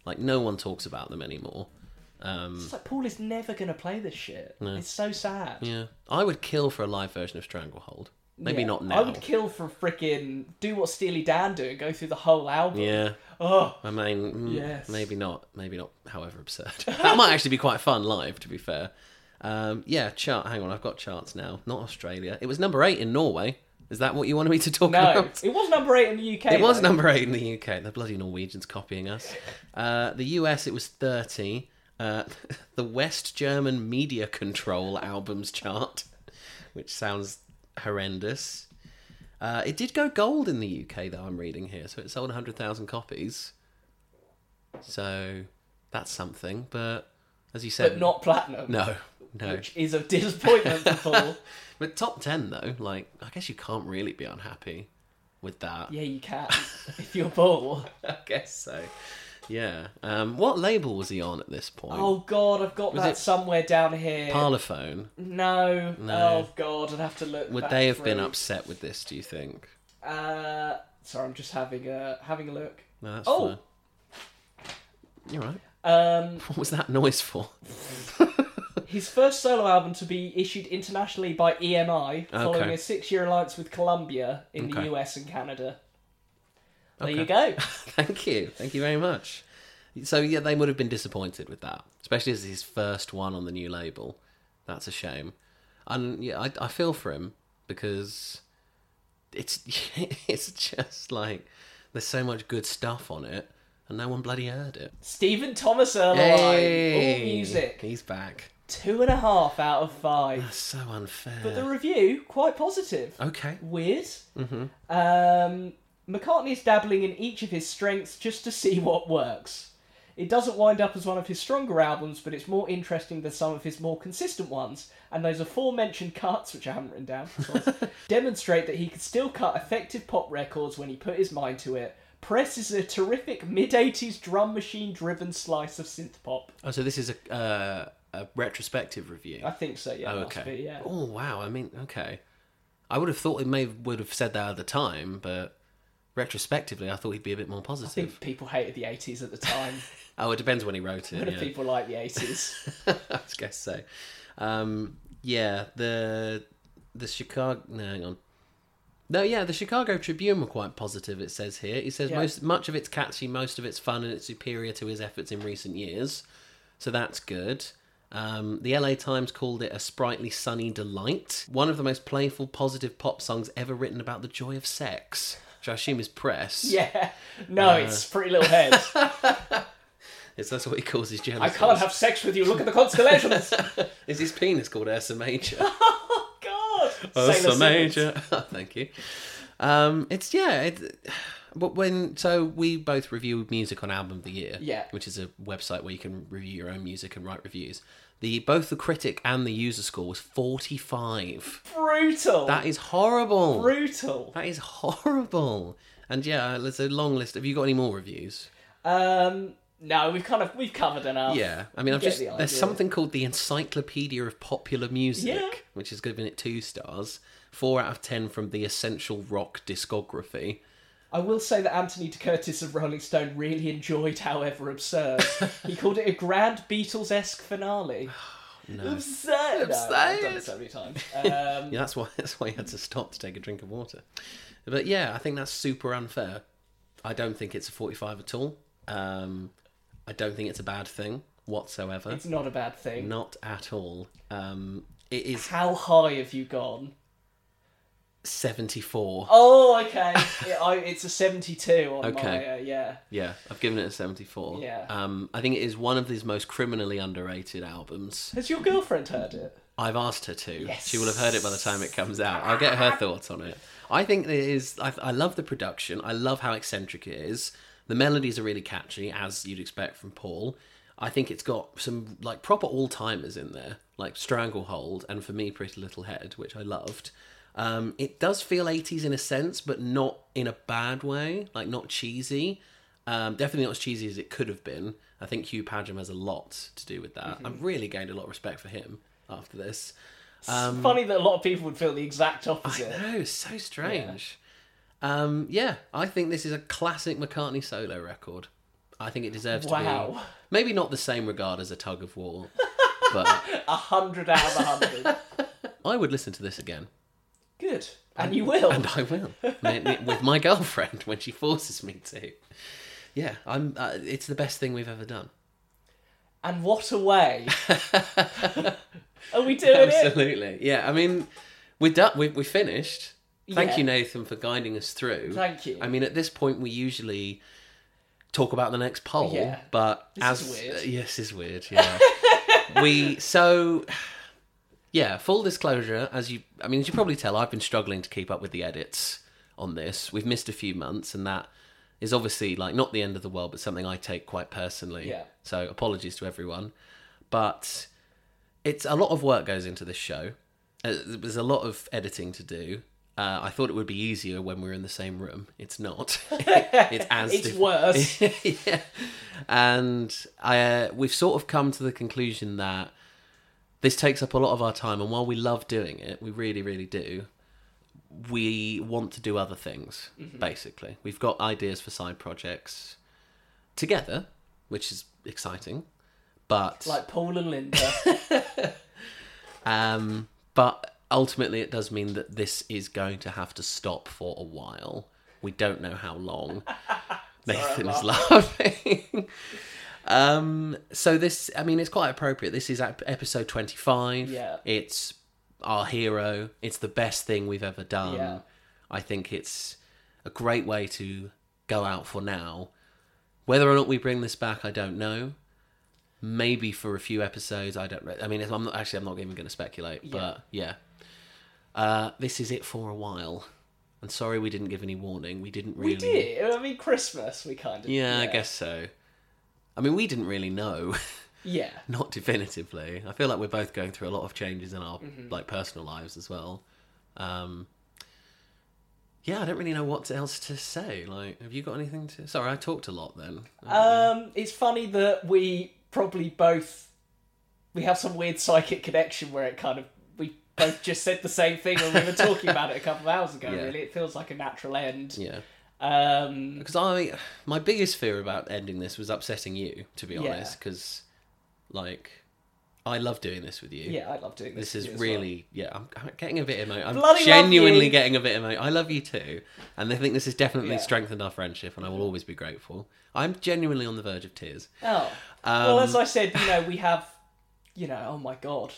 A: Like, no one talks about them anymore. Um,
B: It's like Paul is never going to play this shit. It's so sad.
A: yeah, I would kill for a live version of Stranglehold. Maybe
B: Yeah.
A: not now.
B: I would kill for frickin' do what Steely Dan do and go through the whole album.
A: Yeah.
B: Oh,
A: I mean, mm,
B: Yes.
A: maybe not. Maybe not. However absurd, that might actually be quite fun live. To be fair, um, yeah. Chart. Hang on, I've got charts now. Not Australia. It was number eight in Norway. Is that what you wanted me to talk
B: no.
A: about?
B: It was number eight in the UK.
A: It was
B: though.
A: number eight in the UK. The bloody Norwegians copying us. Uh, the US, it was thirty. Uh, the West German Media Control albums chart, which sounds horrendous. Uh, it did go gold in the UK, though. I'm reading here, so it sold 100,000 copies. So that's something. But as you said,
B: But not platinum.
A: no, no.
B: Which is a disappointment for Paul.
A: But top ten though, like I guess you can't really be unhappy with that.
B: yeah, you can. If you're Paul.
A: I guess so. Yeah. Um, what label was he on at this point?
B: Oh god, I've got that
A: it-
B: somewhere down here.
A: Parlophone.
B: no.
A: No.
B: Oh god, I'd have to look.
A: Would
B: back
A: they have been
B: through.
A: upset with this? Do you think?
B: Uh, sorry, I'm just having a having a look.
A: No, that's
B: Oh.
A: fine. You're right.
B: Um,
A: What was that noise for?
B: his first solo album to be issued internationally by EMI, following
A: Okay.
B: a six-year alliance with Columbia in
A: Okay.
B: the US and Canada. There
A: Okay.
B: you go.
A: Thank you. Thank you very much. So yeah, they would have been disappointed with that, especially as his first one on the new label. That's a shame. And yeah, I, I feel for him because it's it's just like there's so much good stuff on it, and no one bloody heard it.
B: Stephen Thomas Erlewine,
A: Hey!
B: all music,
A: He's back.
B: two and a half out of five.
A: That's so unfair.
B: But the review quite positive.
A: okay.
B: weird.
A: Mm-hmm.
B: Um, McCartney is dabbling in each of his strengths just to see what works. It doesn't wind up as one of his stronger albums, but it's more interesting than some of his more consistent ones. And those aforementioned cuts, which I haven't written down, demonstrate that he could still cut effective pop records when he put his mind to it. Press is a terrific mid 80s drum machine driven slice of synth pop.
A: Oh, so this is a uh, a retrospective review.
B: I think so, yeah.
A: Oh,
B: must
A: okay.
B: be, yeah.
A: Oh wow. I mean, okay. I would have thought it may would have said that at the time, but retrospectively, I thought he'd be a bit more
B: I
A: positive.
B: think people hated the 80s at the time.
A: Oh, it depends when he wrote
B: What
A: it.
B: if
A: yeah.
B: people like the 80s?
A: I guess so. Um, yeah, the the Chicago. No, hang on. No, yeah, the Chicago Tribune were quite positive. It says here. It says
B: Yeah.
A: most much of it's catchy, most of it's fun, and it's superior to his efforts in recent years. So that's good. Um, the LA Times called it a sprightly, sunny delight. One of the most playful, positive pop songs ever written about the joy of sex, which I assume is press.
B: Yeah. No,
A: Uh,
B: it's Pretty Little Head.
A: It's, that's what he calls his
B: I
A: genitals.
B: can't have sex with you. Look at the constellations.
A: Is his penis called Ursa Major?
B: God.
A: Ursa
B: Sailor
A: Major. Thank you. Um, it's yeah. It, but when so we both review music on album of the year.
B: Yeah.
A: Which is a website where you can review your own music and write reviews. The both the critic and the user score was forty five.
B: Brutal.
A: That is horrible.
B: brutal.
A: That is horrible. And yeah, uh, there's a long list. Have you got any more reviews?
B: Um, no, we've kind of we've covered enough.
A: Yeah, I mean, I've
B: Oh, get
A: just
B: the
A: there's
B: idea.
A: something called the Encyclopedia of Popular Music,
B: Yeah.
A: which is given it two stars, four out of ten from the Essential Rock discography.
B: I will say that Anthony de Curtis of Rolling Stone really enjoyed However Absurd. he called it a grand Beatles esque finale. Absurd! No, I've
A: Absurd.
B: done it so many times. Um,
A: Yeah, that's why that's why you had to stop to take a drink of water. But yeah, I think that's super unfair. I don't think it's a 45 at all. Um, I don't think it's a bad thing whatsoever.
B: It's not a bad thing.
A: Not at all. Um, it is
B: How high have you gone?
A: 74.
B: Oh, okay. Yeah, I, it's a 72 on my.
A: Okay.
B: Uh, yeah.
A: Yeah, I've given it a 74.
B: Yeah.
A: Um, I think it is one of his most criminally underrated albums.
B: Has your girlfriend heard it?
A: I've asked her to.
B: Yes.
A: She will have heard it by the time it comes out. I'll get her thoughts on it. I think it is. I, I love the production. I love how eccentric it is. The melodies are really catchy, as you'd expect from Paul. I think it's got some like proper all timers in there, like Stranglehold and for me, Pretty Little Head, which I loved. Um, it does feel 80s in a sense, but not in a bad way, like not cheesy. Um, definitely not as cheesy as it could have been. I think Hugh Padgham has a lot to do with that. I've really gained a lot of respect for him after this. Um,
B: it's funny that a lot of people would feel the exact opposite.
A: No, so strange. Um, yeah, I think this is a classic McCartney solo record. I think it deserves to be
B: Wow.
A: maybe not the same regard as a tug of war, but
B: A hundred out of a hundred.
A: I would listen to this again,
B: Good. And you will.
A: and I will Ma- ma- with my girlfriend when she forces me to. Yeah, I'm. Uh, it's the best thing we've ever done.
B: And what a way. Are we doing it?
A: Absolutely. Yeah, I mean, we're done. We, we finished. Thank
B: Yeah.
A: you, Nathan, for guiding us through.
B: Thank you.
A: I mean, at this point, we usually talk about the next poll,
B: Yeah.
A: but
B: This
A: as
B: is weird.
A: uh, yes, is weird. Yeah, we so yeah. Full disclosure, as you, I mean, as you probably tell, I've been struggling to keep up with the edits on this. We've missed a few months, and that is obviously like not the end of the world, but something I take quite personally.
B: Yeah.
A: So apologies to everyone, but it's a lot of work goes into this show. Uh, there's a lot of editing to do. Uh, I thought it would be easier when we were in the same room. It's not. it's as
B: It's
A: diff-
B: worse.
A: yeah. And I, uh, we've sort of come to the conclusion that this takes up a lot of our time. And while we love doing it, we really, really do, we want to do other things,
B: Mm-hmm.
A: basically. We've got ideas for side projects together, which is exciting. But
B: like Paul and Linda.
A: um, but ultimately, it does mean that this is going to have to stop for a while. We don't know how long. Nathan's laughing. um, so this, I mean, it's quite appropriate. This is ep- episode twenty-five.
B: Yeah.
A: it's our hero. It's the best thing we've ever done.
B: Yeah.
A: I think it's a great way to go out for now. Whether or not we bring this back, I don't know. Maybe for a few episodes, I don't. re- I mean, I'm not actually. I'm not even going to speculate. But yeah, uh, this is it for a while. And sorry, we didn't give any warning. We didn't really.
B: We did. I mean, Christmas, we kind of.
A: Yeah, I guess so. I mean, we didn't really know,
B: Yeah.
A: not definitively. I feel like we're both going through a lot of changes in our like personal lives as well. Um, yeah, I don't really know what else to say. Like, have you got anything to? Sorry, I talked a lot then.
B: Um, it's funny that we probably both we have some weird psychic connection where it kind of we both just said the same thing when we were talking about it a couple of hours ago.
A: Yeah.
B: Really, it feels like a natural end.
A: yeah.
B: Um,
A: because I my biggest fear about ending this was upsetting you, to be
B: Yeah.
A: honest, because like I love doing this with you.
B: yeah, I love doing this.
A: This is
B: with you as well.
A: really yeah. I'm, I'm getting a bit emo. I'm
B: Bloody love
A: genuinely
B: you.
A: getting a bit emo. I love you too, and I think this has definitely
B: Yeah. Mm-hmm.
A: strengthened our friendship, and I will always be grateful. I'm genuinely on the verge of tears. Um,
B: Oh. well, as I said, you know, we have, you know, oh my god.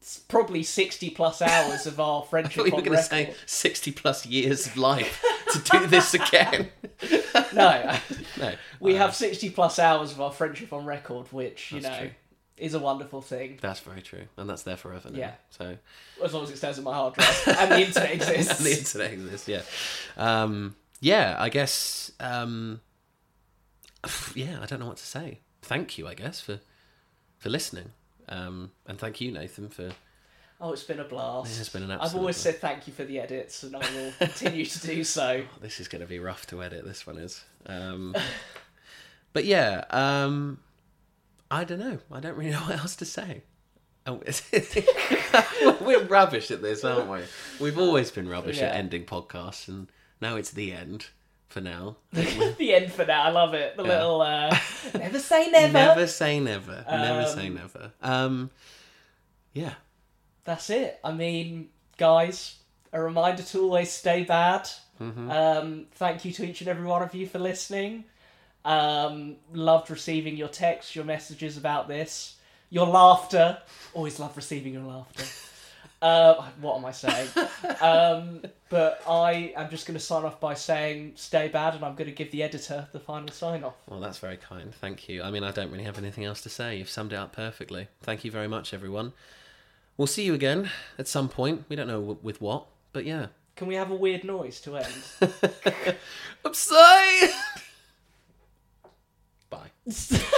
B: It's probably 60 plus hours of our
A: I thought
B: friendship
A: you were
B: on
A: going to say
B: record.
A: sixty plus years of life to do this again.
B: No, uh,
A: no,
B: we have 60 plus hours of our friendship on record, which, you know,
A: Uh, true.
B: is a wonderful thing,
A: That's very true, and that's there forever now.
B: Yeah.
A: So
B: as long as it stays in my hard drive and the internet exists.
A: and the internet exists. Yeah. Um, yeah, I guess. Um, yeah, I don't know what to say. Thank you, I guess, for for listening, um, and thank you, Nathan, for
B: Oh, it's been a blast.
A: This has been an
B: I've
A: absolute
B: always
A: blast.
B: said thank you for the edits, and I will continue to do so.
A: this is going to be rough to edit. This one is. Um, but yeah, um, I don't know. I don't really know what else to say. Oh, We're rubbish at this, aren't we? We've always been rubbish at
B: Yeah.
A: ending podcasts, and now it's the end for now.
B: the end for now. I love it. The little uh, never say never.
A: Never say never. never
B: Um,
A: say never. Um, yeah,
B: That's it. I mean, guys, a reminder to always stay bad. Um, thank you to each and every one of you for listening. Um, loved receiving your texts, your messages about this, your laughter. Always love receiving your laughter. Uh, what am I saying? um, but I am just going to sign off by saying stay bad, and I'm going to give the editor the final sign off.
A: well, that's very kind. Thank you. I mean, I don't really have anything else to say. You've summed it up perfectly. Thank you very much, everyone. We'll see you again at some point. We don't know w- with what, but yeah.
B: Can we have a weird noise to end?
A: Upside! Bye.